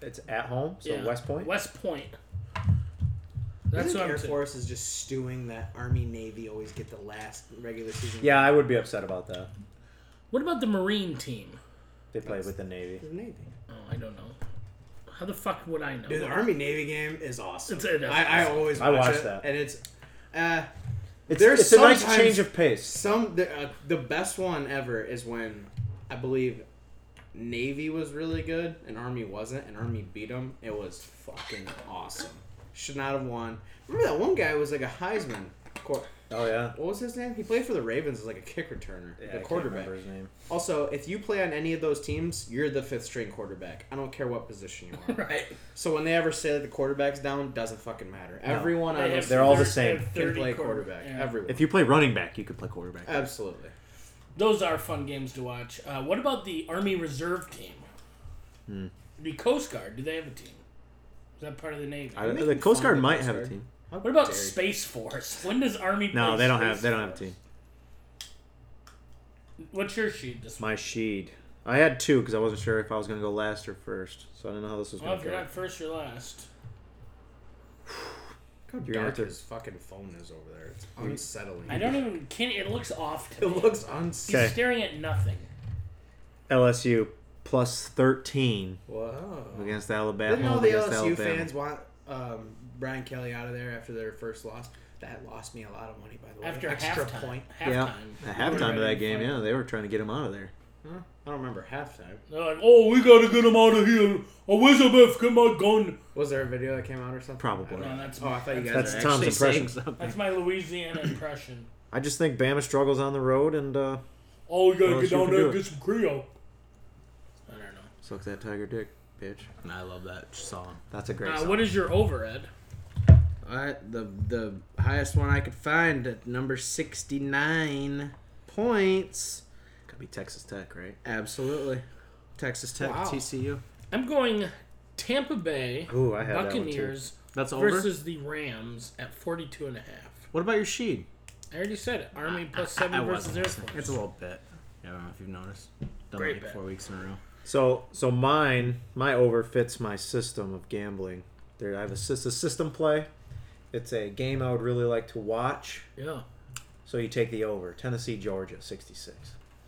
[SPEAKER 1] It's at home, so West Point.
[SPEAKER 3] West Point.
[SPEAKER 2] I
[SPEAKER 3] That's
[SPEAKER 2] think
[SPEAKER 3] what
[SPEAKER 2] Air
[SPEAKER 3] I'm saying.
[SPEAKER 2] Force is just stewing that Army Navy always get the last regular season.
[SPEAKER 1] Yeah, I would be upset about that.
[SPEAKER 3] What about the Marine team?
[SPEAKER 1] They play with the Navy.
[SPEAKER 2] The Navy.
[SPEAKER 3] Oh, I don't know. How the fuck would I know?
[SPEAKER 2] Dude, the Army Navy game is awesome.
[SPEAKER 3] It's- it is
[SPEAKER 2] I, I
[SPEAKER 3] awesome.
[SPEAKER 2] always
[SPEAKER 1] I
[SPEAKER 2] watch
[SPEAKER 1] watch
[SPEAKER 2] it,
[SPEAKER 1] that.
[SPEAKER 2] and it's uh,
[SPEAKER 1] It's,
[SPEAKER 2] There's
[SPEAKER 1] it's a nice
[SPEAKER 2] sometimes-
[SPEAKER 1] change of pace.
[SPEAKER 2] some the, uh, the best one ever is when I believe Navy was really good and Army wasn't, and Army beat them. It was fucking awesome. Should not have won. Remember that one guy was like a Heisman. Cor-
[SPEAKER 1] Oh yeah.
[SPEAKER 2] What was his name? He played for the Ravens as like a kick returner,
[SPEAKER 1] yeah I
[SPEAKER 2] the
[SPEAKER 1] can't
[SPEAKER 2] quarterback.
[SPEAKER 1] remember his name.
[SPEAKER 2] Also, if you play on any of those teams, you're the fifth string quarterback. I don't care what position you are.
[SPEAKER 3] Right.
[SPEAKER 2] so when they ever say that the quarterback's down, doesn't fucking matter. Everyone on
[SPEAKER 3] They
[SPEAKER 2] this
[SPEAKER 3] have
[SPEAKER 1] They're all the
[SPEAKER 3] thir-
[SPEAKER 1] same.
[SPEAKER 3] they have
[SPEAKER 2] can
[SPEAKER 3] 30
[SPEAKER 2] play
[SPEAKER 3] quarter-
[SPEAKER 2] quarterback.
[SPEAKER 3] yeah.
[SPEAKER 2] Everyone.
[SPEAKER 12] If you play running back, you could play quarterback.
[SPEAKER 2] Absolutely.
[SPEAKER 3] Those are fun games to watch. Uh, what about the Army Reserve team? The Coast Guard. Do they have a team? Is that part of the Navy?
[SPEAKER 1] I, the
[SPEAKER 2] making
[SPEAKER 1] Coast
[SPEAKER 2] fun of
[SPEAKER 1] Guard
[SPEAKER 2] the
[SPEAKER 1] might
[SPEAKER 2] Coast
[SPEAKER 1] have a
[SPEAKER 2] Guard.
[SPEAKER 1] team.
[SPEAKER 2] How
[SPEAKER 3] What about
[SPEAKER 2] dare you.
[SPEAKER 3] Space Force? When does Army?
[SPEAKER 12] No,
[SPEAKER 3] play
[SPEAKER 12] they don't
[SPEAKER 3] Space
[SPEAKER 12] have. They don't have a team.
[SPEAKER 3] Force? What's your sheet this
[SPEAKER 1] My sheed. I had two because I wasn't sure if I was gonna go last or first, so I didn't know how this was
[SPEAKER 3] week?
[SPEAKER 1] gonna
[SPEAKER 3] Well, if you're
[SPEAKER 1] go.
[SPEAKER 3] not first, you're last.
[SPEAKER 2] Look How
[SPEAKER 1] You're gonna
[SPEAKER 2] dark
[SPEAKER 1] have to-
[SPEAKER 2] his fucking phone is over there. It's unsettling.
[SPEAKER 3] I don't even. Can it looks off to
[SPEAKER 2] It
[SPEAKER 3] me.
[SPEAKER 2] looks
[SPEAKER 3] He's
[SPEAKER 2] unsettling.
[SPEAKER 1] Okay.
[SPEAKER 3] staring at nothing.
[SPEAKER 1] LSU plus thirteen
[SPEAKER 2] Whoa.
[SPEAKER 1] against Alabama.
[SPEAKER 2] Didn't all the
[SPEAKER 1] against
[SPEAKER 2] LSU
[SPEAKER 1] Alabama.
[SPEAKER 2] fans want um, Brian Kelly out of there after their first loss? That lost me a lot of money, by the way.
[SPEAKER 3] After
[SPEAKER 2] extra
[SPEAKER 3] halftime.
[SPEAKER 2] point.
[SPEAKER 1] Yeah,
[SPEAKER 3] Halftime.
[SPEAKER 1] at
[SPEAKER 3] They were
[SPEAKER 1] halftime of
[SPEAKER 3] ready
[SPEAKER 1] that
[SPEAKER 3] to
[SPEAKER 1] game,
[SPEAKER 3] fight.
[SPEAKER 1] yeah, they were trying to get him out of there.
[SPEAKER 2] Huh? I don't remember halftime.
[SPEAKER 3] They're like, oh, we gotta get him out of here. Elizabeth, get my gun.
[SPEAKER 2] Was there a video that came out or something?
[SPEAKER 1] Probably.
[SPEAKER 2] I don't
[SPEAKER 3] No,
[SPEAKER 2] know.
[SPEAKER 3] that's-
[SPEAKER 2] oh, I thought you guys.
[SPEAKER 1] That's
[SPEAKER 2] were
[SPEAKER 1] Tom's
[SPEAKER 2] actually
[SPEAKER 1] impression.
[SPEAKER 2] saying-
[SPEAKER 3] That's my Louisiana impression.
[SPEAKER 1] I just think Bama struggles on the road, and uh,
[SPEAKER 3] Oh, we gotta
[SPEAKER 1] Well,
[SPEAKER 3] get
[SPEAKER 1] you
[SPEAKER 3] down
[SPEAKER 1] can
[SPEAKER 3] there
[SPEAKER 1] do
[SPEAKER 3] and
[SPEAKER 1] it.
[SPEAKER 3] get some Creole. I don't know.
[SPEAKER 1] suck that tiger dick, bitch.
[SPEAKER 12] I love that song.
[SPEAKER 1] That's a great.
[SPEAKER 3] Uh,
[SPEAKER 1] song.
[SPEAKER 3] what is your over, Ed?
[SPEAKER 2] I, the the highest one I could find at number sixty nine points.
[SPEAKER 1] Could be Texas Tech, right?
[SPEAKER 2] Absolutely, Texas Tech
[SPEAKER 12] Wow.
[SPEAKER 2] TCU.
[SPEAKER 3] I'm going Tampa Bay
[SPEAKER 1] Ooh, I had
[SPEAKER 3] Buccaneers
[SPEAKER 12] That's over.
[SPEAKER 3] versus the Rams at 42 and a half.
[SPEAKER 12] what about your sheet?
[SPEAKER 3] I already said it. Army plus
[SPEAKER 12] I
[SPEAKER 3] seven versus
[SPEAKER 12] wasn't
[SPEAKER 3] Air
[SPEAKER 12] listening. It's
[SPEAKER 3] Force.
[SPEAKER 12] a little bit. I don't know if you've noticed. Done
[SPEAKER 3] Great
[SPEAKER 12] like
[SPEAKER 3] bet.
[SPEAKER 12] four weeks in a row.
[SPEAKER 1] So, so mine, my over fits my system of gambling. There, I have a, sys- a system play. It's a game I would really like to watch.
[SPEAKER 3] Yeah.
[SPEAKER 1] So you take the over. Tennessee, Georgia, sixty-six.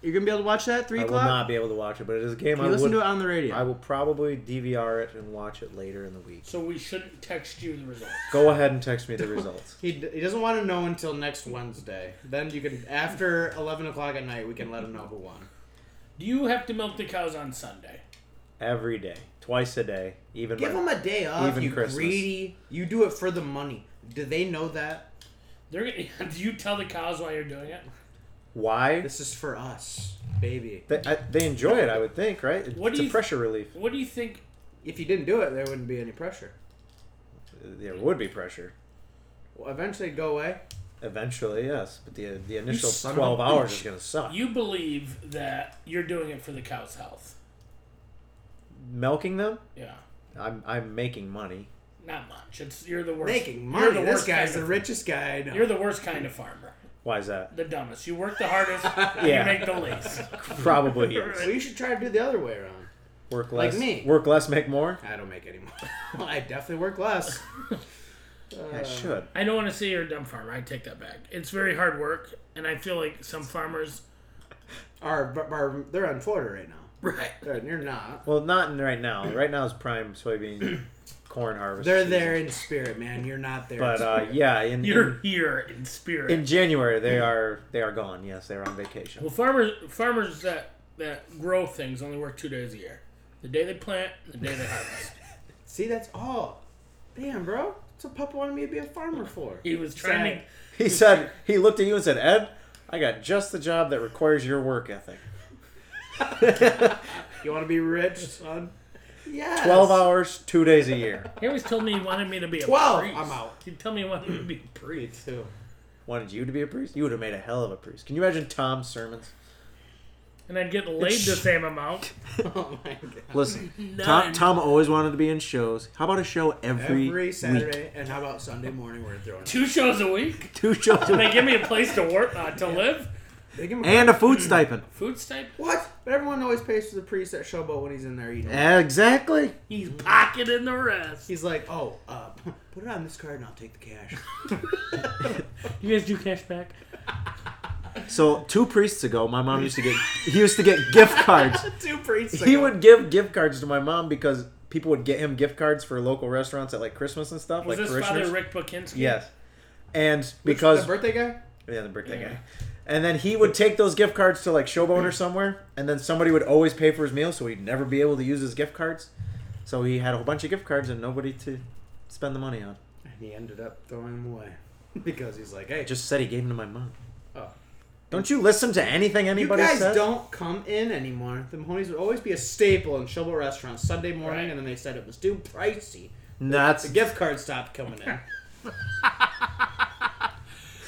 [SPEAKER 2] You're gonna be able to watch that at three
[SPEAKER 1] I will
[SPEAKER 2] o'clock.
[SPEAKER 1] not be able to watch it, but it is a game
[SPEAKER 2] Can
[SPEAKER 1] I
[SPEAKER 2] you listen
[SPEAKER 1] would.
[SPEAKER 2] to it on the radio.
[SPEAKER 1] I will probably DVR it and watch it later in the week.
[SPEAKER 3] So we shouldn't text you the results.
[SPEAKER 1] Go ahead and text me the results.
[SPEAKER 2] He, he doesn't want to know until next Wednesday. Then you can, after 11 o'clock at night, we can let him know who won.
[SPEAKER 3] Do you have to milk the cows on Sunday?
[SPEAKER 1] Every day, twice a day, even.
[SPEAKER 2] Give
[SPEAKER 1] when-
[SPEAKER 2] him a day off,
[SPEAKER 1] Even
[SPEAKER 2] you
[SPEAKER 1] Christmas.
[SPEAKER 2] greedy. You do it for the money. Do they know that?
[SPEAKER 3] They're gonna, do you tell the cows while you're doing it?
[SPEAKER 1] Why?
[SPEAKER 2] This is for us, baby.
[SPEAKER 1] They, I, they enjoy it, I would think, right? It-
[SPEAKER 3] What
[SPEAKER 1] it's
[SPEAKER 3] do
[SPEAKER 1] a
[SPEAKER 3] you-
[SPEAKER 1] pressure relief.
[SPEAKER 3] What do you think?
[SPEAKER 2] If you didn't do it, there wouldn't be any pressure.
[SPEAKER 1] There would be pressure.
[SPEAKER 2] Well, eventually, it'd go away.
[SPEAKER 1] Eventually, yes, but the the initial
[SPEAKER 3] son of a
[SPEAKER 1] twelve hours
[SPEAKER 3] bitch.
[SPEAKER 1] is gonna suck.
[SPEAKER 3] You believe that you're doing it for the cow's health.
[SPEAKER 1] Milking them,
[SPEAKER 3] Yeah.
[SPEAKER 1] I'm I'm making money.
[SPEAKER 3] Not much. It's you're the worst.
[SPEAKER 2] Making
[SPEAKER 3] You're
[SPEAKER 2] money.
[SPEAKER 3] the
[SPEAKER 2] This
[SPEAKER 3] worst
[SPEAKER 2] guy's
[SPEAKER 3] kind
[SPEAKER 2] the
[SPEAKER 3] of-
[SPEAKER 2] richest guy I know.
[SPEAKER 3] You're the worst kind of farmer.
[SPEAKER 1] Why is that?
[SPEAKER 3] The dumbest. You work the hardest.
[SPEAKER 1] Yeah.
[SPEAKER 3] You make the least.
[SPEAKER 1] Probably yes.
[SPEAKER 2] well, you should try to do the other way around.
[SPEAKER 1] Work
[SPEAKER 2] Like
[SPEAKER 1] less.
[SPEAKER 2] me.
[SPEAKER 1] Work less, make more.
[SPEAKER 2] I don't make any money. I definitely work less.
[SPEAKER 1] I should.
[SPEAKER 3] I don't want to say you're a dumb farmer. I take that back. It's very hard work, and I feel like some farmers.
[SPEAKER 2] Our, our, they're on Florida right now.
[SPEAKER 3] Right.
[SPEAKER 2] They're- You're not.
[SPEAKER 1] Well, not in right now. Right now is prime soybean corn harvest.
[SPEAKER 2] They're
[SPEAKER 1] season.
[SPEAKER 2] there in spirit, man. You're not there.
[SPEAKER 1] But
[SPEAKER 2] in
[SPEAKER 1] uh, yeah, in,
[SPEAKER 3] You're
[SPEAKER 1] in
[SPEAKER 3] here in spirit.
[SPEAKER 1] in January they are they are gone. Yes, they are on vacation.
[SPEAKER 3] well, farmers farmers that that grow things only work two days a year. The day they plant, the day they harvest.
[SPEAKER 2] See, that's all. Damn, bro. That's what Papa wanted me to be a farmer for.
[SPEAKER 3] He was trying
[SPEAKER 2] Sad.
[SPEAKER 1] He said he looked at you and said, "Ed, I got just the job that requires your work ethic.
[SPEAKER 2] You want to be rich, son? Yeah.
[SPEAKER 1] Twelve hours, two days a year."
[SPEAKER 3] to. He always told me he wanted me to be a
[SPEAKER 2] Twelve.
[SPEAKER 3] priest.
[SPEAKER 2] I'm out.
[SPEAKER 3] He'd tell me he wanted me to be a priest.
[SPEAKER 2] Two.
[SPEAKER 1] Wanted you to be a priest? You would have made a hell of a priest. Can you imagine Tom's sermons?
[SPEAKER 3] And I'd get laid the same amount.
[SPEAKER 2] Oh my god.
[SPEAKER 1] Listen,
[SPEAKER 3] None.
[SPEAKER 1] Tom, Tom always wanted to be in shows. How about a show every,
[SPEAKER 2] Every
[SPEAKER 1] week?
[SPEAKER 2] Saturday, and how about Sunday morning? We're throwing.
[SPEAKER 3] Two shows a week.
[SPEAKER 1] Two shows a
[SPEAKER 3] They
[SPEAKER 1] week.
[SPEAKER 3] give me a place to work uh, to live.
[SPEAKER 2] They give him a-
[SPEAKER 1] and a food stipend.
[SPEAKER 3] Food stipend.
[SPEAKER 2] what? But everyone always pays for the priest at Showboat when he's in there eating.
[SPEAKER 1] Exactly.
[SPEAKER 3] He's pocketing the rest.
[SPEAKER 2] He's like, oh, uh, put it on this card and I'll take the cash.
[SPEAKER 3] You guys do cash back?
[SPEAKER 1] So two priests ago, my mom used to get he used to get gift cards.
[SPEAKER 2] Two priests.
[SPEAKER 1] he would give gift cards to my mom because people would get him gift cards for local restaurants at like Christmas and stuff,
[SPEAKER 3] Was
[SPEAKER 1] like
[SPEAKER 3] this
[SPEAKER 1] parishioners.
[SPEAKER 3] Father Rick Bukinski?
[SPEAKER 1] yes, and
[SPEAKER 2] Because
[SPEAKER 1] because
[SPEAKER 2] the birthday guy.
[SPEAKER 1] yeah, the birthday
[SPEAKER 3] Yeah.
[SPEAKER 1] guy. And then he would take those gift cards to like Showbone or somewhere, and then somebody would always pay for his meal, so he'd never be able to use his gift cards. So he had a whole bunch of gift cards and nobody to spend the money on.
[SPEAKER 2] And he ended up throwing them away. because he's like, hey,
[SPEAKER 1] I just said he gave him to my mom.
[SPEAKER 2] Oh.
[SPEAKER 1] Don't you listen to anything
[SPEAKER 2] you
[SPEAKER 1] anybody
[SPEAKER 2] guys
[SPEAKER 1] says?
[SPEAKER 2] don't come in anymore. The Mahoney's would always be a staple in Shovel restaurants Sunday morning,
[SPEAKER 3] Right.
[SPEAKER 2] and then they said it was too pricey.
[SPEAKER 1] Nah, that's
[SPEAKER 2] The gift card stopped coming in.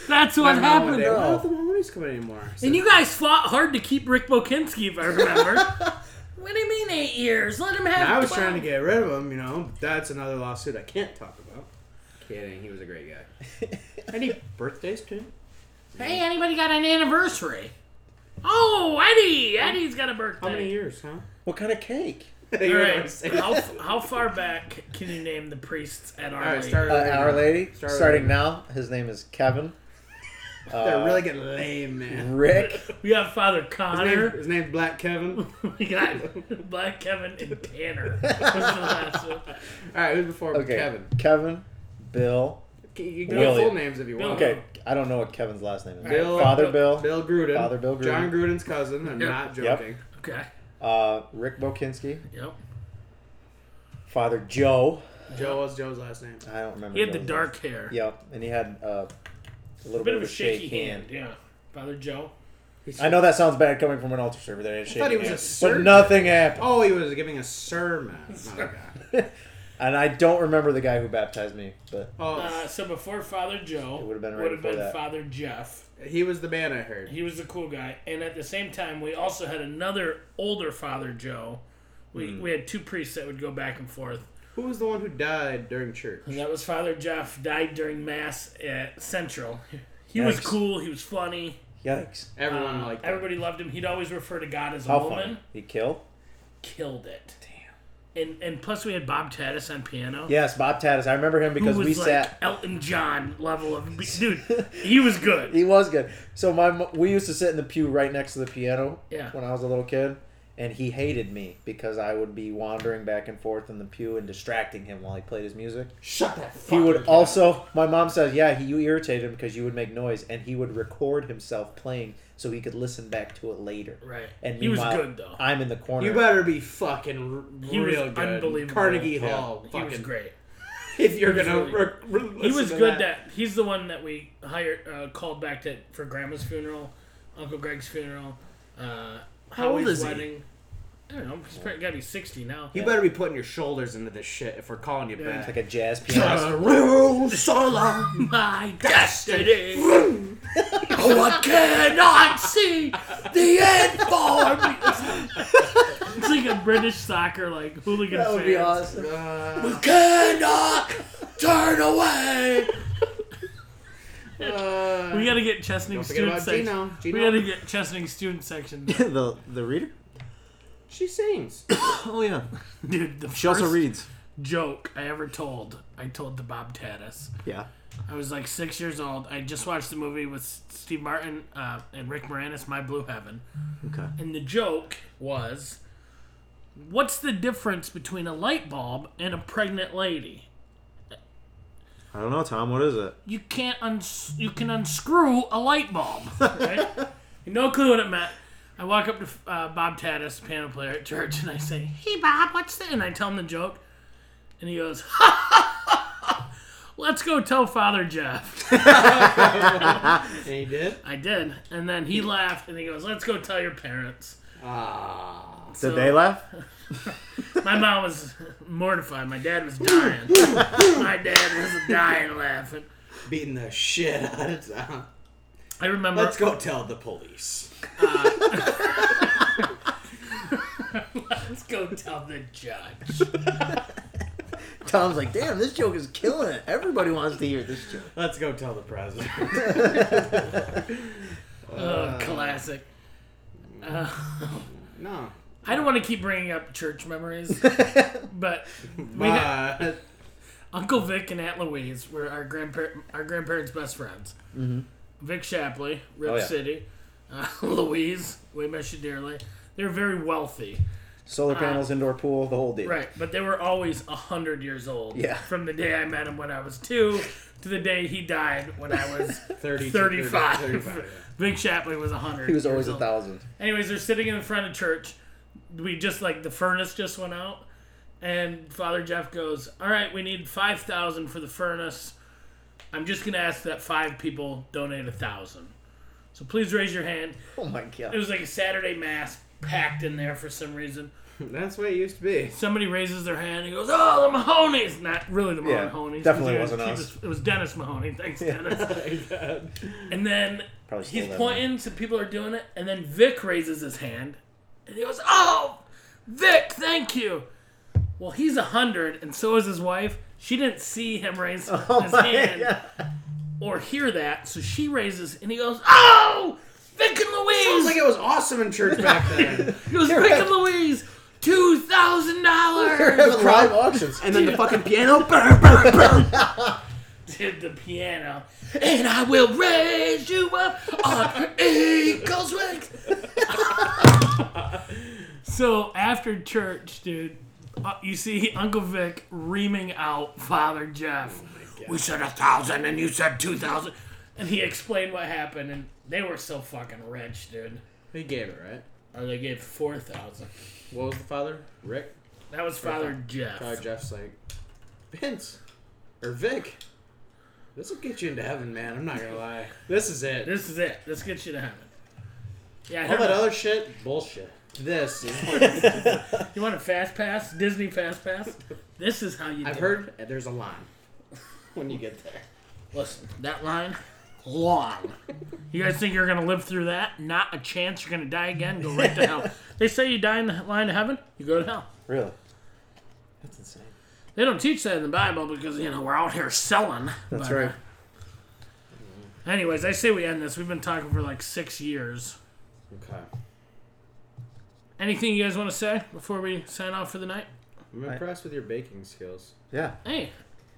[SPEAKER 3] That's what
[SPEAKER 2] Remember one
[SPEAKER 3] happened.
[SPEAKER 2] day, Why
[SPEAKER 3] though.
[SPEAKER 2] don't the Mahoney's come in anymore? I said,
[SPEAKER 3] And you guys fought hard to keep Rick Bokinski, if I remember. what do you mean eight years? Let him have.
[SPEAKER 2] I was
[SPEAKER 3] 12.
[SPEAKER 2] trying to get rid of him, you know, but that's another lawsuit I can't talk about. Kidding, he was a great guy. Any birthdays too?
[SPEAKER 3] Hey, anybody got an anniversary? Oh, Eddie! Eddie's got a birthday.
[SPEAKER 2] How many years, huh?
[SPEAKER 1] what kind of cake?
[SPEAKER 2] You
[SPEAKER 3] All
[SPEAKER 2] know
[SPEAKER 3] right.
[SPEAKER 2] what I'm saying?
[SPEAKER 3] how, f- how far back can you name the priests at our?
[SPEAKER 2] All right,
[SPEAKER 3] Lady?
[SPEAKER 2] start
[SPEAKER 1] Uh, Our Lady.
[SPEAKER 2] Start with
[SPEAKER 1] Starting
[SPEAKER 2] Lady.
[SPEAKER 1] now, his name is Kevin. Uh,
[SPEAKER 2] They're really getting lame, man.
[SPEAKER 1] Rick.
[SPEAKER 3] We got Father
[SPEAKER 2] His, name,
[SPEAKER 3] Connor.
[SPEAKER 2] his name's Black Kevin. All
[SPEAKER 3] We got Black Kevin and Tanner. was the last one.
[SPEAKER 2] right, who's before
[SPEAKER 1] Okay.
[SPEAKER 2] Kevin?
[SPEAKER 1] Kevin. Bill.
[SPEAKER 2] You can go
[SPEAKER 1] William.
[SPEAKER 2] full names if you want.
[SPEAKER 1] Okay, I don't know what Kevin's last name is.
[SPEAKER 2] Uh-huh. Bill-
[SPEAKER 1] Father Bill.
[SPEAKER 2] Bill Gruden.
[SPEAKER 1] Father Bill Gruden.
[SPEAKER 2] John Gruden's cousin. I'm
[SPEAKER 3] Yep.
[SPEAKER 2] not
[SPEAKER 1] Yep.
[SPEAKER 2] joking.
[SPEAKER 3] Okay.
[SPEAKER 1] Uh, Rick Bokinski.
[SPEAKER 3] Yep.
[SPEAKER 1] Father Joe.
[SPEAKER 2] Joe was Joe's last name.
[SPEAKER 1] I don't remember.
[SPEAKER 3] He had the
[SPEAKER 1] Joe's
[SPEAKER 3] dark hair.
[SPEAKER 1] name. Yep, and he had uh, a little
[SPEAKER 3] A
[SPEAKER 1] bit, of a shaky hand.
[SPEAKER 3] Yeah. Father Joe.
[SPEAKER 1] I know that sounds bad coming from an altar server. That he had a shaky
[SPEAKER 2] thought he was
[SPEAKER 1] hand,
[SPEAKER 2] a sermon.
[SPEAKER 1] but nothing happened.
[SPEAKER 2] Oh, he was giving a sermon. My God.
[SPEAKER 1] And I don't remember the guy who baptized me, but
[SPEAKER 2] Oh,
[SPEAKER 3] Uh, so before Father Joe,
[SPEAKER 1] It would've been right
[SPEAKER 3] would've
[SPEAKER 1] before
[SPEAKER 3] been
[SPEAKER 1] that.
[SPEAKER 3] Father Jeff.
[SPEAKER 2] he was the man I heard.
[SPEAKER 3] He was the cool guy, and at the same time, we also had another older Father Joe. We
[SPEAKER 1] Hmm.
[SPEAKER 3] we had two priests that would go back and forth.
[SPEAKER 2] Who was the one who died during church?
[SPEAKER 3] And that was Father Jeff. Died during mass at Central. He was
[SPEAKER 1] Yikes.
[SPEAKER 3] cool. He was funny.
[SPEAKER 1] yikes!
[SPEAKER 2] Everyone
[SPEAKER 3] Uh,
[SPEAKER 2] liked him.
[SPEAKER 3] everybody loved him. He'd always refer to God as a
[SPEAKER 1] How
[SPEAKER 3] woman.
[SPEAKER 1] fun! He killed.
[SPEAKER 3] Killed it. Damn. And and plus we had Bob Tatis on piano.
[SPEAKER 1] Yes, Bob Tatis. I remember him because
[SPEAKER 3] who was
[SPEAKER 1] we
[SPEAKER 3] like
[SPEAKER 1] sat.
[SPEAKER 3] Elton John level of dude. He was good.
[SPEAKER 1] He was good. So my mo- we used to sit in the pew right next to the piano
[SPEAKER 3] Yeah.
[SPEAKER 1] when I was a little kid, and he hated me because I would be wandering back and forth in the pew and distracting him while he played his music.
[SPEAKER 2] Shut that
[SPEAKER 1] He would also. My mom says, "Yeah, he, you irritated him because you would make noise, and he would record himself playing so he could listen back to it later."
[SPEAKER 3] Right.
[SPEAKER 1] And
[SPEAKER 3] he was
[SPEAKER 1] meanwhile,
[SPEAKER 3] good though.
[SPEAKER 1] I'm in the corner.
[SPEAKER 2] You better be fucking r-
[SPEAKER 3] He was
[SPEAKER 2] real good.
[SPEAKER 3] unbelievable.
[SPEAKER 2] Carnegie
[SPEAKER 3] Yeah.
[SPEAKER 2] Hall.
[SPEAKER 3] he
[SPEAKER 2] Fucking,
[SPEAKER 3] was great.
[SPEAKER 2] If you're
[SPEAKER 3] He was
[SPEAKER 2] gonna,
[SPEAKER 3] really
[SPEAKER 2] re- re-
[SPEAKER 3] He
[SPEAKER 2] listen
[SPEAKER 3] was
[SPEAKER 2] to
[SPEAKER 3] good. That. he's the one that we hired, uh, called back to for Grandma's funeral, Uncle Greg's funeral, uh,
[SPEAKER 2] old
[SPEAKER 3] Howie's
[SPEAKER 2] is he?
[SPEAKER 3] wedding. I don't know. He's probably got to be sixty now.
[SPEAKER 2] You better be putting your shoulders into this shit if we're calling you
[SPEAKER 3] Yeah.
[SPEAKER 2] back.
[SPEAKER 1] like a jazz pianist.
[SPEAKER 3] My destiny. oh, I cannot see the end for me. It's like a British soccer like hooligan.
[SPEAKER 1] that would be
[SPEAKER 3] fans.
[SPEAKER 1] awesome.
[SPEAKER 2] Uh,
[SPEAKER 1] Cannot turn away.
[SPEAKER 2] uh,
[SPEAKER 3] We gotta get Chesning's
[SPEAKER 2] forget
[SPEAKER 3] student
[SPEAKER 2] about
[SPEAKER 3] section.
[SPEAKER 2] Gino.
[SPEAKER 3] We
[SPEAKER 2] Gino.
[SPEAKER 3] gotta get Chesning's student section.
[SPEAKER 1] the the reader.
[SPEAKER 2] she sings.
[SPEAKER 1] Oh yeah.
[SPEAKER 3] Dude, the
[SPEAKER 1] She also
[SPEAKER 3] first
[SPEAKER 1] reads.
[SPEAKER 3] joke I ever told, I told to Bob Tatis.
[SPEAKER 1] Yeah.
[SPEAKER 3] I was like six years old. I just watched the movie with S- Steve Martin uh, and Rick Moranis, My Blue Heaven.
[SPEAKER 1] Okay.
[SPEAKER 3] And the joke was, what's the difference between a light bulb and a pregnant lady?
[SPEAKER 1] I don't know, Tom. What is it?
[SPEAKER 3] You can't uns- you can unscrew a light bulb. Right? no clue what it meant. I walk up to uh, Bob Tatis, piano player at church, and I say, "Hey Bob, what's that?" And I tell him the joke, and he goes, "Let's go tell Father Jeff."
[SPEAKER 2] And he did.
[SPEAKER 3] I did. And then he laughed and he goes, Let's go tell your parents.
[SPEAKER 2] Ah.
[SPEAKER 1] Did they laugh?
[SPEAKER 3] My mom was mortified. My dad was dying. My dad was dying laughing.
[SPEAKER 2] beating the shit out of Tom.
[SPEAKER 3] I remember
[SPEAKER 2] Let's go tell the police.
[SPEAKER 3] Let's go tell the judge.
[SPEAKER 1] Tom's like, damn, this joke is killing it. Everybody wants to hear this joke.
[SPEAKER 2] Let's go tell the president.
[SPEAKER 1] Uh.
[SPEAKER 3] Oh, classic. Uh,
[SPEAKER 2] no.
[SPEAKER 3] I don't want to keep bringing up church memories, but we had,
[SPEAKER 2] But
[SPEAKER 3] Uncle Vic and Aunt Louise were our grandpa- our grandparents' best friends. Mm-hmm. Vic Shapley, Rip
[SPEAKER 1] Oh, yeah.
[SPEAKER 3] City, uh, Louise, we miss you dearly. They were very wealthy.
[SPEAKER 1] Solar panels, indoor pool, the whole deal.
[SPEAKER 3] Right, but they were always a hundred years old.
[SPEAKER 1] Yeah.
[SPEAKER 3] From the day I met him when I was two to the day he died when I was
[SPEAKER 2] 30,
[SPEAKER 3] 35.
[SPEAKER 2] 35.
[SPEAKER 3] Big Shapley was a hundred.
[SPEAKER 1] He was always
[SPEAKER 3] years
[SPEAKER 1] a
[SPEAKER 3] old.
[SPEAKER 1] thousand.
[SPEAKER 3] Anyways, they're sitting in the front of church. We just like the furnace just went out, and Father Jeff goes, "All right, we need five thousand for the furnace, I'm just gonna ask that five people donate a thousand. So please raise your hand.
[SPEAKER 1] Oh my
[SPEAKER 3] It
[SPEAKER 1] god.
[SPEAKER 3] was like a Saturday mass packed in there for some reason.
[SPEAKER 2] That's what it used to be.
[SPEAKER 3] Somebody raises their hand and goes, "Oh, the Mahoney's!" Not really the
[SPEAKER 1] Yeah,
[SPEAKER 3] Mahoney's.
[SPEAKER 1] definitely
[SPEAKER 3] It
[SPEAKER 1] wasn't
[SPEAKER 3] he
[SPEAKER 1] us.
[SPEAKER 3] was- It was Dennis Mahoney. Thanks, Dennis. and then
[SPEAKER 1] Probably stole
[SPEAKER 3] he's
[SPEAKER 1] that
[SPEAKER 3] pointing, so people are doing it, and then Vic raises his hand, and he goes, "Oh, Vic, thank you." Well, he's a hundred, and so is his wife. She didn't see him raise
[SPEAKER 1] Oh
[SPEAKER 3] his
[SPEAKER 1] my
[SPEAKER 3] hand
[SPEAKER 1] god.
[SPEAKER 3] or hear that, so she raises, and he goes, "Oh, Vic and Louise!"
[SPEAKER 2] Sounds like it was awesome in church back then.
[SPEAKER 3] It was Vic and Louise, two thousand dollars.
[SPEAKER 1] Have live auctions.
[SPEAKER 13] And then the fucking piano. Burr, burr, burr.
[SPEAKER 3] Did the piano, and I will raise you up on eagle's wings. so after church, dude, uh, you see Uncle Vic reaming out Father Jeff. we said a thousand, and you said two thousand, and he explained what happened, and they were so fucking rich, dude.
[SPEAKER 2] They gave it, right?
[SPEAKER 3] Or they gave four thousand.
[SPEAKER 2] What was the father? Rick?
[SPEAKER 3] That was Father Jeff.
[SPEAKER 2] Probably Jeff's like, Vince or Vic. This will get you into heaven, man. I'm not gonna lie. This is it.
[SPEAKER 3] This is it. Let's get you to heaven. Yeah, I
[SPEAKER 2] All
[SPEAKER 3] heard
[SPEAKER 2] that
[SPEAKER 3] about-
[SPEAKER 2] other shit, bullshit. This is
[SPEAKER 3] You want a fast pass? Disney fast pass? This is how you
[SPEAKER 2] I've
[SPEAKER 3] do
[SPEAKER 2] heard there's a line when you get there.
[SPEAKER 3] it. Listen, that line, long. You guys think you're going to live through that? Not a chance. You're going to die again. Go right to hell. They say you die in the line to heaven, you go to hell.
[SPEAKER 1] Really?
[SPEAKER 2] That's insane.
[SPEAKER 3] They don't teach that in the Bible because, you know, we're out here selling.
[SPEAKER 1] That's
[SPEAKER 3] but,
[SPEAKER 1] right.
[SPEAKER 3] uh, anyways, I say we end this. We've been talking for like six years.
[SPEAKER 2] Okay.
[SPEAKER 3] Anything you guys want to say before we sign off for the night?
[SPEAKER 2] I'm impressed with your baking skills.
[SPEAKER 1] Yeah.
[SPEAKER 3] Hey,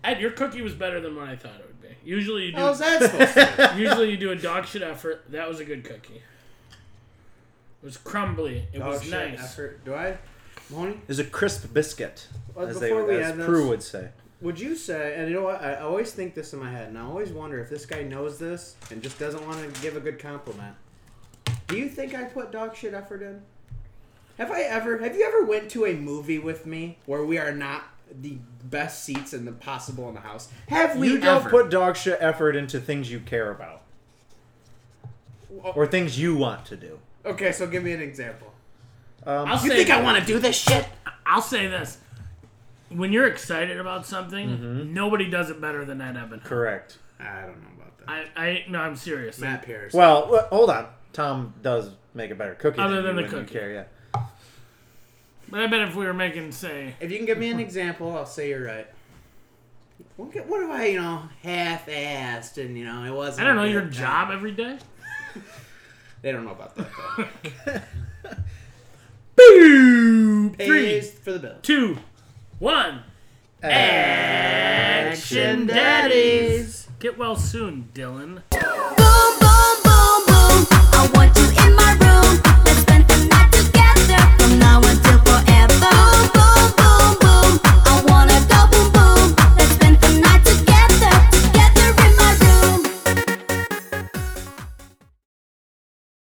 [SPEAKER 3] Ed, your cookie was better than what I thought it would be. Usually you do
[SPEAKER 2] How's that supposed to be?
[SPEAKER 3] Usually you do a dog shit effort. That was a good cookie. It was crumbly. It
[SPEAKER 2] Oh,
[SPEAKER 3] was
[SPEAKER 2] shit,
[SPEAKER 3] nice.
[SPEAKER 2] Effort. Do I? Mahoney?
[SPEAKER 1] There's a crisp biscuit,
[SPEAKER 2] Uh,
[SPEAKER 1] as they
[SPEAKER 2] before we
[SPEAKER 1] as
[SPEAKER 2] end this-
[SPEAKER 1] Prue would say.
[SPEAKER 2] Would you say, and you know what? I always think this in my head, and I always wonder if this guy knows this and just doesn't want to give a good compliment. Do you think I put dog shit effort in? Have I ever? Have you ever went to a movie with me where we are not the best seats in the possible in the house? Have we
[SPEAKER 1] You
[SPEAKER 2] ever?
[SPEAKER 1] don't put dog shit effort into things you care about or things you want to do.
[SPEAKER 2] okay, so give me an example.
[SPEAKER 1] Um,
[SPEAKER 3] I'll
[SPEAKER 14] You
[SPEAKER 3] say,
[SPEAKER 14] think I want to do this shit?
[SPEAKER 3] I'll say this. When you're excited about something,
[SPEAKER 2] Mm-hmm.
[SPEAKER 3] nobody does it better than Ed Evan.
[SPEAKER 1] Correct.
[SPEAKER 2] I don't know about that.
[SPEAKER 3] I, I no, I'm serious.
[SPEAKER 2] Matt Pierce.
[SPEAKER 1] Well, w- hold on. Tom does make a better cookie.
[SPEAKER 3] Other
[SPEAKER 1] than,
[SPEAKER 3] than
[SPEAKER 1] you
[SPEAKER 3] the
[SPEAKER 1] when you
[SPEAKER 3] cookie.
[SPEAKER 1] care, yeah.
[SPEAKER 3] But I bet if we were making say
[SPEAKER 2] If you can give me an example, I'll say you're right. What, get- what if I, you know, half-assed and you know it
[SPEAKER 3] I
[SPEAKER 2] wasn't?
[SPEAKER 3] don't
[SPEAKER 2] a
[SPEAKER 3] know
[SPEAKER 2] good
[SPEAKER 3] your
[SPEAKER 2] time?
[SPEAKER 3] job every day.
[SPEAKER 2] They don't know about that. Though.
[SPEAKER 3] Boom! Three,
[SPEAKER 2] Pays for the bill.
[SPEAKER 3] two, one. Action
[SPEAKER 2] Daddies.
[SPEAKER 3] Get well soon, Dylan.
[SPEAKER 15] boom, boom, boom, boom. I want